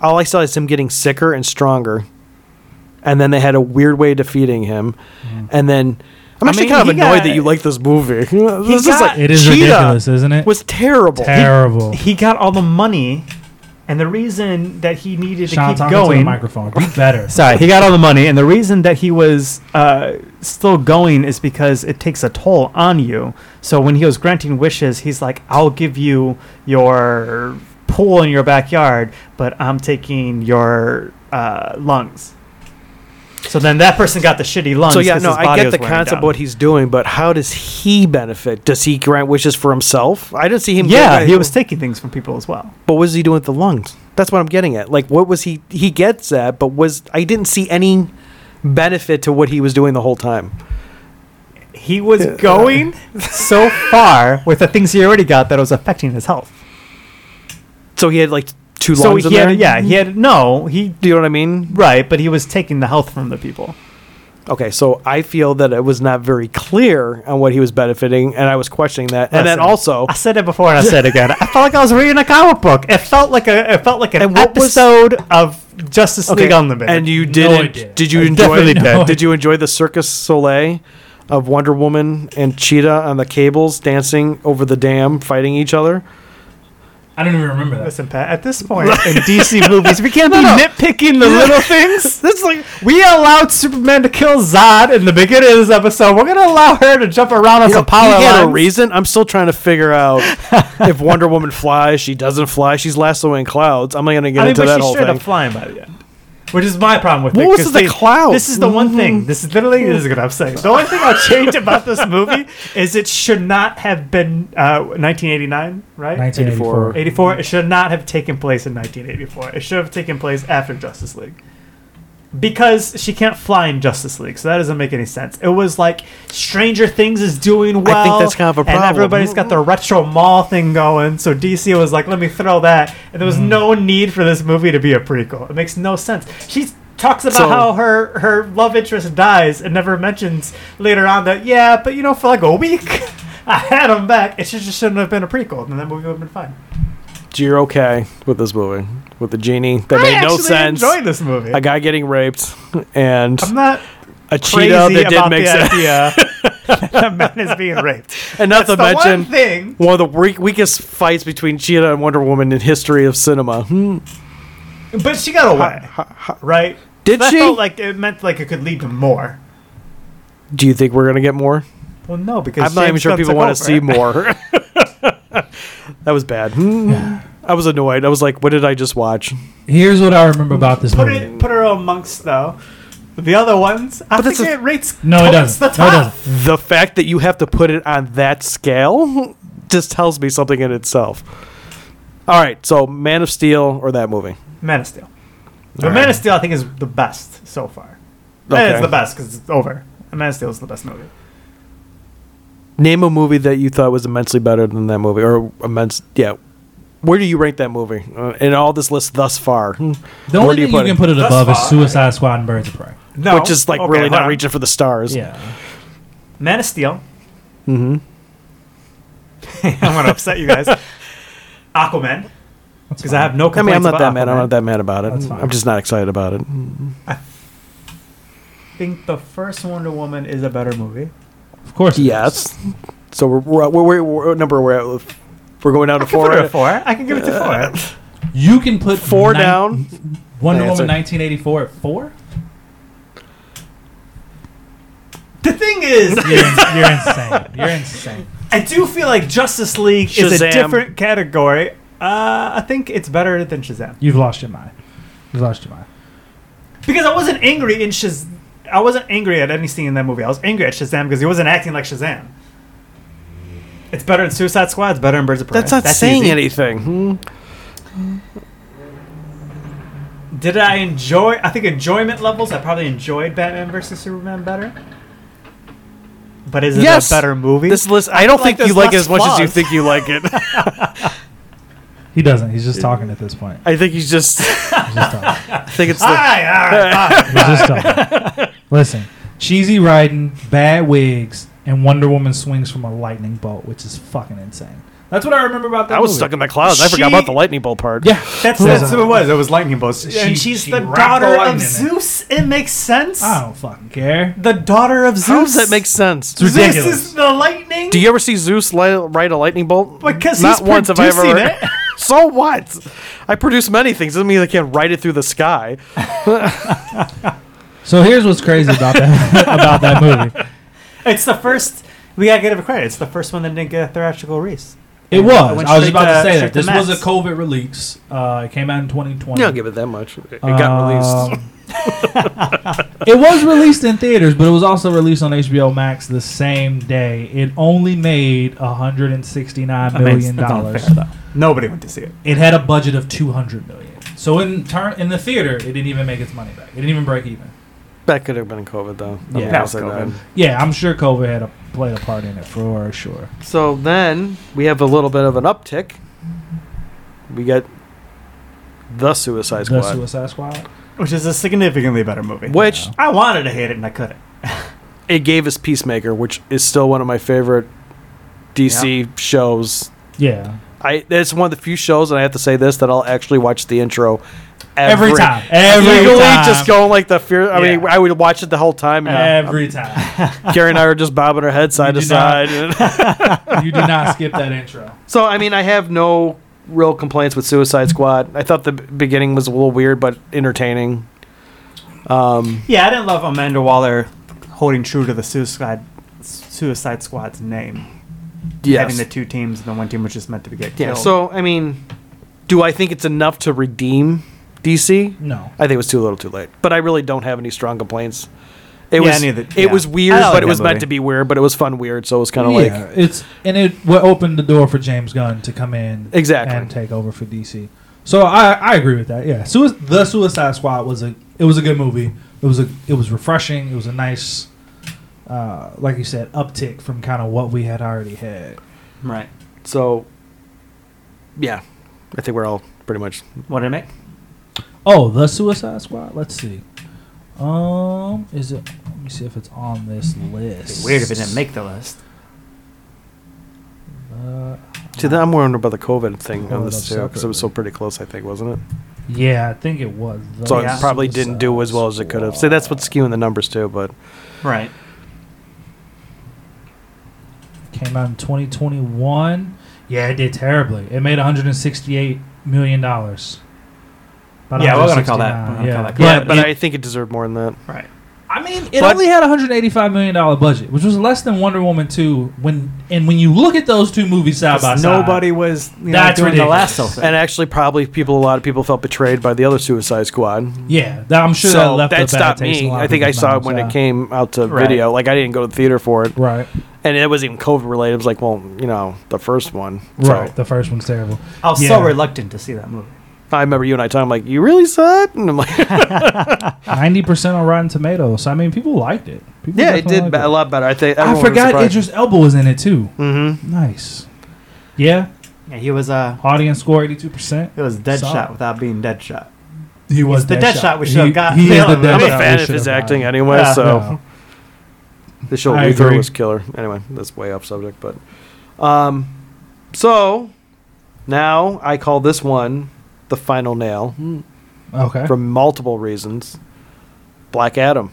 [SPEAKER 3] All I saw is him getting
[SPEAKER 2] Mm.
[SPEAKER 3] sicker and stronger. And then they had a weird way of defeating him. And then I'm actually
[SPEAKER 1] mean,
[SPEAKER 3] kind of
[SPEAKER 1] he
[SPEAKER 3] annoyed
[SPEAKER 1] got-
[SPEAKER 3] that you like this movie. This is
[SPEAKER 1] got-
[SPEAKER 3] like
[SPEAKER 6] It is
[SPEAKER 3] Cheetah
[SPEAKER 6] ridiculous, isn't it?
[SPEAKER 3] Was terrible.
[SPEAKER 6] Terrible.
[SPEAKER 1] He got all the money, and the reason that he needed
[SPEAKER 2] Sean,
[SPEAKER 1] to keep
[SPEAKER 2] talk into the
[SPEAKER 1] going.
[SPEAKER 2] microphone. Be better.
[SPEAKER 1] Sorry, he got all the money, and the reason that he was uh, still going is because it takes a toll on you. So when he was granting wishes, he's like, "I'll give you your pool in your backyard, but I'm taking your uh, lungs." So then that person got the shitty lungs.
[SPEAKER 3] So yeah,
[SPEAKER 1] 'cause
[SPEAKER 3] no,
[SPEAKER 1] his
[SPEAKER 3] I
[SPEAKER 1] body
[SPEAKER 3] get
[SPEAKER 1] was
[SPEAKER 3] the
[SPEAKER 1] wearing
[SPEAKER 3] concept
[SPEAKER 1] down.
[SPEAKER 3] of what he's doing, but how does he benefit? Does he grant wishes for himself? I didn't see him.
[SPEAKER 1] yeah,
[SPEAKER 3] grant-
[SPEAKER 1] he was taking things from people as well.
[SPEAKER 3] But what was he doing with the lungs? That's what I'm getting at. Like, what was he? He gets that, but was I didn't see any benefit to what he was doing the whole time.
[SPEAKER 1] He was going so far with the things he already got that it was affecting his health.
[SPEAKER 3] So he had like two
[SPEAKER 1] so
[SPEAKER 3] lungs
[SPEAKER 1] he
[SPEAKER 3] in there.
[SPEAKER 1] had, yeah, he had no, he
[SPEAKER 3] Do you know what I mean?
[SPEAKER 1] right, but he was taking the health from the people.
[SPEAKER 3] Okay, so I feel that it was not very clear on what he was benefiting, and I was questioning that. and then
[SPEAKER 1] Listen,
[SPEAKER 3] also,
[SPEAKER 1] I said it before and I said it again. I felt like I was reading a comic book. It felt like a it felt like an
[SPEAKER 3] And what was-
[SPEAKER 1] episode of Justice League Unlimited.
[SPEAKER 3] And you
[SPEAKER 2] it
[SPEAKER 3] didn't?
[SPEAKER 2] didn't.
[SPEAKER 3] did you
[SPEAKER 1] It
[SPEAKER 3] enjoy?
[SPEAKER 1] definitely
[SPEAKER 3] did.
[SPEAKER 1] did.
[SPEAKER 3] you enjoy the Circus Soleil of Wonder Woman and Cheetah on the cables dancing over the dam, fighting each other?
[SPEAKER 2] I don't even remember that.
[SPEAKER 1] Listen, Pat. At this point in DC movies, we can't be nitpicking the little things.
[SPEAKER 3] This is like
[SPEAKER 1] We allowed Superman to kill Zod in the beginning of this episode. We're gonna allow her to jump around on
[SPEAKER 3] you know,
[SPEAKER 1] some power
[SPEAKER 3] he had a
[SPEAKER 1] lines.
[SPEAKER 3] reason. I'm still trying to figure out if Wonder Woman flies, she doesn't fly, she's lassoing clouds. I'm not gonna get
[SPEAKER 1] I mean,
[SPEAKER 3] into
[SPEAKER 1] but
[SPEAKER 3] that
[SPEAKER 1] she's
[SPEAKER 3] whole
[SPEAKER 1] straight
[SPEAKER 3] thing.
[SPEAKER 1] up flying by the end. Which is my problem with
[SPEAKER 3] What
[SPEAKER 1] it.
[SPEAKER 3] was
[SPEAKER 1] 'cause
[SPEAKER 3] with the Mm-hmm. clouds?
[SPEAKER 1] This is the one thing. This is literally this is gonna upset. you. The only thing I'll change about this movie is it should not have been uh, 1989, right?
[SPEAKER 2] 1984.
[SPEAKER 1] 84. It should not have taken place in 1984. It should have taken place after Justice League. Because she can't fly in Justice League, so that doesn't make any sense. It was like Stranger Things is doing well.
[SPEAKER 3] that's kind of a
[SPEAKER 1] And
[SPEAKER 3] problem.
[SPEAKER 1] everybody's got their retro mall thing going, so DC was like, let me throw that. And there was
[SPEAKER 3] Hmm.
[SPEAKER 1] no need for this movie to be a prequel. It makes no sense. She talks about
[SPEAKER 3] So-
[SPEAKER 1] how her, her love interest dies and never mentions later on that, yeah, but you know, for like a week, I had him back. It should, just shouldn't have been a prequel, and that movie would have been fine.
[SPEAKER 3] You're okay with this movie, with the genie that made
[SPEAKER 1] I
[SPEAKER 3] no
[SPEAKER 1] actually
[SPEAKER 3] sense.
[SPEAKER 1] enjoyed this movie.
[SPEAKER 3] A guy getting raped and
[SPEAKER 1] I'm not
[SPEAKER 3] a
[SPEAKER 1] crazy
[SPEAKER 3] cheetah that did
[SPEAKER 1] about
[SPEAKER 3] make
[SPEAKER 1] the
[SPEAKER 3] sense.
[SPEAKER 1] idea that a man is being raped.
[SPEAKER 3] And not
[SPEAKER 1] That's
[SPEAKER 3] to
[SPEAKER 1] the
[SPEAKER 3] mention
[SPEAKER 1] one thing
[SPEAKER 3] One of the weak, weakest fights between Cheetah and Wonder Woman in history of cinema. Hmm.
[SPEAKER 1] But she got away, right?
[SPEAKER 3] Did
[SPEAKER 1] That
[SPEAKER 3] she?
[SPEAKER 1] felt like it meant like it could lead to more.
[SPEAKER 3] Do you think we're gonna get more?
[SPEAKER 1] Well, no, because
[SPEAKER 3] I'm not even
[SPEAKER 1] James
[SPEAKER 3] sure
[SPEAKER 1] Gunn
[SPEAKER 3] people
[SPEAKER 1] took
[SPEAKER 3] want
[SPEAKER 1] over.
[SPEAKER 3] to see more. that was bad. Hmm. I was annoyed. I was like, "What did I just watch?"
[SPEAKER 2] Here's what I remember about this
[SPEAKER 1] Put
[SPEAKER 2] movie.
[SPEAKER 1] it, put her amongst though the other ones. I
[SPEAKER 3] that's
[SPEAKER 1] think
[SPEAKER 3] a-
[SPEAKER 1] it rates
[SPEAKER 2] No, it
[SPEAKER 1] towards
[SPEAKER 2] doesn't.
[SPEAKER 1] the
[SPEAKER 2] No, it
[SPEAKER 1] top.
[SPEAKER 2] doesn't.
[SPEAKER 3] The fact that you have to put it on that scale just tells me something in itself. All right, so Man of Steel or that movie?
[SPEAKER 1] Man of Steel. But
[SPEAKER 3] All
[SPEAKER 1] Man
[SPEAKER 3] right.
[SPEAKER 1] of Steel, I think, is the best so far. And it's the best because it's over. And Man of Steel is the best movie.
[SPEAKER 3] Name a movie that you thought was immensely better than that movie, or immense. Yeah, where do you rank that movie uh, in all this list thus far? Hmm.
[SPEAKER 2] The
[SPEAKER 3] Where
[SPEAKER 2] only
[SPEAKER 3] do
[SPEAKER 2] thing
[SPEAKER 3] you
[SPEAKER 2] you
[SPEAKER 3] put
[SPEAKER 2] can
[SPEAKER 3] it?
[SPEAKER 2] put it
[SPEAKER 1] Thus
[SPEAKER 2] above is
[SPEAKER 1] far.
[SPEAKER 2] Suicide Squad and Birds of Prey.
[SPEAKER 1] No,
[SPEAKER 3] Which is like
[SPEAKER 1] okay,
[SPEAKER 3] really
[SPEAKER 1] hold
[SPEAKER 3] not
[SPEAKER 1] on.
[SPEAKER 3] reaching for the stars.
[SPEAKER 2] Yeah.
[SPEAKER 1] Man of Steel.
[SPEAKER 3] Mm-hmm.
[SPEAKER 1] I'm gonna upset you guys. Aquaman, because I have no
[SPEAKER 3] I mean,
[SPEAKER 1] complaints
[SPEAKER 3] I'm not
[SPEAKER 1] about
[SPEAKER 3] that mad. I'm
[SPEAKER 1] Aquaman.
[SPEAKER 3] not that mad about it.
[SPEAKER 2] That's fine.
[SPEAKER 3] I'm just not excited about it.
[SPEAKER 1] I think the first Wonder Woman is a better movie.
[SPEAKER 2] Of course. it is.
[SPEAKER 3] Yes. So we're, we're, we're, we're, we're- what number we're at? We're going down to
[SPEAKER 1] I can
[SPEAKER 3] four.
[SPEAKER 1] put it at
[SPEAKER 3] right?
[SPEAKER 1] four. I can give it to four.
[SPEAKER 3] Uh,
[SPEAKER 2] You can put
[SPEAKER 3] Four
[SPEAKER 2] nine-
[SPEAKER 3] down.
[SPEAKER 2] Wonder
[SPEAKER 3] My
[SPEAKER 2] Woman
[SPEAKER 3] answer.
[SPEAKER 2] 1984 at four.
[SPEAKER 1] The thing is,
[SPEAKER 2] You're, in- you're insane. You're insane.
[SPEAKER 1] I do feel like Justice League is a
[SPEAKER 3] Shazam.
[SPEAKER 1] different category. Uh, I think it's better than Shazam
[SPEAKER 2] You've lost your mind. You've lost your mind.
[SPEAKER 1] because I wasn't angry in Shaz. I wasn't angry at any scene in that movie. I was angry at Shazam because he wasn't acting like Shazam. It's better than Suicide Squad. It's better than Birds of Prey.
[SPEAKER 3] That's not saying
[SPEAKER 1] easy.
[SPEAKER 3] anything. Hmm.
[SPEAKER 1] Did I enjoy? I think enjoyment levels. I probably enjoyed Batman versus Superman better. But is it
[SPEAKER 3] Yes.
[SPEAKER 1] a better movie?
[SPEAKER 3] This list, I don't
[SPEAKER 1] Like
[SPEAKER 3] think you
[SPEAKER 1] there's
[SPEAKER 3] like it
[SPEAKER 1] less
[SPEAKER 3] as much as you
[SPEAKER 1] flaws.
[SPEAKER 3] think you like it.
[SPEAKER 2] He doesn't. He's just talking at this point.
[SPEAKER 3] I think he's just.
[SPEAKER 2] He's just talking.
[SPEAKER 3] I think it's
[SPEAKER 1] all
[SPEAKER 3] the.
[SPEAKER 1] right, all right, all right.
[SPEAKER 2] He's just talking. Listen, cheesy writing, bad wigs, and Wonder Woman swings from a lightning bolt, which is fucking insane.
[SPEAKER 6] That's what I remember about that.
[SPEAKER 3] I was
[SPEAKER 6] movie.
[SPEAKER 3] stuck in the clouds. I forgot
[SPEAKER 1] She-
[SPEAKER 3] about the lightning bolt part.
[SPEAKER 6] Yeah,
[SPEAKER 1] That's that's who it was. It was lightning bolts.
[SPEAKER 6] She-
[SPEAKER 1] and she's
[SPEAKER 6] she
[SPEAKER 1] the
[SPEAKER 6] wrapped
[SPEAKER 1] daughter
[SPEAKER 6] the lightning
[SPEAKER 1] of
[SPEAKER 6] in it.
[SPEAKER 1] Zeus. It Oh. makes sense.
[SPEAKER 2] I don't fucking care.
[SPEAKER 1] The daughter of Zeus.
[SPEAKER 3] How does that make sense?
[SPEAKER 2] It's
[SPEAKER 1] Zeus
[SPEAKER 2] ridiculous.
[SPEAKER 1] is the lightning.
[SPEAKER 3] Do you ever see Zeus li- ride a lightning bolt?
[SPEAKER 1] Because
[SPEAKER 3] not
[SPEAKER 1] he's
[SPEAKER 3] once have I ever.
[SPEAKER 1] producing it.
[SPEAKER 3] so what? I produce many things. Doesn't mean I can't ride it through the sky.
[SPEAKER 2] so here's what's crazy about that about that movie.
[SPEAKER 1] It's the first. We gotta give it credit. It's the first one that didn't get a theatrical release.
[SPEAKER 2] It was. I was
[SPEAKER 1] went
[SPEAKER 2] just
[SPEAKER 1] straight
[SPEAKER 2] about to
[SPEAKER 1] to-
[SPEAKER 2] say
[SPEAKER 1] straight
[SPEAKER 2] that
[SPEAKER 1] to
[SPEAKER 2] this was a
[SPEAKER 1] Max.
[SPEAKER 2] COVID release. Uh, it came out in 2020.
[SPEAKER 3] You don't give it that much. It got released.
[SPEAKER 2] Um, it was released in theaters, but it was also released on HBO Max the same day. It only made 169
[SPEAKER 1] I mean,
[SPEAKER 2] million
[SPEAKER 1] that's not
[SPEAKER 2] dollars.
[SPEAKER 1] fair, though. Nobody went to see it.
[SPEAKER 2] It had a budget of 200 million. So in turn, in the theater, it didn't even make its money back. It didn't even break even.
[SPEAKER 3] That could have been COVID though. I'm
[SPEAKER 2] Yeah.
[SPEAKER 3] gonna say
[SPEAKER 1] COVID.
[SPEAKER 3] that.
[SPEAKER 2] Yeah, I'm sure COVID had a played a part in it for sure.
[SPEAKER 3] So then we have a little bit of an uptick. We get the Suicide Squad,
[SPEAKER 2] The Suicide Squad.
[SPEAKER 1] Which is a significantly better movie.
[SPEAKER 3] which
[SPEAKER 2] Yeah.
[SPEAKER 1] I wanted to hate it and I couldn't.
[SPEAKER 3] it gave us Peacemaker, which is still one of my favorite DC shows.
[SPEAKER 2] Yeah.
[SPEAKER 3] I it's one of the few shows, and I have to say this that I'll actually watch the intro
[SPEAKER 2] Every, time. Every
[SPEAKER 3] Every Eagerly,
[SPEAKER 2] time.
[SPEAKER 3] just going like the fear. I mean,
[SPEAKER 2] Yeah.
[SPEAKER 3] I would watch it the whole time. And
[SPEAKER 2] Every time.
[SPEAKER 3] Gary and I were just bobbing our head side
[SPEAKER 2] You
[SPEAKER 3] to
[SPEAKER 2] do not-
[SPEAKER 3] side. and-
[SPEAKER 2] you do not skip that intro.
[SPEAKER 3] So I mean, I have no real complaints with Suicide Squad. I thought the b- beginning was a little weird, but entertaining. Um,
[SPEAKER 1] Yeah, I didn't love Amanda Waller holding true to the Suicide Suicide Squad's name. Having
[SPEAKER 3] yes.
[SPEAKER 1] the two teams and the one team was just meant to get
[SPEAKER 3] Yeah.
[SPEAKER 1] killed.
[SPEAKER 3] So I mean, do I think it's enough to redeem DC?
[SPEAKER 2] No.
[SPEAKER 3] I think it was too little, too late. But I really don't have any strong complaints. It
[SPEAKER 1] Yeah,
[SPEAKER 3] was
[SPEAKER 1] neither-
[SPEAKER 3] it
[SPEAKER 1] yeah.
[SPEAKER 3] was weird,
[SPEAKER 1] I like
[SPEAKER 3] but it
[SPEAKER 1] that
[SPEAKER 3] was meant
[SPEAKER 1] movie.
[SPEAKER 3] to be weird. But it was fun weird, so it was kind of
[SPEAKER 2] yeah,
[SPEAKER 3] like
[SPEAKER 2] it's and it what opened the door for James Gunn to come in
[SPEAKER 3] Exactly.
[SPEAKER 2] and take over for DC. So I, I agree with that. Yeah, Sui- the Suicide Squad was a it was a good movie. It was a it was refreshing. It was a nice, uh, like you said, uptick from kind of what we had already had.
[SPEAKER 1] right.
[SPEAKER 3] so. Yeah, I think we're all pretty much
[SPEAKER 1] What did it make?
[SPEAKER 2] Oh, the Suicide Squad. Let's see. Um, is it? Let me see if it's on this list.
[SPEAKER 1] It's weird if it didn't make the list.
[SPEAKER 2] Uh,
[SPEAKER 3] See, that I'm wondering about the COVID thing on
[SPEAKER 2] Hold
[SPEAKER 3] this
[SPEAKER 2] up
[SPEAKER 3] too, because it was so
[SPEAKER 2] separately.
[SPEAKER 3] pretty close, I think, wasn't it?
[SPEAKER 2] yeah, I think it was. The
[SPEAKER 3] So
[SPEAKER 1] Yeah.
[SPEAKER 3] it probably didn't do as well as it could have. See, that's what's skewing the numbers too. But
[SPEAKER 1] Right.
[SPEAKER 2] came out in 2021. Yeah, it did terribly. It made 168 million dollars.
[SPEAKER 1] Yeah, we're gonna call that- we're gonna call
[SPEAKER 2] Yeah,
[SPEAKER 1] that
[SPEAKER 2] but,
[SPEAKER 3] yeah, but
[SPEAKER 2] it-
[SPEAKER 3] I think it deserved more than that.
[SPEAKER 1] Right.
[SPEAKER 2] I mean, it
[SPEAKER 3] but-
[SPEAKER 2] only had 185 million dollar budget, which was less than Wonder Woman 2. When and when you look at those two movies side by side,
[SPEAKER 1] Nobody was you know,
[SPEAKER 2] That's
[SPEAKER 1] doing the last
[SPEAKER 2] ridiculous.
[SPEAKER 1] thing.
[SPEAKER 3] And actually, probably people, a lot of people felt betrayed by the other Suicide Squad.
[SPEAKER 2] Yeah, that, I'm sure that
[SPEAKER 3] so
[SPEAKER 2] left
[SPEAKER 3] that,
[SPEAKER 2] a bad
[SPEAKER 3] stopped
[SPEAKER 2] taste in
[SPEAKER 3] me.
[SPEAKER 2] a lot
[SPEAKER 3] I
[SPEAKER 2] of
[SPEAKER 3] think I
[SPEAKER 2] people's
[SPEAKER 3] saw it
[SPEAKER 2] mouths,
[SPEAKER 3] when
[SPEAKER 2] yeah.
[SPEAKER 3] it came out to
[SPEAKER 1] Right.
[SPEAKER 3] video. Like I didn't go to the theater for it,
[SPEAKER 2] Right,
[SPEAKER 3] and it wasn't even COVID related. It was like, well, you know, the first one. So
[SPEAKER 2] right. The first one's terrible.
[SPEAKER 1] I was
[SPEAKER 2] Yeah.
[SPEAKER 1] so reluctant to see that movie.
[SPEAKER 3] I remember you and I talking like, you really saw it, and I'm like,
[SPEAKER 2] 90 percent on Rotten Tomatoes. So I mean, people liked it. People
[SPEAKER 3] yeah, it
[SPEAKER 2] definitely
[SPEAKER 3] did
[SPEAKER 2] liked
[SPEAKER 3] ba- a lot better. I think
[SPEAKER 2] I forgot Idris Elba was in it too.
[SPEAKER 3] Mm-hmm.
[SPEAKER 2] Nice. Yeah,
[SPEAKER 1] Yeah, he was uh
[SPEAKER 2] audience score 82 percent.
[SPEAKER 1] it was Deadshot
[SPEAKER 2] Solid.
[SPEAKER 1] without being Deadshot.
[SPEAKER 2] He was
[SPEAKER 1] the dead shot we
[SPEAKER 2] He-
[SPEAKER 1] should've gotten.
[SPEAKER 2] He is the
[SPEAKER 1] I'm a
[SPEAKER 2] dead
[SPEAKER 3] I'm a
[SPEAKER 2] shot we
[SPEAKER 3] fan of
[SPEAKER 2] should've
[SPEAKER 3] his
[SPEAKER 2] gotten.
[SPEAKER 3] acting uh, anyway,
[SPEAKER 1] Yeah.
[SPEAKER 3] so.
[SPEAKER 2] No.
[SPEAKER 3] The show
[SPEAKER 2] I
[SPEAKER 3] Luther
[SPEAKER 2] agree.
[SPEAKER 3] was killer. Anyway, that's way off subject, but um, so now I call this one the final nail
[SPEAKER 2] Okay.
[SPEAKER 3] for multiple reasons. Black Adam.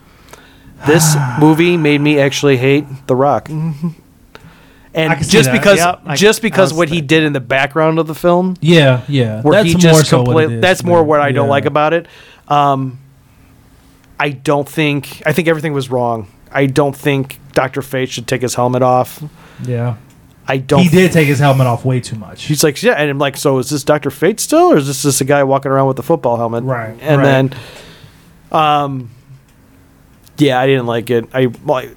[SPEAKER 3] This movie made me actually hate The Rock.
[SPEAKER 2] Mm-hmm. I can
[SPEAKER 3] And
[SPEAKER 2] see
[SPEAKER 3] just
[SPEAKER 2] that.
[SPEAKER 3] because
[SPEAKER 1] Yep, I-
[SPEAKER 3] just
[SPEAKER 1] I
[SPEAKER 3] because
[SPEAKER 1] was
[SPEAKER 3] what he
[SPEAKER 1] thinking.
[SPEAKER 3] did in the background of the film
[SPEAKER 2] yeah, yeah.
[SPEAKER 3] where he
[SPEAKER 2] more
[SPEAKER 3] just
[SPEAKER 2] so what
[SPEAKER 3] complete.
[SPEAKER 2] it is,
[SPEAKER 3] that's more
[SPEAKER 2] but
[SPEAKER 3] what I don't
[SPEAKER 2] yeah.
[SPEAKER 3] like about it. Um, I don't think. I think everything was wrong. I don't think Doctor Fate should take his helmet off.
[SPEAKER 2] Yeah.
[SPEAKER 3] I don't.
[SPEAKER 2] He did take his helmet off way too much.
[SPEAKER 3] He's like, yeah, and I'm like, so is this Doctor Fate still, or is this just a guy walking around with a football helmet?
[SPEAKER 2] Right,
[SPEAKER 3] And
[SPEAKER 2] right.
[SPEAKER 3] then, um, yeah, I didn't like it. I like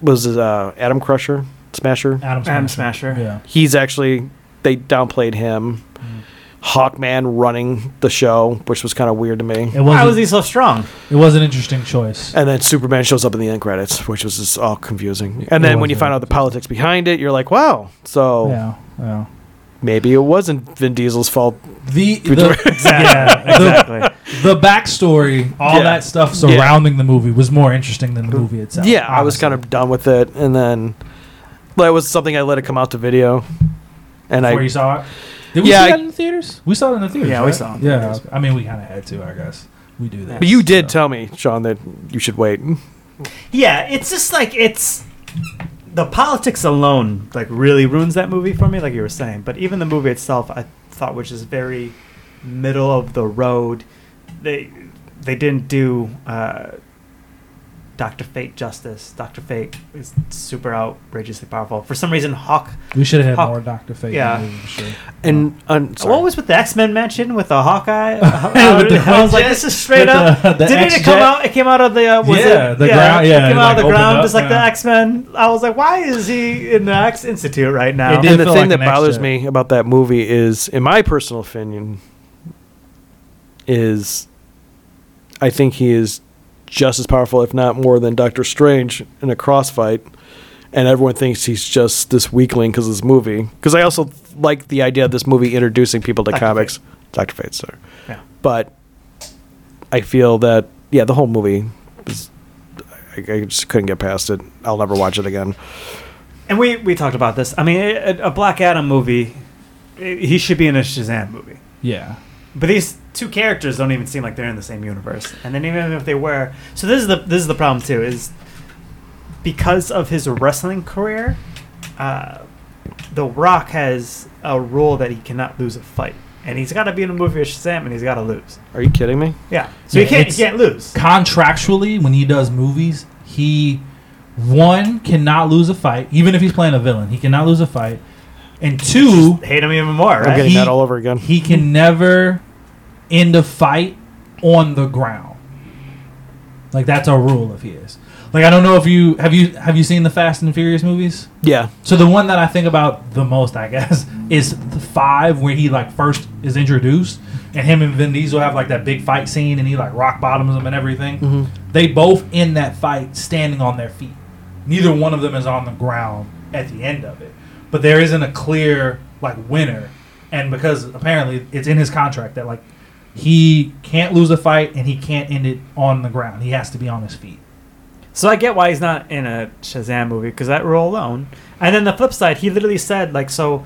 [SPEAKER 3] was uh, Adam Crusher Smasher.
[SPEAKER 2] Adam Smasher.
[SPEAKER 1] Adam Smasher.
[SPEAKER 2] Yeah.
[SPEAKER 3] he's actually they downplayed him.
[SPEAKER 2] Mm.
[SPEAKER 3] Hawkman running the show, which was kind of weird to me.
[SPEAKER 2] It
[SPEAKER 1] Why was
[SPEAKER 2] was
[SPEAKER 1] he so strong?
[SPEAKER 2] it was an interesting choice.
[SPEAKER 3] And then Superman shows up in the end credits, which was just all confusing. And then
[SPEAKER 2] It
[SPEAKER 3] when you
[SPEAKER 2] was
[SPEAKER 3] find
[SPEAKER 2] very
[SPEAKER 3] out the politics behind it, you're like, wow. So
[SPEAKER 2] Yeah. Yeah.
[SPEAKER 3] maybe it wasn't Vin Diesel's fault.
[SPEAKER 2] The, the yeah, the,
[SPEAKER 1] Exactly.
[SPEAKER 2] the backstory, all
[SPEAKER 3] Yeah.
[SPEAKER 2] that stuff surrounding the movie was more interesting than the movie itself.
[SPEAKER 3] yeah, I was
[SPEAKER 2] honestly.
[SPEAKER 3] kind of done with it. And then that was something I let it come out to video. and
[SPEAKER 2] before
[SPEAKER 3] I
[SPEAKER 2] you saw it. Did we
[SPEAKER 3] Yeah,
[SPEAKER 2] see
[SPEAKER 3] I-
[SPEAKER 2] that in the theaters? We saw it in the theaters.
[SPEAKER 1] Yeah, we
[SPEAKER 2] right?
[SPEAKER 1] saw it in the
[SPEAKER 2] Yeah,
[SPEAKER 1] theaters.
[SPEAKER 2] I mean, we kind of had to, I guess. We do that.
[SPEAKER 3] But you did
[SPEAKER 2] so.
[SPEAKER 3] tell me, Sean, that you should wait.
[SPEAKER 1] Yeah, it's just like it's the politics alone like really ruins that movie for me, like you were saying. But even the movie itself, I thought, which is very middle of the road. They they didn't do uh, Doctor Fate justice. Doctor Fate is super outrageously powerful. For some reason, Hawk.
[SPEAKER 2] We should have had
[SPEAKER 1] Huh.
[SPEAKER 2] more Doctor Fate.
[SPEAKER 1] Yeah.
[SPEAKER 2] in the movie, for sure.
[SPEAKER 3] And un- sorry.
[SPEAKER 1] What was with the X Men mention with the Hawkeye?
[SPEAKER 2] With the
[SPEAKER 1] I was like,
[SPEAKER 2] jet,
[SPEAKER 1] this is straight
[SPEAKER 2] with
[SPEAKER 1] up.
[SPEAKER 2] the- the
[SPEAKER 1] Didn't it
[SPEAKER 2] X-jet.
[SPEAKER 1] come out? It came out of the uh, was
[SPEAKER 2] Yeah,
[SPEAKER 1] it,
[SPEAKER 2] the ground- yeah,
[SPEAKER 1] it came out
[SPEAKER 2] it, like,
[SPEAKER 1] of the
[SPEAKER 2] opened
[SPEAKER 1] ground
[SPEAKER 2] up,
[SPEAKER 1] just like the
[SPEAKER 2] yeah.
[SPEAKER 1] X Men. I was like, why is he in the X Institute right now?
[SPEAKER 2] It did
[SPEAKER 3] and the
[SPEAKER 2] feel
[SPEAKER 3] thing
[SPEAKER 2] like
[SPEAKER 3] that
[SPEAKER 2] an extra.
[SPEAKER 3] bothers me about that movie is, in my personal opinion, is I think he is just as powerful, if not more, than Doctor Strange in a cross fight. And everyone thinks he's just this weakling because of this movie. Because I also like the idea of this movie introducing people to
[SPEAKER 1] Dr.
[SPEAKER 3] comics. Doctor Fate, sorry.
[SPEAKER 1] Yeah.
[SPEAKER 3] But I feel that yeah, the whole movie is. I, I just couldn't get past it. I'll never watch it again.
[SPEAKER 1] And we we talked about this. I mean, a, a Black Adam movie, eh, he should be in a Shazam movie.
[SPEAKER 2] Yeah.
[SPEAKER 1] But these two characters don't even seem like they're in the same universe. And then even if they were, so this is the this is the problem too is because of his wrestling career, uh, The Rock has a rule that he cannot lose a fight, and he's got to be in a movie with Shazam, and he's got to lose.
[SPEAKER 3] Are you kidding me?
[SPEAKER 1] Yeah, so
[SPEAKER 2] Yeah,
[SPEAKER 1] he can't
[SPEAKER 2] it's-
[SPEAKER 1] he can't lose.
[SPEAKER 2] Contractually, when he does movies, he one cannot lose a fight, even if he's playing a villain. He cannot lose a fight, and two,
[SPEAKER 1] Hate him even more,
[SPEAKER 3] I'm
[SPEAKER 1] right?
[SPEAKER 3] getting
[SPEAKER 2] Uh, He-
[SPEAKER 3] that all over again.
[SPEAKER 2] he can never end a fight on the ground. Like that's a rule of his. Like I don't know if you have you have you seen the Fast and Furious movies.
[SPEAKER 3] Yeah.
[SPEAKER 2] So the one that I think about the most, I guess, is the five where he like first is introduced, and him and Vin Diesel have like that big fight scene, and he like rock bottoms him and everything.
[SPEAKER 1] Mm-hmm.
[SPEAKER 2] They both in that fight standing on their feet. Neither one of them is on the ground at the end of it, but there isn't a clear like winner, and because apparently it's in his contract that like he can't lose a fight and he can't end it on the ground. He has to be on his feet.
[SPEAKER 1] So I get why he's not in a Shazam movie because that rule alone. And then the flip side, he literally said like so.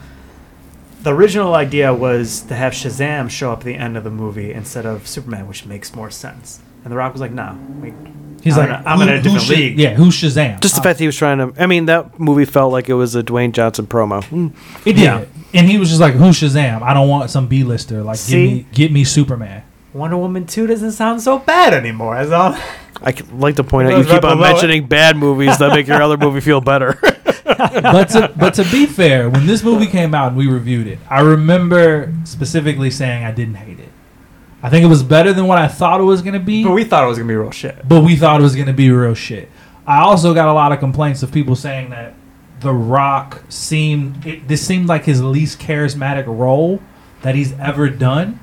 [SPEAKER 1] The original idea was to have Shazam show up at the end of the movie instead of Superman, which makes more sense. And The Rock was like, "No, we,
[SPEAKER 2] He's
[SPEAKER 1] I'm
[SPEAKER 2] like,
[SPEAKER 1] in a- I'm in a
[SPEAKER 2] who- who
[SPEAKER 1] different
[SPEAKER 2] Sha-
[SPEAKER 1] league.
[SPEAKER 2] Yeah, who's Shazam?
[SPEAKER 3] Just the fact that he was trying to. I mean, that movie felt like it was a Dwayne Johnson promo. Hmm.
[SPEAKER 2] It did.
[SPEAKER 1] Yeah.
[SPEAKER 2] And he was just like, "Who's Shazam? I don't want some B-lister. Like,
[SPEAKER 1] See?
[SPEAKER 2] give me, get me Superman."
[SPEAKER 1] Wonder Woman two doesn't sound so bad anymore." As all,
[SPEAKER 3] I c- like to point out
[SPEAKER 1] It
[SPEAKER 3] you
[SPEAKER 1] was
[SPEAKER 3] keep
[SPEAKER 1] right
[SPEAKER 3] on
[SPEAKER 1] below it.
[SPEAKER 3] mentioning bad movies that make your other movie feel better.
[SPEAKER 2] But to, but to be fair, when this movie came out and we reviewed it, I remember specifically saying I didn't hate it. I think it was better than what I thought it was gonna be,
[SPEAKER 1] but we thought it was gonna be real shit.
[SPEAKER 2] but we thought it was gonna be real shit. I also got a lot of complaints of people saying that The Rock seemed it, this seemed like his least charismatic role that he's ever done,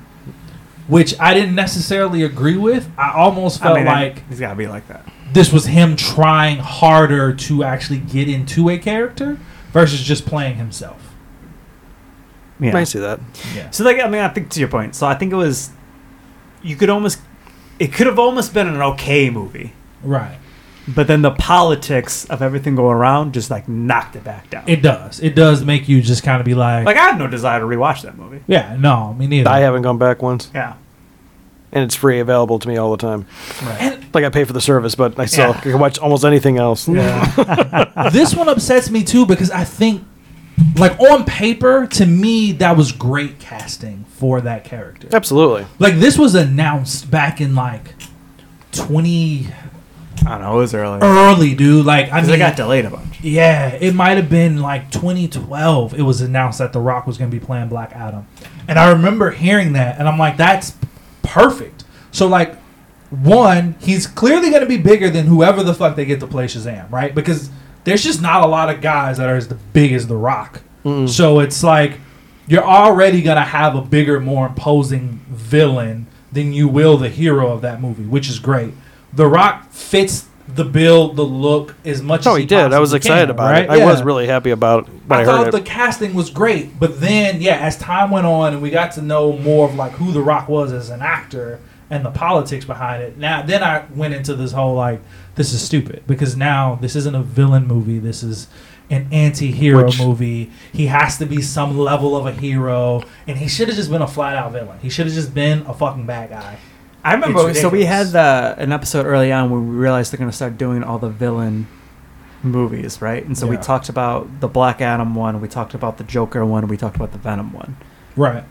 [SPEAKER 2] which I didn't necessarily agree with. I almost
[SPEAKER 1] I
[SPEAKER 2] felt
[SPEAKER 1] mean,
[SPEAKER 2] like
[SPEAKER 1] he's gotta be like that.
[SPEAKER 2] this was him trying harder to actually get into a character versus just playing himself.
[SPEAKER 1] Yeah.
[SPEAKER 3] I see that.
[SPEAKER 2] Yeah.
[SPEAKER 1] So like I mean I think to your point. So I think it was, you could almost, it could have almost been an okay movie,
[SPEAKER 2] Right.
[SPEAKER 1] but then the politics of everything going around just like knocked it back down.
[SPEAKER 2] It does. It does make you just kind of be like,
[SPEAKER 1] Like I have no desire to rewatch that movie.
[SPEAKER 2] yeah, no, me neither.
[SPEAKER 3] I haven't gone back once,
[SPEAKER 1] Yeah.
[SPEAKER 3] and it's free available to me all the time.
[SPEAKER 1] Right.
[SPEAKER 3] Like I pay for the service, but I still
[SPEAKER 1] Yeah.
[SPEAKER 3] can watch almost anything else.
[SPEAKER 2] this one upsets me too because I think, like, on paper, to me, that was great casting for that character.
[SPEAKER 3] Absolutely.
[SPEAKER 2] Like, this was announced back in, like, 20
[SPEAKER 1] I don't know. It was early.
[SPEAKER 2] early, dude. Like, I
[SPEAKER 1] Because
[SPEAKER 2] mean,
[SPEAKER 1] it got delayed a bunch.
[SPEAKER 2] Yeah, it might have been like 2012. It was announced that The Rock was going to be playing Black Adam, and I remember hearing that, and I'm like, that's perfect. So like, one, he's clearly going to be bigger than whoever the fuck they get to play Shazam, right? Because there's just not a lot of guys that are as big as The Rock. So it's like you're already going to have a bigger, more imposing villain than you will the hero of that movie, which is great. The Rock fits the bill, the look as much
[SPEAKER 3] No,
[SPEAKER 2] as
[SPEAKER 3] Oh, he did. I was
[SPEAKER 2] possibly
[SPEAKER 3] excited
[SPEAKER 2] can,
[SPEAKER 3] about
[SPEAKER 2] right?
[SPEAKER 3] it. I was
[SPEAKER 2] Yeah.
[SPEAKER 3] really happy about it when I,
[SPEAKER 2] I thought
[SPEAKER 3] heard
[SPEAKER 2] the
[SPEAKER 3] it.
[SPEAKER 2] casting was great, but then yeah, as time went on and we got to know more of like who The Rock was as an actor and the politics behind it. Now, then I went into this whole like, this is stupid because now this isn't a villain movie. This is an anti-hero
[SPEAKER 3] Which-
[SPEAKER 2] movie. He has to be some level of a hero, and he should have just been a flat-out villain. He should have just been a fucking bad guy.
[SPEAKER 1] I remember.
[SPEAKER 2] It's
[SPEAKER 1] So we had the,
[SPEAKER 2] ridiculous.
[SPEAKER 1] an episode early on where we realized they're going to start doing all the villain movies, right? And so we
[SPEAKER 2] Yeah.
[SPEAKER 1] talked about the Black Adam one, we talked about the Joker one, we talked about the Venom one.
[SPEAKER 2] Right.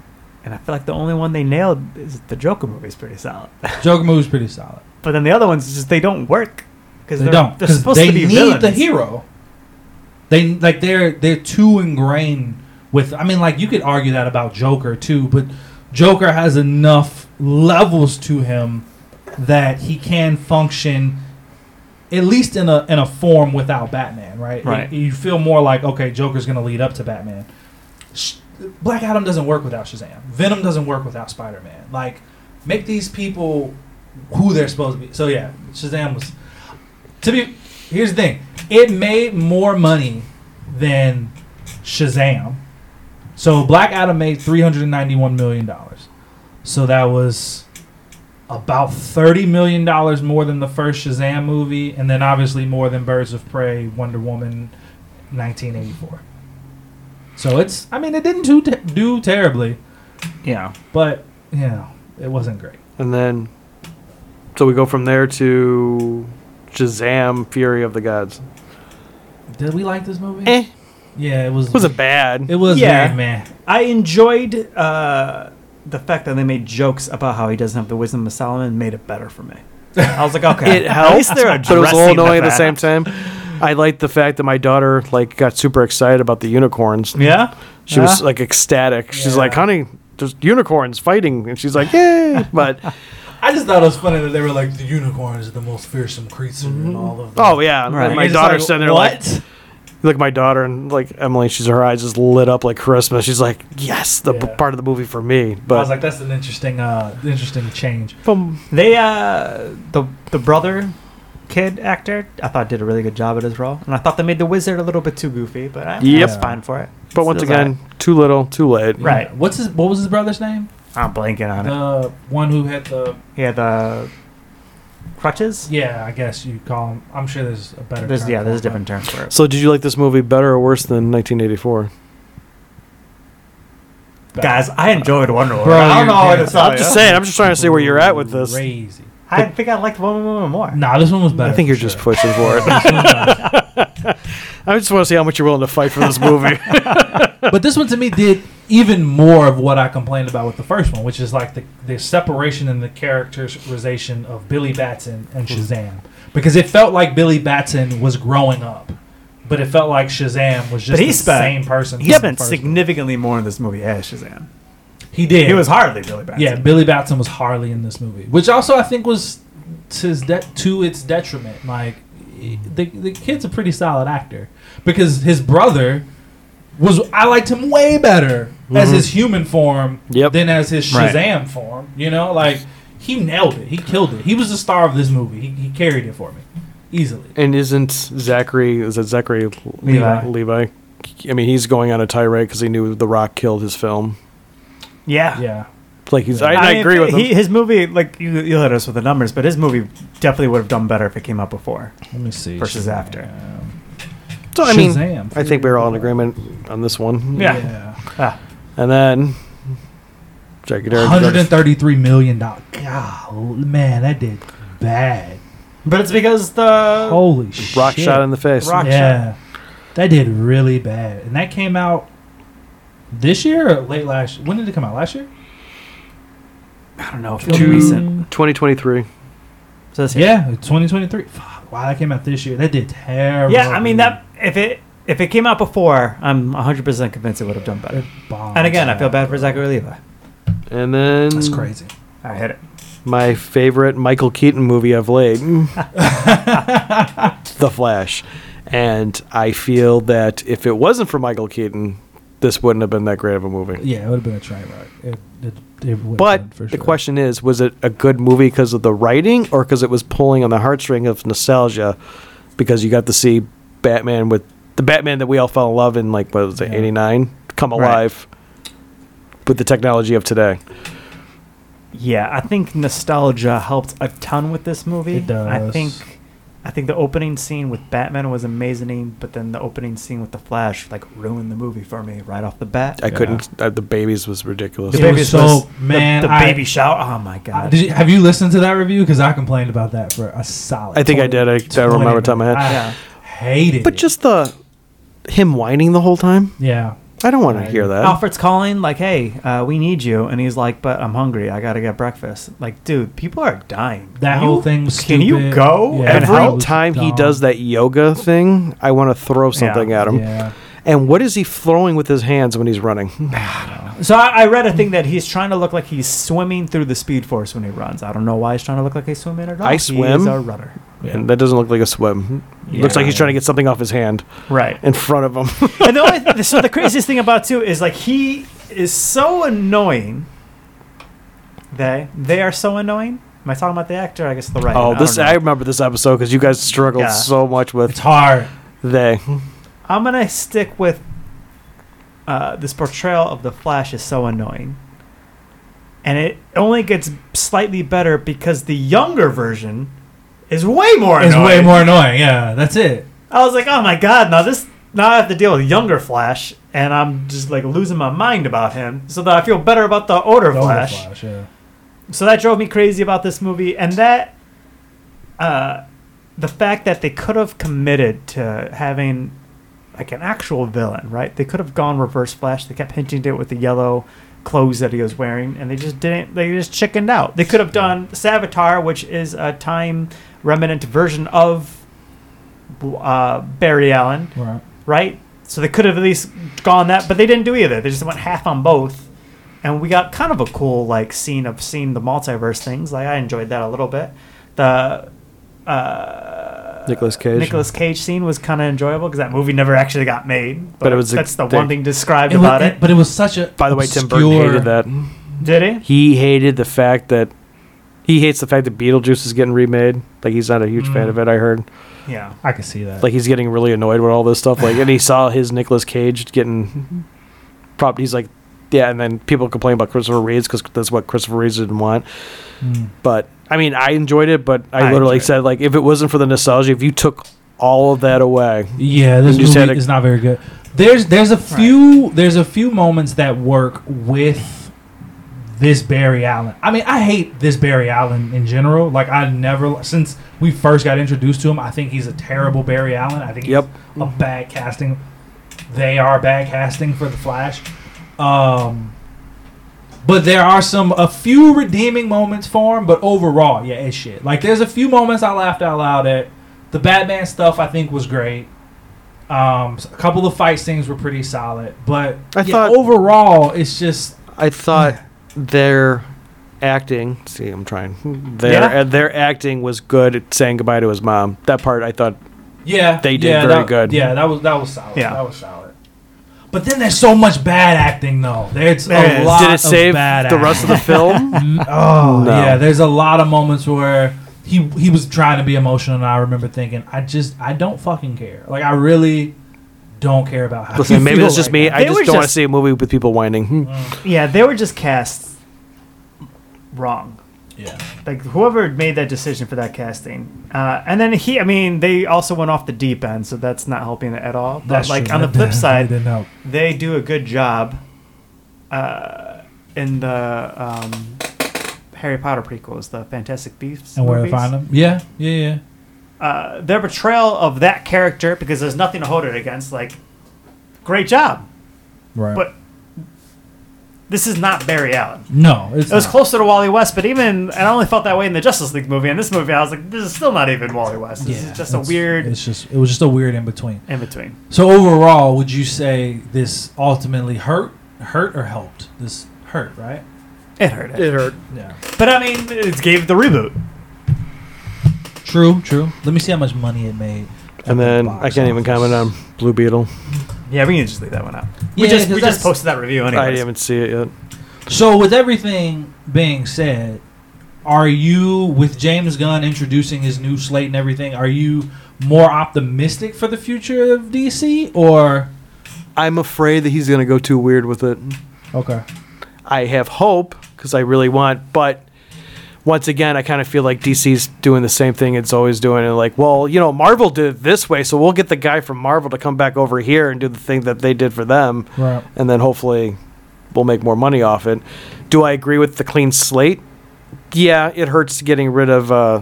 [SPEAKER 1] And I feel like the only one they nailed is the Joker movie is pretty solid.
[SPEAKER 2] Joker movie's pretty solid.
[SPEAKER 1] But then the other ones just they don't work because
[SPEAKER 2] They
[SPEAKER 1] they're,
[SPEAKER 2] don't.
[SPEAKER 1] They're
[SPEAKER 2] 'cause
[SPEAKER 1] supposed
[SPEAKER 2] they
[SPEAKER 1] to be
[SPEAKER 2] need
[SPEAKER 1] villains.
[SPEAKER 2] the hero. They like they're they're too ingrained with. I mean, like you could argue that about Joker too, but Joker has enough levels to him that he can function at least in a in a form without Batman, right?
[SPEAKER 1] Right.
[SPEAKER 2] You, you feel more like okay, Joker's gonna lead up to Batman. Sh- Black Adam doesn't work without Shazam. Venom doesn't work without Spider Man. Like, make these people who they're supposed to be. So yeah, Shazam was. To be here's the thing, it made more money than Shazam. So Black Adam made three hundred and ninety one million dollars. So that was about thirty million dollars more than the first Shazam movie, and then obviously more than Birds of Prey, Wonder Woman, nineteen eighty four. So it's I mean it didn't do te- do terribly,
[SPEAKER 1] Yeah.
[SPEAKER 2] but you know it wasn't great.
[SPEAKER 3] And then, so we go from there to Shazam: Fury of the Gods.
[SPEAKER 2] Did we like this movie?
[SPEAKER 3] Eh,
[SPEAKER 2] Yeah, it was.
[SPEAKER 3] was it bad?
[SPEAKER 2] It was
[SPEAKER 1] Yeah.
[SPEAKER 2] very meh.
[SPEAKER 1] I enjoyed uh, the fact that they made jokes about how he doesn't have the wisdom of Solomon and made it better for me. I was like, okay,
[SPEAKER 3] It
[SPEAKER 1] at
[SPEAKER 3] helped,
[SPEAKER 1] least they're
[SPEAKER 3] but it was a little
[SPEAKER 1] addressing
[SPEAKER 3] annoying at the
[SPEAKER 1] fact.
[SPEAKER 3] same time. I liked the fact that my daughter like got super excited about the unicorns.
[SPEAKER 1] Yeah. Uh-huh. Uh,
[SPEAKER 3] She was like ecstatic. She's like,
[SPEAKER 2] Yeah.
[SPEAKER 3] "Honey, there's unicorns fighting," and she's like, "Yay!" But
[SPEAKER 2] I just thought it was funny that they were like the unicorn is the most fearsome creature in all of.
[SPEAKER 3] oh yeah, and
[SPEAKER 1] Right.
[SPEAKER 3] my
[SPEAKER 1] You're
[SPEAKER 2] just
[SPEAKER 3] daughter's
[SPEAKER 2] like,
[SPEAKER 3] sitting there like,
[SPEAKER 2] "What?"
[SPEAKER 3] look, my daughter and like Emily, she's her eyes just lit up like Christmas. She's like, "Yes, the b-
[SPEAKER 2] Yeah.
[SPEAKER 3] part of the movie for me."
[SPEAKER 2] I
[SPEAKER 3] But
[SPEAKER 2] was like, that's an interesting, uh, interesting change.
[SPEAKER 3] from
[SPEAKER 1] They uh the the brother kid actor I thought did a really good job at his role, and I thought they made the wizard a little bit too goofy, but I, I
[SPEAKER 3] Yep.
[SPEAKER 1] was fine for it.
[SPEAKER 3] But once
[SPEAKER 1] Feels
[SPEAKER 3] again, too little, too late.
[SPEAKER 2] Yeah.
[SPEAKER 1] Right.
[SPEAKER 2] What's his? What was his brother's name?
[SPEAKER 1] I'm blanking on it.
[SPEAKER 2] The one who had the.
[SPEAKER 1] Yeah, the crutches.
[SPEAKER 2] Yeah, I guess you call him. I'm sure there's a better.
[SPEAKER 1] There's
[SPEAKER 2] term
[SPEAKER 1] yeah,
[SPEAKER 2] for
[SPEAKER 1] there's
[SPEAKER 2] it,
[SPEAKER 1] different terms for it.
[SPEAKER 3] So, did you like this movie better or worse than 1984?
[SPEAKER 2] but-
[SPEAKER 1] Guys, I enjoyed Wonder Woman.
[SPEAKER 2] Bro,
[SPEAKER 1] I don't
[SPEAKER 2] you're-
[SPEAKER 1] know what
[SPEAKER 2] Oh, yeah.
[SPEAKER 1] it's
[SPEAKER 3] I'm just saying. I'm just trying to see where you're at with this.
[SPEAKER 2] Crazy.
[SPEAKER 1] I think I liked Wonder Woman more.
[SPEAKER 2] Nah, this one was better.
[SPEAKER 3] I think you're
[SPEAKER 2] for
[SPEAKER 3] just
[SPEAKER 2] sure.
[SPEAKER 3] pushing for it.
[SPEAKER 2] This one was better.
[SPEAKER 3] I just want to see how much you're willing to fight for this movie.
[SPEAKER 2] but this one to me did even more of what I complained about with the first one, which is like the, the separation and the characterization of Billy Batson and
[SPEAKER 3] Hmm.
[SPEAKER 2] Shazam. Because it felt like Billy Batson was growing up, but it felt like Shazam was
[SPEAKER 1] But
[SPEAKER 2] just
[SPEAKER 1] he
[SPEAKER 2] the
[SPEAKER 1] spent-
[SPEAKER 2] same person.
[SPEAKER 1] He
[SPEAKER 2] from the
[SPEAKER 1] spent
[SPEAKER 2] first
[SPEAKER 1] significantly more in this movie as Shazam.
[SPEAKER 2] one. He did.
[SPEAKER 1] He was hardly Billy Batson.
[SPEAKER 2] Yeah, Billy Batson was hardly in this movie, which also I think was to his de- to its detriment. Like the the kid's a pretty solid actor because his brother was I liked him way better as
[SPEAKER 3] Mhm.
[SPEAKER 2] his human form
[SPEAKER 3] Yep.
[SPEAKER 2] than as his
[SPEAKER 1] Right.
[SPEAKER 2] Shazam form. You know, like he nailed it. He killed it. He was the star of this movie. He, he carried it for me easily.
[SPEAKER 3] and isn't Zachary? Is it Zachary
[SPEAKER 2] Levi.
[SPEAKER 3] Levi? I mean, he's going on a tirade because he knew The Rock killed his film.
[SPEAKER 1] yeah.
[SPEAKER 2] Yeah.
[SPEAKER 3] Like he's. I, I,
[SPEAKER 1] mean,
[SPEAKER 3] agree with him.
[SPEAKER 1] He, his movie, like you, you hit us with the numbers, but his movie definitely would have done better if it came out before.
[SPEAKER 2] Let me see.
[SPEAKER 1] Versus after.
[SPEAKER 3] so I mean,
[SPEAKER 2] Shazam.
[SPEAKER 3] I think we're all in agreement on this one.
[SPEAKER 1] Yeah.
[SPEAKER 2] yeah.
[SPEAKER 3] And then. Jackie Darren.
[SPEAKER 2] 133 million dollars. God, man, that did bad.
[SPEAKER 1] But it's because the
[SPEAKER 2] Holy
[SPEAKER 3] Rock
[SPEAKER 2] shit.
[SPEAKER 3] shot in the face.
[SPEAKER 1] Rock
[SPEAKER 2] yeah, that did really bad, and that came out this year or late last. When did it come out? Last year?
[SPEAKER 1] I don't know if it's
[SPEAKER 3] Two-
[SPEAKER 1] recent.
[SPEAKER 3] 2023.
[SPEAKER 1] So this year.
[SPEAKER 2] Yeah, 2023. Fuck, wow, that came out this year. That did terrible.
[SPEAKER 1] yeah. I mean that if it if it came out before, I'm 100 percent convinced it would have done better.
[SPEAKER 2] Oh,
[SPEAKER 1] And again, I feel bad for Zachary Levi.
[SPEAKER 3] And then.
[SPEAKER 2] That's crazy.
[SPEAKER 1] I hit it.
[SPEAKER 3] my favorite Michael Keaton movie of late, The Flash. And I feel that if it wasn't for Michael Keaton, this wouldn't have been that great of a movie.
[SPEAKER 2] Yeah, it would have been a train wreck. It, it, it would've been,
[SPEAKER 3] But
[SPEAKER 2] for
[SPEAKER 3] the
[SPEAKER 2] sure.
[SPEAKER 3] question is, was it a good movie because of the writing or because it was pulling on the heartstring of nostalgia because you got to see Batman with the Batman that we all fell in love in like what was it,
[SPEAKER 2] Yeah.
[SPEAKER 3] 89 come
[SPEAKER 1] Right.
[SPEAKER 3] alive with the technology of today.
[SPEAKER 1] yeah, I think nostalgia helped a ton with this movie.
[SPEAKER 6] It does.
[SPEAKER 1] I think I think the opening scene with Batman was amazing, but then the opening scene with the Flash like ruined the movie for me right off the bat.
[SPEAKER 3] I couldn't. Uh, the babies was ridiculous.
[SPEAKER 1] The
[SPEAKER 2] It was
[SPEAKER 1] babies
[SPEAKER 2] so
[SPEAKER 1] was-
[SPEAKER 2] man.
[SPEAKER 1] the, the
[SPEAKER 2] I-
[SPEAKER 1] baby shout. Oh my
[SPEAKER 2] I-
[SPEAKER 1] god.
[SPEAKER 2] did you, have you listened to that review? Because I complained about that for a solid.
[SPEAKER 3] I think I did. I don't remember off the top of my head.
[SPEAKER 2] I
[SPEAKER 1] Yeah.
[SPEAKER 2] hated
[SPEAKER 3] But
[SPEAKER 2] it.
[SPEAKER 3] just the him whining the whole time.
[SPEAKER 2] yeah.
[SPEAKER 3] I don't want to hear that.
[SPEAKER 1] Alfred's calling like, "Hey, uh, we need you," and he's like, "But I'm hungry. I gotta get breakfast." Like, dude, people are dying.
[SPEAKER 2] That
[SPEAKER 1] Can
[SPEAKER 2] whole
[SPEAKER 1] you-
[SPEAKER 2] thing was
[SPEAKER 1] Can you
[SPEAKER 2] stupid.
[SPEAKER 1] go?
[SPEAKER 2] Yeah.
[SPEAKER 1] and
[SPEAKER 2] Every
[SPEAKER 1] help?
[SPEAKER 3] Every
[SPEAKER 2] was
[SPEAKER 3] time he
[SPEAKER 2] dumb.
[SPEAKER 3] does that yoga thing, I want to throw something at him.
[SPEAKER 2] Yeah.
[SPEAKER 3] And what is he throwing with his hands when he's running?
[SPEAKER 1] So I, I read a thing that he's trying to look like he's swimming through the speed force when he runs. I don't know why he's trying to look like he's swimming at all.
[SPEAKER 3] I
[SPEAKER 1] He's
[SPEAKER 3] swim.
[SPEAKER 1] a runner.
[SPEAKER 3] And that doesn't look like a swim. Looks like he's trying to get something off his hand
[SPEAKER 1] Right.
[SPEAKER 3] in front of him.
[SPEAKER 1] and the only, so the craziest thing about too is like he is so annoying. They they are so annoying. Am I talking about the actor? I guess the writer.
[SPEAKER 3] oh,
[SPEAKER 1] I
[SPEAKER 3] this
[SPEAKER 1] don't
[SPEAKER 3] I
[SPEAKER 1] know.
[SPEAKER 3] remember this episode because you guys struggled
[SPEAKER 1] Yeah.
[SPEAKER 3] so much
[SPEAKER 2] It's
[SPEAKER 3] with
[SPEAKER 2] hard.
[SPEAKER 3] they.
[SPEAKER 1] I'm gonna stick with uh, this portrayal of the Flash is so annoying, and it only gets slightly better because the younger version is way more.
[SPEAKER 2] It's
[SPEAKER 1] annoying.
[SPEAKER 2] way more annoying. Yeah, that's it.
[SPEAKER 1] I was like, oh my god, now this now I have to deal with younger Flash, and I'm just like losing my mind about him. So that I feel better about the older
[SPEAKER 2] Older
[SPEAKER 1] Flash.
[SPEAKER 2] Flash, yeah.
[SPEAKER 1] So that drove me crazy about this movie, and that uh, the fact that they could have committed to having like an actual villain, right? They could have gone Reverse Flash. They kept hinting to it with the yellow clothes that he was wearing, and they just didn't. They just chickened out. They could have done Savitar, which is a time remnant version of uh, Barry Allen,
[SPEAKER 2] Right.
[SPEAKER 1] right? So they could have at least gone that, but they didn't do either. They just went half on both, and we got kind of a cool like scene of seeing the multiverse things. Like I enjoyed that a little bit. The uh,
[SPEAKER 3] Nicolas Cage.
[SPEAKER 1] Nicolas Cage scene was kind of enjoyable because that movie never actually got made. But,
[SPEAKER 3] it was a-
[SPEAKER 1] that's the
[SPEAKER 3] they-
[SPEAKER 1] one thing described
[SPEAKER 2] It was,
[SPEAKER 1] about it,
[SPEAKER 2] But it was such a.
[SPEAKER 3] By the way, Tim Burton
[SPEAKER 2] obscure-
[SPEAKER 3] hated that.
[SPEAKER 1] Did he?
[SPEAKER 3] He hated the fact that he hates the fact that Beetlejuice is getting remade. Like he's not a huge fan
[SPEAKER 2] Mm.
[SPEAKER 3] of it. I heard.
[SPEAKER 1] Yeah.
[SPEAKER 2] I can see that.
[SPEAKER 3] Like he's getting really annoyed with all this stuff. Like, and he saw his Nicolas Cage getting propped. He's like, yeah. And then people complain about Christopher Reeves because that's what Christopher Reeves didn't want.
[SPEAKER 2] Mm.
[SPEAKER 3] But I mean, I enjoyed it. But I,
[SPEAKER 1] I
[SPEAKER 3] literally
[SPEAKER 1] enjoyed it.
[SPEAKER 3] said, like, if it wasn't for the nostalgia, if you took all of that away,
[SPEAKER 2] Yeah, this
[SPEAKER 3] You just had
[SPEAKER 2] movie
[SPEAKER 3] a-
[SPEAKER 2] is not very good. There's there's a few there's a few moments that work with this Barry Allen. I mean, I hate this Barry Allen in general. Like I never since we first got introduced to him, I think he's a terrible Barry Allen. I think
[SPEAKER 3] Yep.
[SPEAKER 2] he's a bad casting. They are bad casting for the Flash. Um but there are some a few redeeming moments for him, but overall, yeah, it's shit. Like there's a few moments I laughed out loud at. The Batman stuff I think was great. Um, a couple of fight scenes were pretty solid, but
[SPEAKER 3] I
[SPEAKER 2] yeah,
[SPEAKER 3] thought-
[SPEAKER 2] overall it's just
[SPEAKER 3] I thought their acting. See, I'm trying. Their
[SPEAKER 1] Yeah.
[SPEAKER 3] uh, their acting was good at saying goodbye to his mom. That part I thought.
[SPEAKER 2] yeah
[SPEAKER 3] They did
[SPEAKER 2] yeah,
[SPEAKER 3] very
[SPEAKER 2] that-
[SPEAKER 3] good.
[SPEAKER 2] Yeah, that was that was solid.
[SPEAKER 1] Yeah.
[SPEAKER 2] that was solid. But then there's so much bad acting though. There's
[SPEAKER 1] There
[SPEAKER 2] a
[SPEAKER 1] is.
[SPEAKER 2] lot
[SPEAKER 3] Did it
[SPEAKER 2] of
[SPEAKER 3] save
[SPEAKER 2] bad
[SPEAKER 3] the rest of the film?
[SPEAKER 2] acting. oh
[SPEAKER 3] No.
[SPEAKER 2] yeah, there's a lot of moments where he he was trying to be emotional, and I remember thinking, I just I don't fucking care. Like I really don't care about how.
[SPEAKER 3] Listen,
[SPEAKER 2] you
[SPEAKER 3] maybe
[SPEAKER 2] feel
[SPEAKER 3] that's just
[SPEAKER 2] right
[SPEAKER 3] me.
[SPEAKER 2] now.
[SPEAKER 3] I
[SPEAKER 1] They
[SPEAKER 3] just
[SPEAKER 1] were
[SPEAKER 3] don't want to
[SPEAKER 1] just-
[SPEAKER 3] see a movie with people whining. Hmm.
[SPEAKER 1] Yeah, they were just cast wrong.
[SPEAKER 2] Yeah.
[SPEAKER 1] like whoever made that decision for that casting. Uh, and then he, I mean, they also went off the deep end, so that's not helping at all. But
[SPEAKER 2] That's
[SPEAKER 1] like
[SPEAKER 2] true.
[SPEAKER 1] on the
[SPEAKER 2] That
[SPEAKER 1] flip side,
[SPEAKER 2] didn't help.
[SPEAKER 1] they do a good job uh, in the um, Harry Potter prequels, the Fantastic Beasts,
[SPEAKER 2] and where to
[SPEAKER 1] movies.
[SPEAKER 2] find them? Yeah, yeah, yeah.
[SPEAKER 1] Uh, their portrayal of that character, because there's nothing to hold it against. Like, great job,
[SPEAKER 2] Right.
[SPEAKER 1] but this is not Barry Allen.
[SPEAKER 2] no, it's
[SPEAKER 1] It was
[SPEAKER 2] not.
[SPEAKER 1] closer to Wally West, but even and I only felt that way in the Justice League movie. In this movie, I was like, this is still not even Wally West. This
[SPEAKER 2] Yeah,
[SPEAKER 1] is just a
[SPEAKER 2] it's-
[SPEAKER 1] weird
[SPEAKER 2] It's just it was just a weird in between.
[SPEAKER 1] in between.
[SPEAKER 2] So overall, would you say this ultimately hurt, hurt or helped? This hurt, right?
[SPEAKER 1] It hurt it,
[SPEAKER 3] It hurt.
[SPEAKER 2] Yeah.
[SPEAKER 1] but I mean, it gave the reboot.
[SPEAKER 2] True, true. Let me see how much money it made. at
[SPEAKER 3] And
[SPEAKER 2] the
[SPEAKER 3] then
[SPEAKER 2] box
[SPEAKER 3] I can't even
[SPEAKER 2] office.
[SPEAKER 3] comment on Blue Beetle.
[SPEAKER 1] Yeah, we can just leave that one out.
[SPEAKER 2] Yeah,
[SPEAKER 1] we just
[SPEAKER 2] 'cause
[SPEAKER 1] we just
[SPEAKER 2] that's-
[SPEAKER 1] posted that review
[SPEAKER 3] I
[SPEAKER 1] anyway.
[SPEAKER 3] haven't seen it yet.
[SPEAKER 2] So with everything being said, are you with James Gunn introducing his new slate and everything? Are you more optimistic for the future of DC or
[SPEAKER 3] I'm afraid that he's gonna go too weird with it.
[SPEAKER 2] okay?
[SPEAKER 3] I have hope because I really want, but once again, I kind of feel like DC's doing the same thing it's always doing. And like, well, you know, Marvel did it this way, so we'll get the guy from Marvel to come back over here and do the thing that they did for them,
[SPEAKER 2] Right.
[SPEAKER 3] and then hopefully we'll make more money off it. Do I agree with the clean slate? Yeah, it hurts getting rid of uh,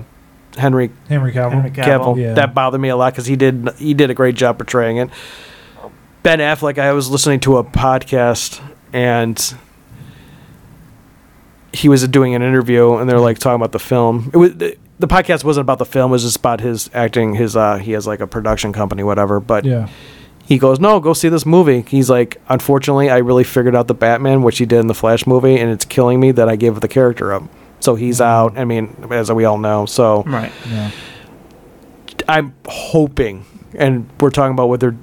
[SPEAKER 3] Henry
[SPEAKER 2] Henry Cavill.
[SPEAKER 1] Henry Cavill.
[SPEAKER 3] Cavill.
[SPEAKER 2] Yeah.
[SPEAKER 3] That bothered me a lot because he did he did a great job portraying it. Ben Affleck, I was listening to a podcast and he was doing an interview and they're like talking about the film. It was the, the podcast wasn't about the film; it was just about his acting. His uh, he has like a production company, whatever. But
[SPEAKER 2] Yeah.
[SPEAKER 3] he goes, "No, go see this movie." He's like, "Unfortunately, I really figured out the Batman, which he did in the Flash movie, and it's killing me that I gave the character up." So he's out.
[SPEAKER 2] Mm-hmm.
[SPEAKER 3] I mean, as we all know, so.
[SPEAKER 1] Right.
[SPEAKER 2] Yeah.
[SPEAKER 3] I'm hoping, and we're talking about what they're.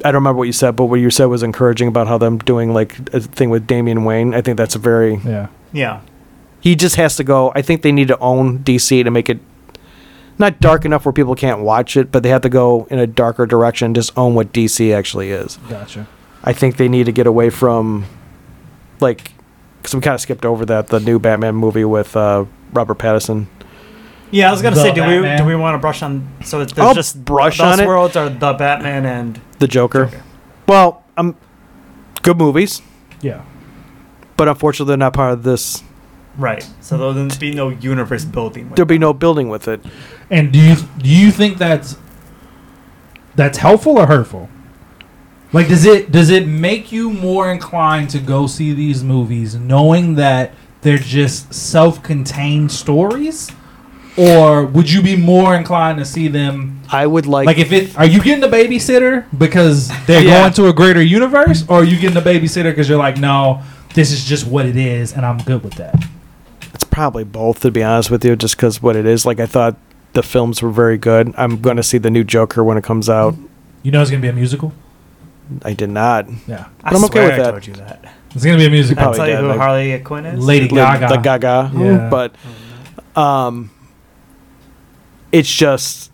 [SPEAKER 3] I don't remember what you said, but what you said was encouraging about how them doing like a thing with Damian Wayne. I think that's a very.
[SPEAKER 2] Yeah.
[SPEAKER 1] Yeah.
[SPEAKER 3] He just has to go. I think they need to own DC to make it not dark enough where people can't watch it, but they have to go in a darker direction. Just own what DC actually is.
[SPEAKER 2] Gotcha.
[SPEAKER 3] I think they need to get away from like because we kind of skipped over that the new Batman movie with uh, Robert Pattinson.
[SPEAKER 1] Yeah, I was gonna
[SPEAKER 2] The
[SPEAKER 1] say, do
[SPEAKER 2] Batman.
[SPEAKER 1] we do we want to brush on? So it's
[SPEAKER 3] I'll
[SPEAKER 1] there's just
[SPEAKER 3] brush
[SPEAKER 1] those
[SPEAKER 3] on it.
[SPEAKER 1] worlds are the Batman and
[SPEAKER 3] The Joker. Well, um, good movies,
[SPEAKER 2] Yeah.
[SPEAKER 3] but unfortunately, they're not part of this.
[SPEAKER 1] right. So there'll then be no universe building. with
[SPEAKER 3] There'll be no building with it.
[SPEAKER 2] And do you do you think that's that's helpful or hurtful? Like does it does it make you more inclined to go see these movies knowing that they're just self-contained stories? Or would you be more inclined to see them
[SPEAKER 3] I would like,
[SPEAKER 2] like if it are you getting a babysitter because they're
[SPEAKER 3] Yeah.
[SPEAKER 2] going to a greater universe or are you getting a babysitter because you're like no this is just what it is and i'm good with that
[SPEAKER 3] it's probably both to be honest with you, just because what it is. Like I thought the films were very good. I'm going to see the new Joker when it comes out.
[SPEAKER 2] you know it's gonna be a musical
[SPEAKER 3] I did not.
[SPEAKER 2] yeah
[SPEAKER 1] I
[SPEAKER 3] But I'm okay
[SPEAKER 1] swear
[SPEAKER 3] with
[SPEAKER 1] I
[SPEAKER 3] that.
[SPEAKER 1] told you that.
[SPEAKER 2] it's gonna be a musical
[SPEAKER 1] I'll
[SPEAKER 3] Probably
[SPEAKER 1] tell you
[SPEAKER 3] did,
[SPEAKER 1] who
[SPEAKER 3] like-
[SPEAKER 1] Harley Quinn is.
[SPEAKER 2] Lady
[SPEAKER 3] Like,
[SPEAKER 2] Gaga.
[SPEAKER 3] The Gaga.
[SPEAKER 2] Yeah.
[SPEAKER 3] But um, it's just.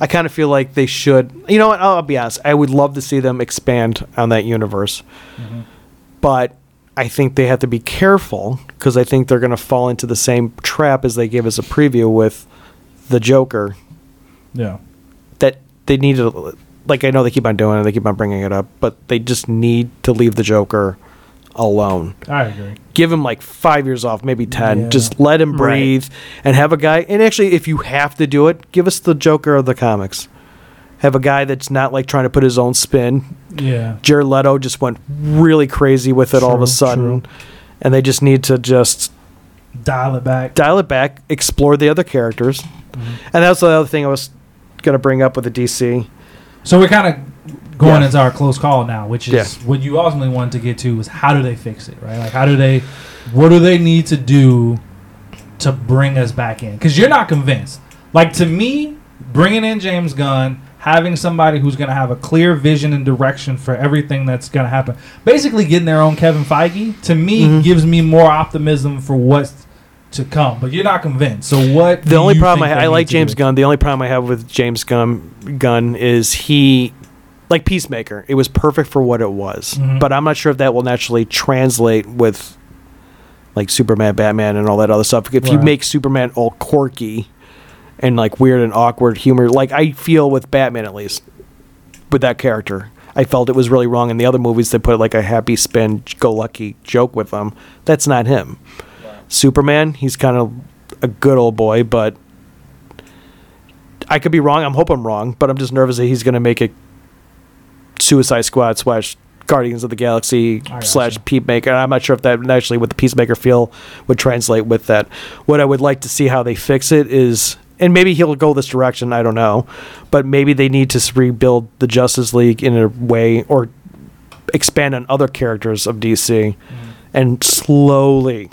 [SPEAKER 3] I kind of feel like they should. You know what? I'll be honest. I would love to see them expand on that universe.
[SPEAKER 2] Mm-hmm.
[SPEAKER 3] But I think they have to be careful because I think they're going to fall into the same trap as they gave us a preview with the Joker
[SPEAKER 2] yeah
[SPEAKER 3] that they need to like I know they keep on doing it, they keep on bringing it up, but they just need to leave the Joker alone.
[SPEAKER 2] i agree
[SPEAKER 3] Give him like five years off, maybe ten.
[SPEAKER 2] Yeah.
[SPEAKER 3] Just let him breathe and have a guy. And actually, if you have to do it, give us the Joker of the comics. Have a guy that's not like trying to put his own spin.
[SPEAKER 2] yeah
[SPEAKER 3] Jared Leto just went really crazy with it all of
[SPEAKER 2] True,
[SPEAKER 3] a sudden,
[SPEAKER 2] true.
[SPEAKER 3] and they just need to just
[SPEAKER 2] dial it back
[SPEAKER 3] dial it back, explore the other characters,
[SPEAKER 2] Mm-hmm.
[SPEAKER 3] and that's the other thing I was gonna bring up with the DC.
[SPEAKER 2] so we're kind of going
[SPEAKER 3] Yeah.
[SPEAKER 2] into our close call now which is
[SPEAKER 3] Yeah.
[SPEAKER 2] what you ultimately wanted to get to is how do they fix it right like how do they what do they need to do to bring us back in because you're not convinced like to me bringing in james gunn having somebody who's going to have a clear vision and direction for everything that's going to happen basically getting their own kevin feige to me
[SPEAKER 3] Mhm.
[SPEAKER 2] gives me more optimism for what's to come but you're not convinced so what
[SPEAKER 3] The
[SPEAKER 2] do
[SPEAKER 3] only
[SPEAKER 2] you
[SPEAKER 3] problem I,
[SPEAKER 2] think
[SPEAKER 3] ha-
[SPEAKER 2] they
[SPEAKER 3] I
[SPEAKER 2] need
[SPEAKER 3] like
[SPEAKER 2] to do?
[SPEAKER 3] James Gunn. The only problem I have with James Gunn Gunn is he, like Peacemaker, it was perfect for what it was.
[SPEAKER 2] Mhm.
[SPEAKER 3] But I'm not sure if that will naturally translate with, like Superman, Batman, and all that other stuff. If you
[SPEAKER 2] Right.
[SPEAKER 3] make Superman all quirky, and like weird and awkward humor, like I feel with Batman at least, with that character. I felt it was really wrong in the other movies. They put like a happy spin, go lucky joke with him. That's not him. Superman, he's kind of a good old boy, but I could be wrong. I'm hope I'm wrong, but I'm just nervous that he's going to make it Suicide Squad slash Guardians of the Galaxy
[SPEAKER 2] I gotcha.
[SPEAKER 3] slash Peacemaker. I'm not sure if that actually with the Peacemaker feel would translate with that. What I would like to see how they fix it is, and maybe he'll go this direction. I don't know, but maybe they need to s- rebuild the Justice League in a way or expand on other characters of DC
[SPEAKER 2] Mm.
[SPEAKER 3] and slowly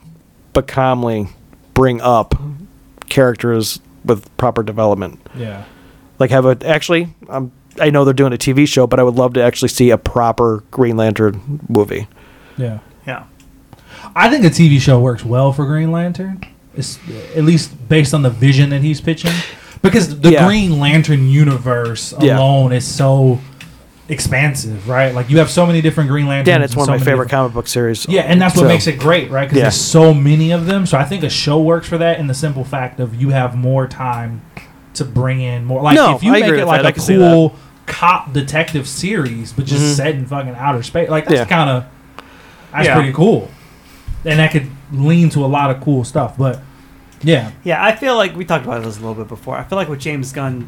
[SPEAKER 3] but calmly bring up characters with proper development.
[SPEAKER 2] yeah
[SPEAKER 3] Like have a actually, um, I know they're doing a TV show, but I would love to actually see a proper Green Lantern movie.
[SPEAKER 2] yeah
[SPEAKER 1] Yeah.
[SPEAKER 2] I think a TV show works well for Green Lantern, it's, at least based on the vision that he's pitching. Because the
[SPEAKER 3] Yeah.
[SPEAKER 2] Green Lantern universe
[SPEAKER 3] Yeah.
[SPEAKER 2] alone is so expansive, right? Like you have so many different Green Lanterns.
[SPEAKER 3] Yeah, and it's
[SPEAKER 2] and
[SPEAKER 3] one
[SPEAKER 2] so
[SPEAKER 3] of my
[SPEAKER 2] many
[SPEAKER 3] favorite
[SPEAKER 2] different-
[SPEAKER 3] comic book series.
[SPEAKER 2] Yeah, and that's what
[SPEAKER 3] So-
[SPEAKER 2] makes it great, right? Because
[SPEAKER 3] Yeah.
[SPEAKER 2] there's so many of them. So I think a show works for that, and the simple fact of you have more time to bring in more. Like
[SPEAKER 3] No,
[SPEAKER 2] if you
[SPEAKER 3] I
[SPEAKER 2] make
[SPEAKER 3] agree
[SPEAKER 2] it
[SPEAKER 3] with
[SPEAKER 2] like
[SPEAKER 3] that. I
[SPEAKER 2] a
[SPEAKER 3] can see
[SPEAKER 2] cool cop detective series, but just
[SPEAKER 3] Mhm.
[SPEAKER 2] set in fucking outer space, like that's
[SPEAKER 3] Yeah.
[SPEAKER 2] kind of that's
[SPEAKER 1] Yeah.
[SPEAKER 2] pretty cool, and that could lean to a lot of cool stuff. But yeah,
[SPEAKER 1] Yeah, I feel like we talked about this a little bit before. I feel like with James Gunn.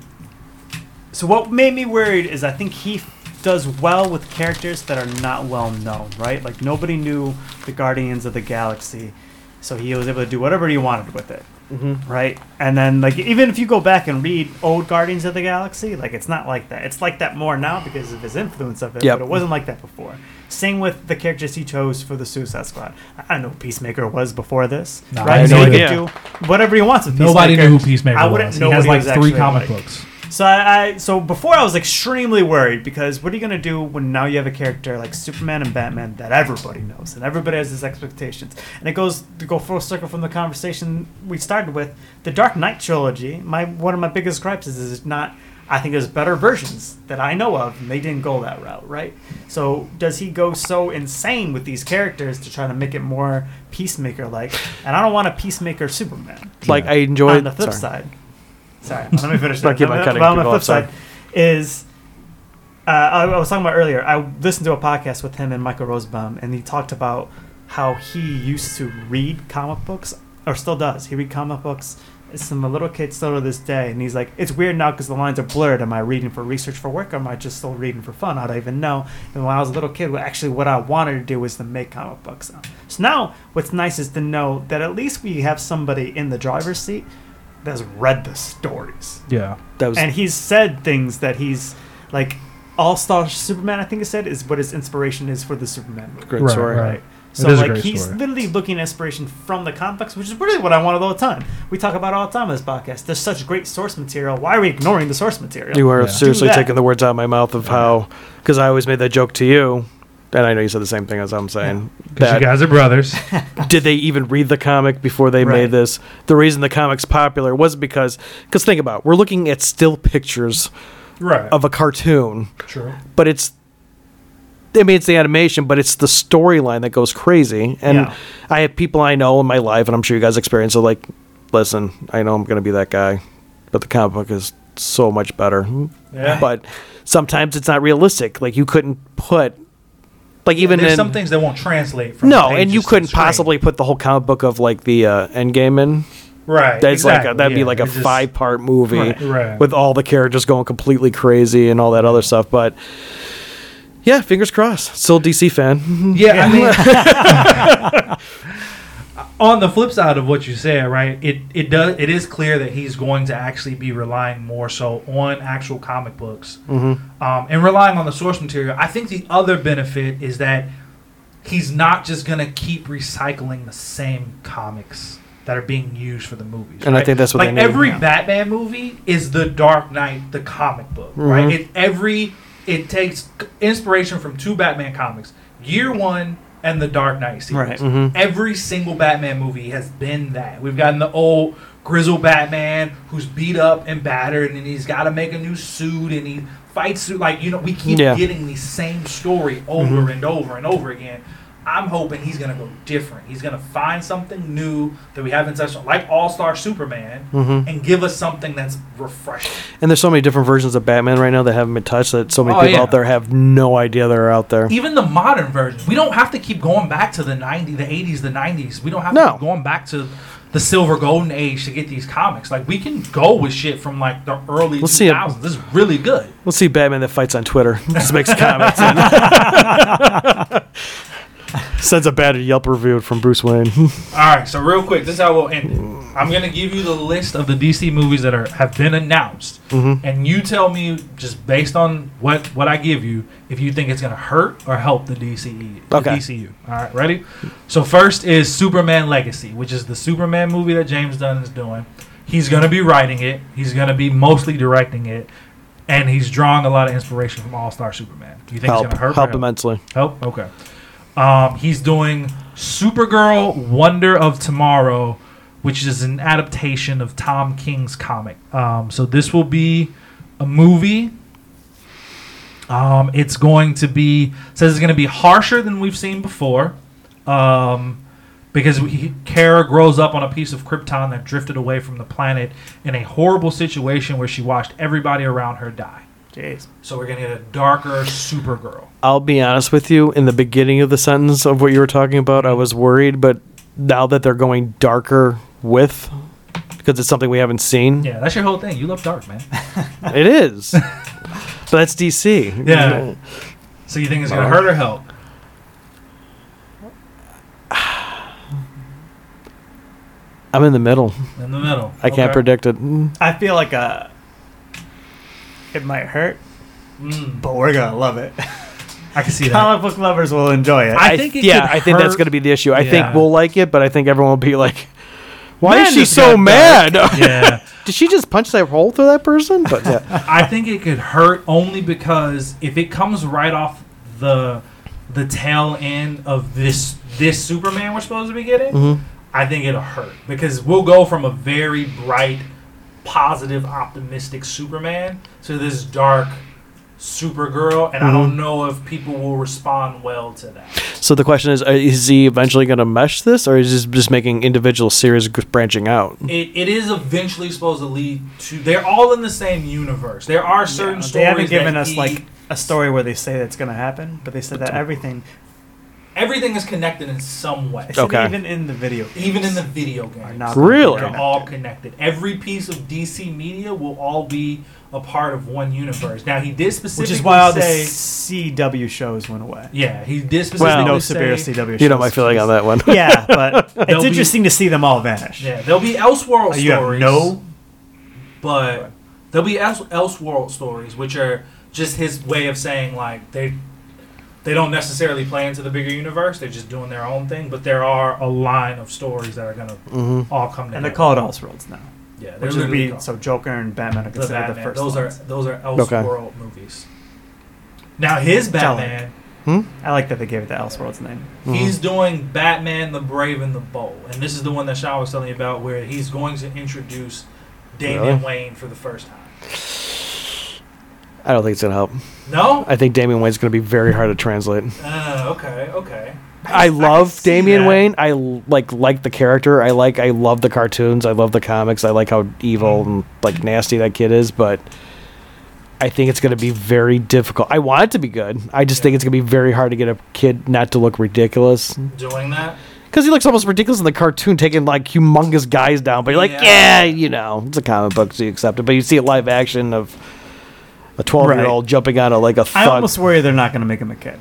[SPEAKER 1] So what made me worried is I think he does well with characters that are not well known, right? Like nobody knew the Guardians of the Galaxy, so he was able to do whatever he wanted with it,
[SPEAKER 3] hmm
[SPEAKER 1] right? And then like even if you go back and read old Guardians of the Galaxy, like it's not like that. It's like that more now because of his influence of it,
[SPEAKER 3] Yep.
[SPEAKER 1] but it wasn't like that before. Same with the characters he chose for the Suicide Squad. I don't know who Peacemaker was before this,
[SPEAKER 2] Nah, I
[SPEAKER 1] right?
[SPEAKER 2] had
[SPEAKER 1] So
[SPEAKER 2] no
[SPEAKER 1] he could
[SPEAKER 3] idea.
[SPEAKER 1] do whatever he wants with
[SPEAKER 2] nobody
[SPEAKER 1] Peacemaker.
[SPEAKER 2] knew who Peacemaker
[SPEAKER 1] I wouldn't
[SPEAKER 2] was.
[SPEAKER 1] know
[SPEAKER 2] he has
[SPEAKER 1] what
[SPEAKER 2] like
[SPEAKER 1] he was
[SPEAKER 2] three
[SPEAKER 1] actually
[SPEAKER 2] comic
[SPEAKER 1] like.
[SPEAKER 2] books.
[SPEAKER 1] So I, I so before I was extremely worried because what are you gonna do when now you have a character like Superman and Batman that everybody knows and everybody has these expectations and it goes to go full circle from the conversation we started with the Dark Knight trilogy. My one of my biggest gripes is, is it's not. I think there's better versions that I know of and they didn't go that route, right? So does he go so insane with these characters to try to make it more peacemaker like? And I don't want a peacemaker Superman
[SPEAKER 3] Like I enjoyed.
[SPEAKER 1] on the flip
[SPEAKER 3] sorry.
[SPEAKER 1] side, sorry, let me finish. that.
[SPEAKER 3] Like, yeah, by
[SPEAKER 1] But
[SPEAKER 3] cutting
[SPEAKER 1] on the
[SPEAKER 3] people
[SPEAKER 1] flip
[SPEAKER 3] off, sorry.
[SPEAKER 1] side, is uh, I, I was talking about earlier. I listened to a podcast with him and Michael Rosebaum, and he talked about how he used to read comic books, or still does. He read comic books. It's from a little kid still to this day, and he's like, "It's weird now because the lines are blurred. Am I reading for research for work, or am I just still reading for fun? I don't even know." And when I was a little kid, well, actually, what I wanted to do was to make comic books. So now, what's nice is to know that at least we have somebody in the driver's seat that's read the stories.
[SPEAKER 2] Yeah,
[SPEAKER 3] That was
[SPEAKER 1] And he's said things that he's like All Star Superman, I think it said, is what his inspiration is for the Superman movie.
[SPEAKER 3] great
[SPEAKER 2] Right,
[SPEAKER 3] story.
[SPEAKER 2] right.
[SPEAKER 1] So
[SPEAKER 6] It is a
[SPEAKER 1] like
[SPEAKER 6] great
[SPEAKER 1] he's
[SPEAKER 6] story.
[SPEAKER 1] literally looking at inspiration from the comic books, which is really what I wanted all the time. We talk about it all the time on this podcast. There's such great source material. Why are we ignoring the source material?
[SPEAKER 3] You are
[SPEAKER 6] Yeah.
[SPEAKER 3] seriously
[SPEAKER 1] Do that.
[SPEAKER 3] taking the words out of my mouth of how, because I always made that joke to you, and I know you said the same thing as I'm saying.
[SPEAKER 6] Because you
[SPEAKER 3] That
[SPEAKER 6] guys are brothers.
[SPEAKER 3] did they even read the comic before they
[SPEAKER 1] Right.
[SPEAKER 3] made this? The reason the comic's popular was because, because think about, it, we're looking at still pictures
[SPEAKER 2] right.
[SPEAKER 3] of a cartoon,
[SPEAKER 2] True.
[SPEAKER 3] but it's, I mean, it's the animation, but it's the storyline that goes crazy. And
[SPEAKER 1] Yeah.
[SPEAKER 3] I have people I know in my life, and I'm sure you guys experience it. Like, listen, I know I'm going to be that guy, but the comic book is so much better
[SPEAKER 2] Yeah.
[SPEAKER 3] but sometimes it's not realistic. Like you couldn't put, like even
[SPEAKER 2] there's
[SPEAKER 3] in
[SPEAKER 2] some things that won't translate. From
[SPEAKER 3] no,
[SPEAKER 2] pages
[SPEAKER 3] and you
[SPEAKER 2] to
[SPEAKER 3] couldn't
[SPEAKER 2] screen.
[SPEAKER 3] possibly put the whole comic book of like the uh, Endgame in.
[SPEAKER 2] right.
[SPEAKER 3] That's like a,
[SPEAKER 2] exactly,
[SPEAKER 3] that'd be
[SPEAKER 2] yeah.
[SPEAKER 3] like a
[SPEAKER 2] It's just-
[SPEAKER 3] five part movie
[SPEAKER 2] Right, right.
[SPEAKER 3] with all the characters going completely crazy and all that other stuff. But yeah, fingers crossed. Still DC fan.
[SPEAKER 6] yeah, I mean,
[SPEAKER 2] on the flip side of what you said, right? It it does it is clear that he's going to actually be relying more so on actual comic books
[SPEAKER 3] Mm-hmm.
[SPEAKER 2] um, and relying on the source material. I think the other benefit is that he's not just going to keep recycling the same comics that are being used for the movies.
[SPEAKER 3] And I
[SPEAKER 2] right?
[SPEAKER 3] think that's what
[SPEAKER 2] like
[SPEAKER 3] they need,
[SPEAKER 2] every
[SPEAKER 1] yeah.
[SPEAKER 2] Batman movie is the Dark Knight, the comic book,
[SPEAKER 3] Mm-hmm.
[SPEAKER 2] right? It every it takes inspiration from two Batman comics, Year One and the Dark Knight series.
[SPEAKER 1] Right.
[SPEAKER 2] Every single Batman movie has been that. We've gotten the old grizzle Batman who's beat up and battered, and he's got to make a new suit, and he fights through. Like you know, we keep
[SPEAKER 3] Yeah.
[SPEAKER 2] getting the same story over and over and over again. I'm hoping he's gonna go different. He's gonna find something new that we haven't touched on, like All Star Superman, and give us something that's refreshing.
[SPEAKER 3] And there's so many different versions of Batman right now that haven't been touched that so many
[SPEAKER 2] Oh,
[SPEAKER 3] people
[SPEAKER 2] yeah.
[SPEAKER 3] out there have no idea they're out there.
[SPEAKER 2] even the modern version. We don't have to keep going back to the 90s, the 80s, the 90s. We don't have
[SPEAKER 3] No.
[SPEAKER 2] to keep going back to the silver golden age to get these comics. Like we can go with shit from like the early
[SPEAKER 3] Let's see a-
[SPEAKER 2] 2000s. This is really good.
[SPEAKER 3] We'll see Batman that fights on Twitter. Just makes comments. and Sends a bad Yelp review from Bruce Wayne.
[SPEAKER 2] All right, so real quick, this is how we'll end. it. I'm gonna give you the list of the DC movies that are have been announced,
[SPEAKER 3] Mm-hmm.
[SPEAKER 2] and you tell me just based on what what I give you if you think it's gonna hurt or help the DCE, the
[SPEAKER 3] Okay.
[SPEAKER 2] DCU. All right, ready? So first is Superman Legacy, which is the Superman movie that James Dunn is doing. He's gonna be writing it. He's gonna be mostly directing it, and he's drawing a lot of inspiration from All Star Superman. Do you think
[SPEAKER 3] help,
[SPEAKER 2] it's gonna hurt? or
[SPEAKER 3] help, immensely.
[SPEAKER 2] Help. Oh, Okay. Um, he's doing Supergirl Wonder of Tomorrow, which is an adaptation of Tom King's comic. Um, so this will be a movie Um, it's going to be says it's going to be harsher than we've seen before, um, because we, Kara grows up on a piece of Krypton that drifted away from the planet in a horrible situation where she watched everybody around her die.
[SPEAKER 1] Jeez.
[SPEAKER 2] So we're going to get a darker Supergirl.
[SPEAKER 3] I'll be honest with you. In the beginning of the sentence of what you were talking about, I was worried, but now that they're going darker with, because it's something we haven't seen,
[SPEAKER 2] Yeah, that's your whole thing. You love dark, man.
[SPEAKER 3] it is. but that's DC.
[SPEAKER 2] Yeah. So you think it's going to hurt or help?
[SPEAKER 3] I'm in the middle.
[SPEAKER 2] In the middle.
[SPEAKER 3] I can't
[SPEAKER 2] Okay.
[SPEAKER 3] predict it. Mm.
[SPEAKER 1] I feel like uh, it might hurt,
[SPEAKER 2] Mm,
[SPEAKER 1] but we're gonna love it.
[SPEAKER 2] I can see that.
[SPEAKER 1] Comic book lovers will enjoy it.
[SPEAKER 2] I
[SPEAKER 3] I
[SPEAKER 2] think it
[SPEAKER 3] yeah,
[SPEAKER 2] could
[SPEAKER 3] I think that's
[SPEAKER 2] hurt-
[SPEAKER 3] going to be the issue. I
[SPEAKER 2] Yeah.
[SPEAKER 3] think we'll like it, but I think everyone will be like, "Why
[SPEAKER 2] Man,
[SPEAKER 3] is she
[SPEAKER 2] this
[SPEAKER 3] so
[SPEAKER 2] got
[SPEAKER 3] mad?
[SPEAKER 2] Yeah.
[SPEAKER 3] Did she just punch that hole through that person?" But yeah,
[SPEAKER 2] I think it could hurt only because if it comes right off the the tail end of this this Superman we're supposed to be getting,
[SPEAKER 3] Mm-hmm.
[SPEAKER 2] I think it'll hurt because we'll go from a very bright, positive, optimistic Superman to this dark Supergirl, and I
[SPEAKER 3] Mm-hmm.
[SPEAKER 2] don't know if people will respond well to that.
[SPEAKER 3] so the question is: uh, Is he eventually going to mesh this, or is he just making individual series g- branching out?
[SPEAKER 2] It, it is eventually supposed to lead to. They're all in the same universe. There are certain
[SPEAKER 1] Yeah,
[SPEAKER 2] stories
[SPEAKER 1] they haven't given
[SPEAKER 2] that
[SPEAKER 1] us
[SPEAKER 2] he-
[SPEAKER 1] like a story where they say that's gonna happen, but they said that everything.
[SPEAKER 2] everything is connected in some way.
[SPEAKER 1] They said
[SPEAKER 3] Okay.
[SPEAKER 1] Even in the video. games
[SPEAKER 2] even in the video
[SPEAKER 1] are
[SPEAKER 2] game.
[SPEAKER 1] not
[SPEAKER 3] Really?
[SPEAKER 2] They're all connected. Every piece of DC media will all be a part of one universe. Now he did specifically
[SPEAKER 1] Which is why all the
[SPEAKER 2] say,
[SPEAKER 1] CW shows went away.
[SPEAKER 2] yeah, he did
[SPEAKER 3] Well-
[SPEAKER 2] specifically
[SPEAKER 1] no severe
[SPEAKER 2] say,
[SPEAKER 1] CW shows.
[SPEAKER 3] You know my feeling on that one.
[SPEAKER 1] Yeah, but it's
[SPEAKER 2] They'll be-
[SPEAKER 1] interesting to see them all vanish.
[SPEAKER 2] yeah, there'll be Elseworld
[SPEAKER 1] Uh, You have
[SPEAKER 2] stories.
[SPEAKER 1] no-
[SPEAKER 2] but there'll be Else- Elseworld stories, which are just his way of saying like they they don't necessarily play into the bigger universe. They're just doing their own thing. But there are a line of stories that are gonna all come together.
[SPEAKER 1] And they're called Elseworlds now.
[SPEAKER 2] yeah, they're
[SPEAKER 1] Which would
[SPEAKER 2] literally
[SPEAKER 1] be
[SPEAKER 2] called-
[SPEAKER 1] so Joker and Batman are
[SPEAKER 2] the
[SPEAKER 1] considered the
[SPEAKER 2] Batman.
[SPEAKER 1] first.
[SPEAKER 2] those
[SPEAKER 1] ones.
[SPEAKER 2] are those are
[SPEAKER 3] Okay.
[SPEAKER 2] Elseworld movies. Now his Batman,
[SPEAKER 1] I like that they gave it the Elseworlds name.
[SPEAKER 2] he's doing Batman the Brave and the Bold, and this is the one that Sean was telling you about, where he's going to introduce Damian
[SPEAKER 3] Really?
[SPEAKER 2] Wayne for the first time.
[SPEAKER 3] I don't think it's going to help.
[SPEAKER 2] No,
[SPEAKER 3] I think Damian Wayne's going to be very hard to translate.
[SPEAKER 2] uh, okay, okay.
[SPEAKER 3] I
[SPEAKER 2] can
[SPEAKER 3] love
[SPEAKER 2] see
[SPEAKER 3] Damian
[SPEAKER 2] that.
[SPEAKER 3] Wayne. I l- like like the character. I like I love the cartoons. I love the comics. I like how evil
[SPEAKER 2] Mm-hmm.
[SPEAKER 3] and like nasty that kid is, but I think it's going to be very difficult. I want it to be good. I just think it's going to be very hard to get a kid not to look ridiculous
[SPEAKER 2] Doing that,
[SPEAKER 3] cuz he looks almost ridiculous in the cartoon taking like humongous guys down, but you're like, yeah,
[SPEAKER 2] Yeah.
[SPEAKER 3] you know, it's a comic book so you accept it. But you see a live action of a 12-year-old jumping out of like a
[SPEAKER 1] I
[SPEAKER 3] thug.
[SPEAKER 1] almost worry they're not going to make him a kid.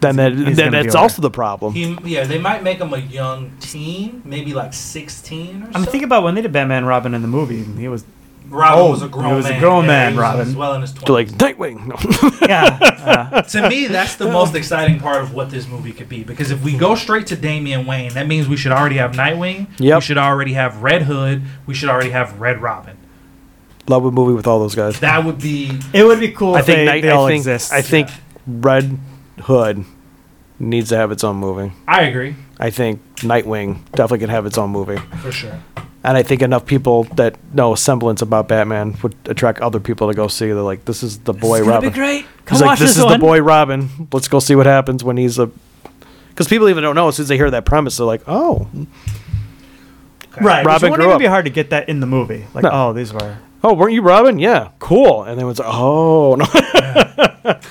[SPEAKER 3] Then that,
[SPEAKER 1] he's
[SPEAKER 3] then
[SPEAKER 1] gonna be
[SPEAKER 3] that's
[SPEAKER 1] all right.
[SPEAKER 3] also the problem.
[SPEAKER 2] he yeah, they might make him a young teen, maybe like sixteen or
[SPEAKER 1] I mean,
[SPEAKER 2] so.
[SPEAKER 1] think about when they did Batman and Robin in the movie. and He was,
[SPEAKER 2] Robin
[SPEAKER 1] Oh,
[SPEAKER 2] was a grown
[SPEAKER 1] he was a
[SPEAKER 2] man.
[SPEAKER 1] grown
[SPEAKER 2] Yeah,
[SPEAKER 1] man,
[SPEAKER 2] he was
[SPEAKER 1] Robin.
[SPEAKER 2] well in his
[SPEAKER 3] They're like
[SPEAKER 2] 20s.
[SPEAKER 3] Nightwing. No.
[SPEAKER 1] yeah, uh,
[SPEAKER 2] to me, that's the most exciting part of what this movie could be. Because if we go straight to Damian Wayne, that means we should already have Nightwing.
[SPEAKER 3] Yep.
[SPEAKER 2] We should already have Red Hood. We should already have Red Robin.
[SPEAKER 3] love a movie with all those guys.
[SPEAKER 2] That would be
[SPEAKER 1] it would be cool.
[SPEAKER 3] I
[SPEAKER 1] if
[SPEAKER 3] think
[SPEAKER 1] they,
[SPEAKER 3] Night,
[SPEAKER 1] they
[SPEAKER 3] I
[SPEAKER 1] all
[SPEAKER 3] think
[SPEAKER 1] exist.
[SPEAKER 3] I think Red Hood needs to have its own movie.
[SPEAKER 2] I agree
[SPEAKER 3] I think Nightwing definitely could have its own movie,
[SPEAKER 2] for sure.
[SPEAKER 3] and I think enough people that know a semblance about Batman would attract other people to go see. They're like, "This is the boy Robin."
[SPEAKER 1] great.
[SPEAKER 3] He's like, "This is the boy Robin." Let's go see what happens when he's a. Because people even don't know as soon as they hear that premise, they're like, "Oh,
[SPEAKER 1] Right,
[SPEAKER 3] Robin
[SPEAKER 1] Robin which it
[SPEAKER 3] grew
[SPEAKER 1] would
[SPEAKER 3] up.
[SPEAKER 1] be hard to get that in the movie. Like,
[SPEAKER 3] No.
[SPEAKER 1] oh, these were.
[SPEAKER 3] oh, weren't you Robin? Yeah, cool." And then it's like, "Oh, no."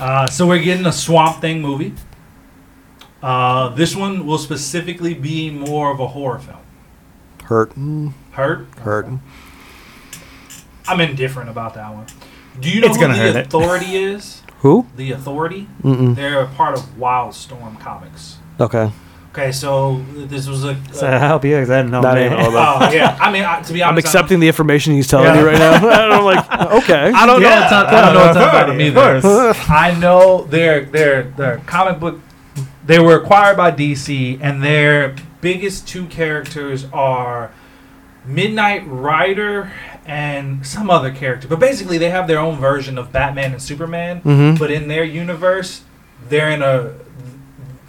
[SPEAKER 2] Uh, so we're getting a Swamp Thing movie. Uh, this one will specifically be more of a horror film.
[SPEAKER 3] hurt,
[SPEAKER 2] Hurt.
[SPEAKER 3] hurt.
[SPEAKER 2] I'm indifferent about that one. Do you know
[SPEAKER 1] It's
[SPEAKER 2] who
[SPEAKER 1] gonna hurt
[SPEAKER 2] the
[SPEAKER 1] it.
[SPEAKER 2] Authority is?
[SPEAKER 3] Who?
[SPEAKER 2] The Authority.
[SPEAKER 3] Mm-mm.
[SPEAKER 2] They're a part of Wildstorm Comics.
[SPEAKER 3] Okay,
[SPEAKER 2] Okay, so this was a.
[SPEAKER 1] So I help you because I didn't know.
[SPEAKER 3] Not
[SPEAKER 1] man.
[SPEAKER 3] even all of that.
[SPEAKER 2] oh yeah, I mean, I, to be honest,
[SPEAKER 3] I'm accepting the information he's telling
[SPEAKER 2] Yeah.
[SPEAKER 3] me right now. and I'm like, okay.
[SPEAKER 2] I don't
[SPEAKER 1] Yeah,
[SPEAKER 2] know. It's not, I
[SPEAKER 1] uh,
[SPEAKER 2] don't know. It's not about
[SPEAKER 1] authority, of
[SPEAKER 2] him either.
[SPEAKER 1] course.
[SPEAKER 2] I know their their their comic book. They were acquired by DC, and their biggest two characters are Midnight Rider and some other character. But basically, they have their own version of Batman and Superman.
[SPEAKER 3] Mm-hmm.
[SPEAKER 2] But in their universe, they're in a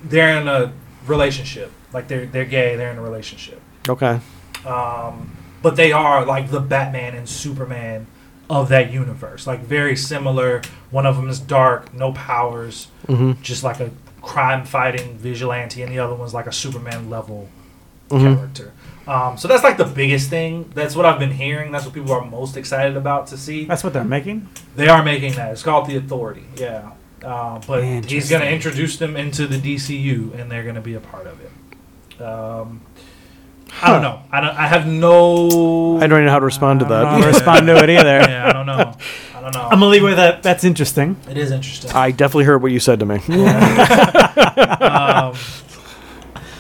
[SPEAKER 2] they're in a relationship. Like they're they're gay. They're in a relationship.
[SPEAKER 3] Okay.
[SPEAKER 2] Um, but they are like the Batman and Superman of that universe. Like very similar. One of them is dark, no powers,
[SPEAKER 3] Mm-hmm.
[SPEAKER 2] just like a crime fighting vigilante, and the other one's like a Superman level character. Um, so that's like the biggest thing. That's what I've been hearing. That's what people are most excited about to see.
[SPEAKER 1] That's what they're making.
[SPEAKER 2] They are making that. It's called The Authority. Yeah. Uh, but he's
[SPEAKER 1] Interesting.
[SPEAKER 2] going to introduce them into the DCU, and they're going to be a part of it. Um, I don't know. I, don't, I have no.
[SPEAKER 3] I don't know how to respond to
[SPEAKER 2] I
[SPEAKER 3] that.
[SPEAKER 2] don't
[SPEAKER 1] I don't respond to it either.
[SPEAKER 2] Yeah, I don't know. I don't know.
[SPEAKER 1] I'm gonna leave with that. That's interesting.
[SPEAKER 2] it is interesting.
[SPEAKER 3] I definitely heard what you said to me.
[SPEAKER 2] um,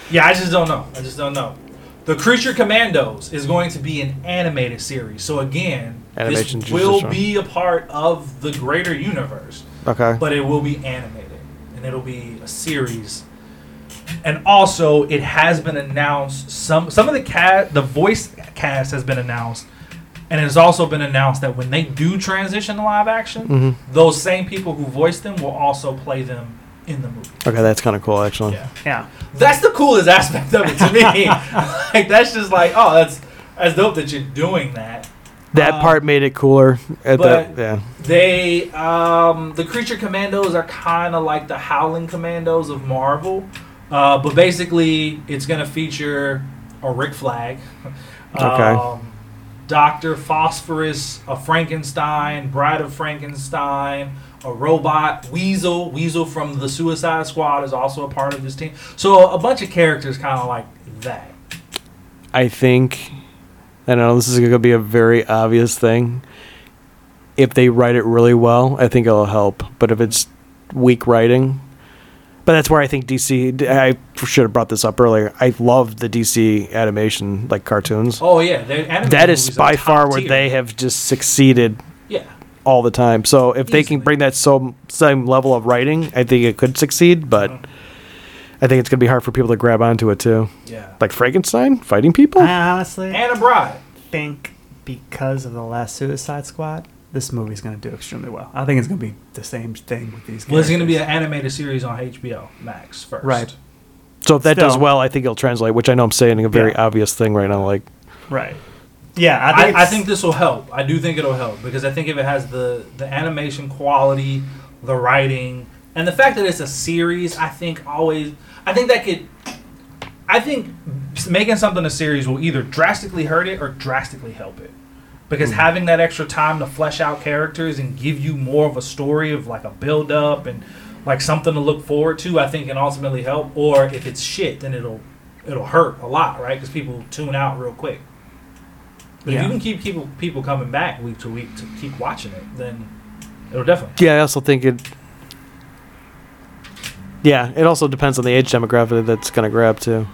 [SPEAKER 2] yeah, I just don't know. I just don't know. The Creature Commandos is going to be an animated series. So again,
[SPEAKER 3] Animation
[SPEAKER 2] this
[SPEAKER 3] juices
[SPEAKER 2] will
[SPEAKER 3] strong.
[SPEAKER 2] be a part of the greater universe.
[SPEAKER 3] Okay.
[SPEAKER 2] but it will be animated and it'll be a series. And also, it has been announced some some of the cast, the voice cast has been announced, and it has also been announced that when they do transition to live action,
[SPEAKER 3] Mm. Mm-hmm.
[SPEAKER 2] those same people who voice them will also play them in the movie.
[SPEAKER 3] Okay, that's kind of cool, actually.
[SPEAKER 2] Yeah,
[SPEAKER 1] Yeah.
[SPEAKER 2] that's the coolest aspect of it to me. like that's just like, oh, that's that's dope that you're doing that.
[SPEAKER 3] That
[SPEAKER 2] Um,
[SPEAKER 3] part made it cooler. At
[SPEAKER 2] but-
[SPEAKER 3] that, yeah.
[SPEAKER 2] They, um, the creature commandos are kind of like the howling commandos of Marvel, uh, but basically it's gonna feature a Rick Flag,
[SPEAKER 3] Okay.
[SPEAKER 2] um, Doctor Phosphorus, a Frankenstein, Bride of Frankenstein, a robot, Weasel, Weasel from the Suicide Squad is also a part of this team. So a bunch of characters kind of like that.
[SPEAKER 3] I think, I know this is going to be a very obvious thing. If they write it really well, I think it'll help. But if it's weak writing, but that's where I think DC. I should have brought this up earlier. I love the DC animation, like cartoons.
[SPEAKER 2] Oh yeah, they're animated
[SPEAKER 3] that is
[SPEAKER 2] movies are
[SPEAKER 3] by
[SPEAKER 2] top
[SPEAKER 3] far where
[SPEAKER 2] tier.
[SPEAKER 3] they have just succeeded
[SPEAKER 2] yeah.
[SPEAKER 3] all the time. So if they can
[SPEAKER 2] Easily.
[SPEAKER 3] bring that so, same level of writing, I think it could succeed. But
[SPEAKER 2] Uh-huh.
[SPEAKER 3] I think it's going to be hard for people to grab onto it too.
[SPEAKER 2] Yeah.
[SPEAKER 3] Like Frankenstein fighting people.
[SPEAKER 1] I honestly
[SPEAKER 2] And a bride.
[SPEAKER 1] think because of the last Suicide Squad, this movie's gonna do extremely well. I think it's gonna be the same thing with these.
[SPEAKER 2] Well, it's going to be an
[SPEAKER 1] characters.
[SPEAKER 2] animated series on HBO Max first.
[SPEAKER 1] Right.
[SPEAKER 3] So if that does
[SPEAKER 1] Still.
[SPEAKER 3] well, I think it'll translate, which I know I'm saying a very
[SPEAKER 1] Yeah.
[SPEAKER 3] obvious thing right now. Like,
[SPEAKER 1] right. Yeah, I
[SPEAKER 2] I,
[SPEAKER 1] think
[SPEAKER 2] I
[SPEAKER 1] it's-
[SPEAKER 2] think this will help. I do think it'll help because I think if it has the the animation quality, the writing, and the fact that it's a series, I think always, I think that could, I think making something a series will either drastically hurt it or drastically help it. Because
[SPEAKER 3] Hmm.
[SPEAKER 2] having that extra time to flesh out characters and give you more of a story of like a build up and like something to look forward to, I think can ultimately help. Or if it's shit, then it'll it'll hurt a lot, right? Because people tune out real quick. But if
[SPEAKER 1] Yeah.
[SPEAKER 2] you can keep people people coming back week to week to keep watching it, then it'll definitely.
[SPEAKER 3] yeah, I also think it. Yeah, it also depends on the age demographic that's going to grab too.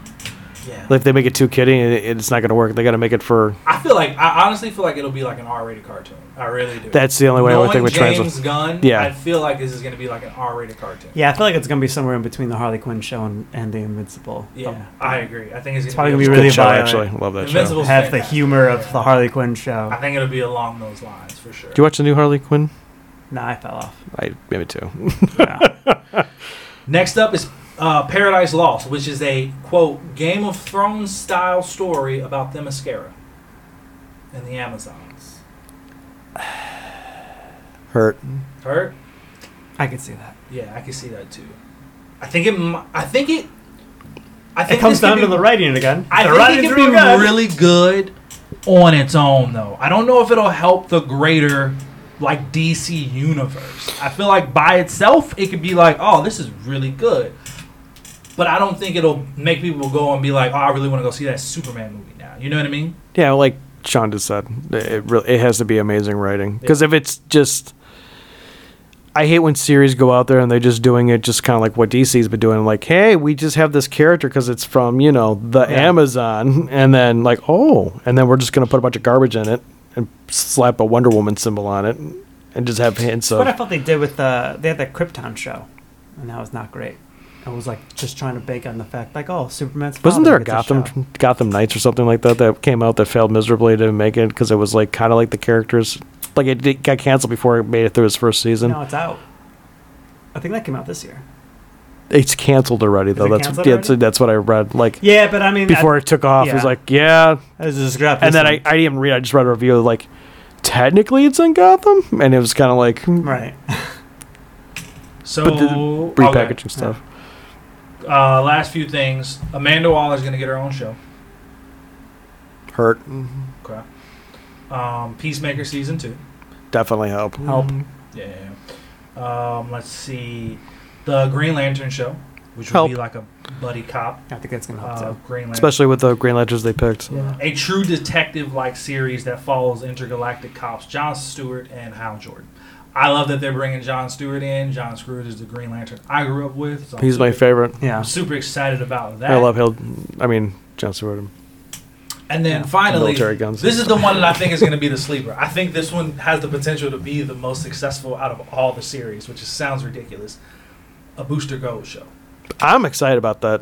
[SPEAKER 2] Yeah.
[SPEAKER 3] Like, if they make it too kiddie, it, it's not going to work. They got to make it for.
[SPEAKER 2] I feel like I honestly feel like it'll be like an R-rated cartoon. I really do.
[SPEAKER 3] That's the only way I would
[SPEAKER 2] Knowing
[SPEAKER 3] think would
[SPEAKER 2] James
[SPEAKER 3] translate.
[SPEAKER 2] Gunn.
[SPEAKER 3] Yeah.
[SPEAKER 2] I feel like this is gonna be like an R-rated cartoon.
[SPEAKER 1] Yeah, I feel like it's gonna be somewhere in between the Harley Quinn show and, and the Invincible.
[SPEAKER 2] Yeah,
[SPEAKER 1] Um,
[SPEAKER 2] I agree. I think it's,
[SPEAKER 1] probably gonna
[SPEAKER 2] be a-
[SPEAKER 1] be
[SPEAKER 3] Good
[SPEAKER 1] really
[SPEAKER 3] show,
[SPEAKER 1] violent.
[SPEAKER 3] actually. Love that show.
[SPEAKER 2] Invincible.
[SPEAKER 1] have the humor of the Harley Quinn show.
[SPEAKER 2] I think it'll be along those lines for sure.
[SPEAKER 3] Do you watch the new Harley Quinn?
[SPEAKER 1] Nah, I fell off.
[SPEAKER 3] I maybe too.
[SPEAKER 1] Yeah.
[SPEAKER 2] Next up is uh, Paradise Lost, which is a quote Game of Thrones style story about the mascara and the Amazons.
[SPEAKER 3] Hurt.
[SPEAKER 2] Hurt?
[SPEAKER 1] I could see that.
[SPEAKER 2] Yeah, I can see that too. I think it. mi- I think it. I
[SPEAKER 1] It
[SPEAKER 2] think
[SPEAKER 1] comes
[SPEAKER 2] this could
[SPEAKER 1] down
[SPEAKER 2] be-
[SPEAKER 1] to the writing again.
[SPEAKER 2] I
[SPEAKER 1] the
[SPEAKER 2] think
[SPEAKER 1] writing's
[SPEAKER 2] it can be
[SPEAKER 1] real good.
[SPEAKER 2] really good
[SPEAKER 6] on its own though.
[SPEAKER 2] though. I don't know if it'll help the greater like DC universe. I feel like by itself it could be like, oh, this is really good. But I don't think it'll make people go and be like, oh, I really want to go see that Superman movie now. You know what I mean?
[SPEAKER 3] Yeah, like Sean just said, it it really it has to be amazing writing. Because if it's just, I hate when series go out there and they're just doing it just kind of like what DC's been doing. Like, hey, we just have this character because it's from you know the Amazon, and then like oh, and then we're just gonna put a bunch of garbage in it and slap a Wonder Woman symbol on it, and just have hints
[SPEAKER 1] That's what I
[SPEAKER 3] of.
[SPEAKER 1] thought they did with the they had that Krypton show, and that was not great. It was like just trying to bake on the fact like oh Superman's
[SPEAKER 3] Wasn't there
[SPEAKER 1] father
[SPEAKER 3] a
[SPEAKER 1] gets
[SPEAKER 3] Gotham
[SPEAKER 1] show.
[SPEAKER 3] Gotham Knights or something like that that came out that failed miserably to make it because it was like kind of like the characters, like it, it got canceled before it made it through its first season.
[SPEAKER 1] No, it's out. I think that came out this year.
[SPEAKER 3] It's canceled already, though.
[SPEAKER 1] it
[SPEAKER 3] That's
[SPEAKER 1] canceled
[SPEAKER 3] yeah,
[SPEAKER 1] already?
[SPEAKER 3] so that's what I read. Like
[SPEAKER 1] Yeah, but I mean
[SPEAKER 3] before it took off, it was
[SPEAKER 1] yeah.
[SPEAKER 3] like yeah,
[SPEAKER 1] I, I just grabbed
[SPEAKER 3] and
[SPEAKER 1] this
[SPEAKER 3] then I,
[SPEAKER 1] one.
[SPEAKER 3] I didn't read. I just read a review like technically it's in Gotham, and it was kind of like hmm,
[SPEAKER 1] Right.
[SPEAKER 2] So
[SPEAKER 3] But the repackaging
[SPEAKER 2] okay.
[SPEAKER 3] stuff.
[SPEAKER 2] Uh, last few things. Amanda Waller's gonna get her own show.
[SPEAKER 3] Hurt
[SPEAKER 1] Mm-hmm.
[SPEAKER 2] Okay. Um, Peacemaker season two.
[SPEAKER 3] definitely help.
[SPEAKER 1] Help.
[SPEAKER 2] Yeah. yeah, yeah. Um, let's see. The Green Lantern show, which would
[SPEAKER 3] Help.
[SPEAKER 2] be like a buddy cop.
[SPEAKER 1] I think that's gonna help
[SPEAKER 2] Uh,
[SPEAKER 1] too.
[SPEAKER 2] Green Lantern.
[SPEAKER 3] Especially with the Green Lanterns they picked.
[SPEAKER 1] Yeah.
[SPEAKER 2] a true detective like series that follows intergalactic cops John Stewart and Hal Jordan. I love that they're bringing John Stewart in. John Stewart is the Green Lantern I grew up with. so I'm
[SPEAKER 3] He's my
[SPEAKER 2] super-
[SPEAKER 3] favorite.
[SPEAKER 1] Yeah.
[SPEAKER 2] I'm super excited about that.
[SPEAKER 3] I love Hill. I mean, John Stewart.
[SPEAKER 2] And then finally,
[SPEAKER 3] Military guns.
[SPEAKER 2] this is the one that I think is going to be the sleeper. I think this one has the potential to be the most successful out of all the series, which is, sounds ridiculous. A Booster Gold show.
[SPEAKER 3] I'm excited about that.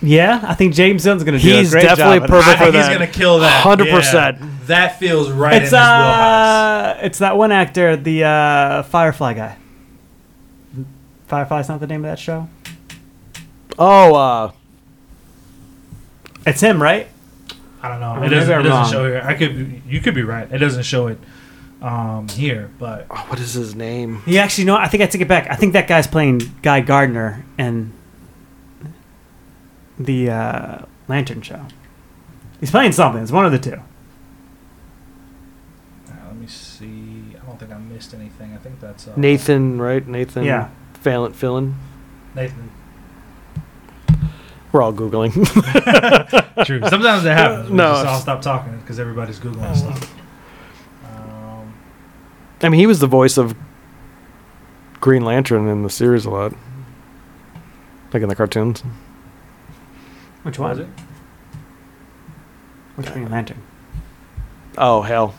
[SPEAKER 1] Yeah, I think James Gunn's gonna do
[SPEAKER 3] He's
[SPEAKER 1] a great
[SPEAKER 3] definitely
[SPEAKER 1] job. at it.
[SPEAKER 3] perfect
[SPEAKER 2] I think
[SPEAKER 3] for
[SPEAKER 2] he's
[SPEAKER 3] that.
[SPEAKER 2] going to kill that.
[SPEAKER 3] 100%.
[SPEAKER 2] Yeah. That feels right in
[SPEAKER 1] It's
[SPEAKER 2] his wheelhouse.
[SPEAKER 1] uh, it's that one actor, the uh, Firefly guy. Firefly's not the name of that show.
[SPEAKER 3] Oh, uh,
[SPEAKER 1] It's him, right?
[SPEAKER 2] I don't know.
[SPEAKER 1] Or
[SPEAKER 2] It doesn't,
[SPEAKER 1] maybe
[SPEAKER 2] it
[SPEAKER 1] I'm
[SPEAKER 2] doesn't
[SPEAKER 1] wrong.
[SPEAKER 2] show here. I could be, you could be right. It doesn't show it um, here, but
[SPEAKER 3] oh, what is his name?
[SPEAKER 1] You actually know. what? I think I take it back. I think that guy's playing Guy Gardner in the uh, Lantern Show. He's playing something. It's one of the two.
[SPEAKER 2] uh, let me see. I don't think I missed anything. I think that's uh,
[SPEAKER 3] Nathan, right? Nathan.
[SPEAKER 1] Yeah.
[SPEAKER 3] Fallon, Fillon.
[SPEAKER 2] Nathan.
[SPEAKER 3] We're all googling.
[SPEAKER 2] True. Sometimes it happens. We
[SPEAKER 3] No,
[SPEAKER 2] just
[SPEAKER 3] it's-
[SPEAKER 2] all stop talking because everybody's
[SPEAKER 1] Oh.
[SPEAKER 2] googling stuff. Um,
[SPEAKER 3] I mean, he was the voice of Green Lantern in the series a lot, like in the cartoons.
[SPEAKER 1] Which
[SPEAKER 2] what Um, is
[SPEAKER 1] one?
[SPEAKER 2] it?
[SPEAKER 1] Which Green Lantern?
[SPEAKER 3] Oh hell,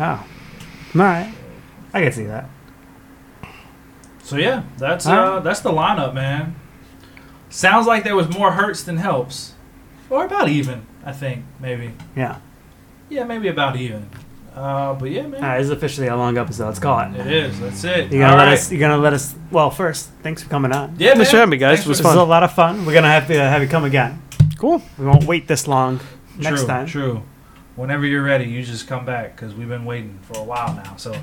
[SPEAKER 1] Oh, all right. I can see that.
[SPEAKER 2] So yeah, that's uh,
[SPEAKER 1] Alright.
[SPEAKER 2] that's the lineup, man. Sounds like there was more hurts than helps, or about even. I think maybe.
[SPEAKER 1] Yeah.
[SPEAKER 2] Yeah, maybe about even. Uh, but yeah, man,
[SPEAKER 1] All right. This is officially a long episode. Let's call it.
[SPEAKER 2] it is. That's it.
[SPEAKER 1] You're gonna let
[SPEAKER 2] Alright.
[SPEAKER 1] us. You're gonna let us. Well, first, thanks for coming on.
[SPEAKER 2] Yeah,
[SPEAKER 3] Thanks for having me, guys. It was
[SPEAKER 2] for-
[SPEAKER 1] This was
[SPEAKER 3] fun.
[SPEAKER 1] a lot of fun. We're gonna have to uh, have you come again.
[SPEAKER 3] cool.
[SPEAKER 1] We won't wait this long
[SPEAKER 2] True,
[SPEAKER 1] next time.
[SPEAKER 2] True. Whenever you're ready, you just come back because we've been waiting for a while now. So
[SPEAKER 1] I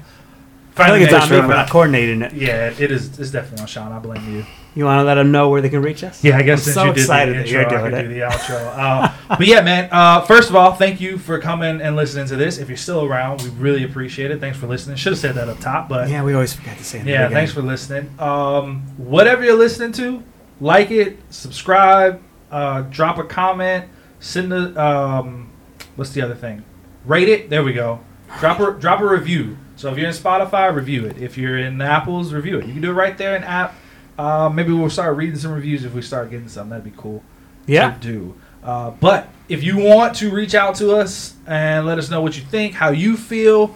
[SPEAKER 1] feel like it's on me
[SPEAKER 3] Thanks
[SPEAKER 1] for
[SPEAKER 3] for
[SPEAKER 1] not coordinating it.
[SPEAKER 2] Yeah, it is. It's definitely on Sean. I blame you.
[SPEAKER 1] You want to let them know where they can reach us?
[SPEAKER 2] Yeah, I guess
[SPEAKER 1] I'm
[SPEAKER 2] since
[SPEAKER 1] so
[SPEAKER 2] you did
[SPEAKER 1] excited
[SPEAKER 2] the
[SPEAKER 1] that
[SPEAKER 2] intro,
[SPEAKER 1] you're
[SPEAKER 2] I
[SPEAKER 1] doing
[SPEAKER 2] could
[SPEAKER 1] it.
[SPEAKER 2] do the outro. Uh, but yeah, man. Uh, first of all, thank you for coming and listening to this. If you're still around, we really appreciate it. Thanks for listening. Should have said that up top, but yeah,
[SPEAKER 1] Yeah, we always forget to say. in the beginning.
[SPEAKER 2] thanks for listening. Um, whatever you're listening to, like it, subscribe, uh, drop a comment, send a um, what's the other thing? Rate it. There we go. Drop a drop a review. So if you're in Spotify, review it. If you're in Apple's, review it. You can do it right there in app. Uh, maybe we'll start reading some reviews if we start getting some. That'd be cool
[SPEAKER 1] Yeah,
[SPEAKER 2] to do. Uh, but if you want to reach out to us and let us know what you think, how you feel,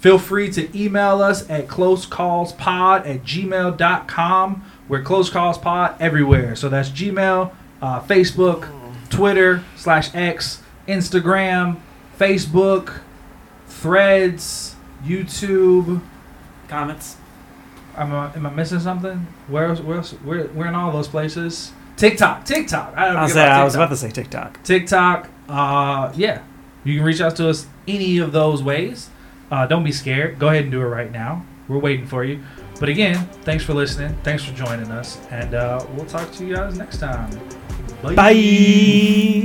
[SPEAKER 2] feel free to email us at closecallspod at gmail.com. We're Close Calls Pod everywhere. So that's Gmail, uh, Facebook, Twitter, slash X, Instagram, Facebook, Threads, YouTube.
[SPEAKER 1] comments.
[SPEAKER 2] Am I, am I missing something? Where else? Where else? We're, we're in all those places. TikTok, TikTok. I,
[SPEAKER 1] I was,
[SPEAKER 2] forget
[SPEAKER 1] I was
[SPEAKER 2] TikTok.
[SPEAKER 1] about to say TikTok.
[SPEAKER 2] TikTok. Uh, yeah, you can reach out to us any of those ways. Uh, don't be scared. Go ahead and do it right now. We're waiting for you. But again, thanks for listening. Thanks for joining us, and uh, we'll talk to you guys next time.
[SPEAKER 1] Bye.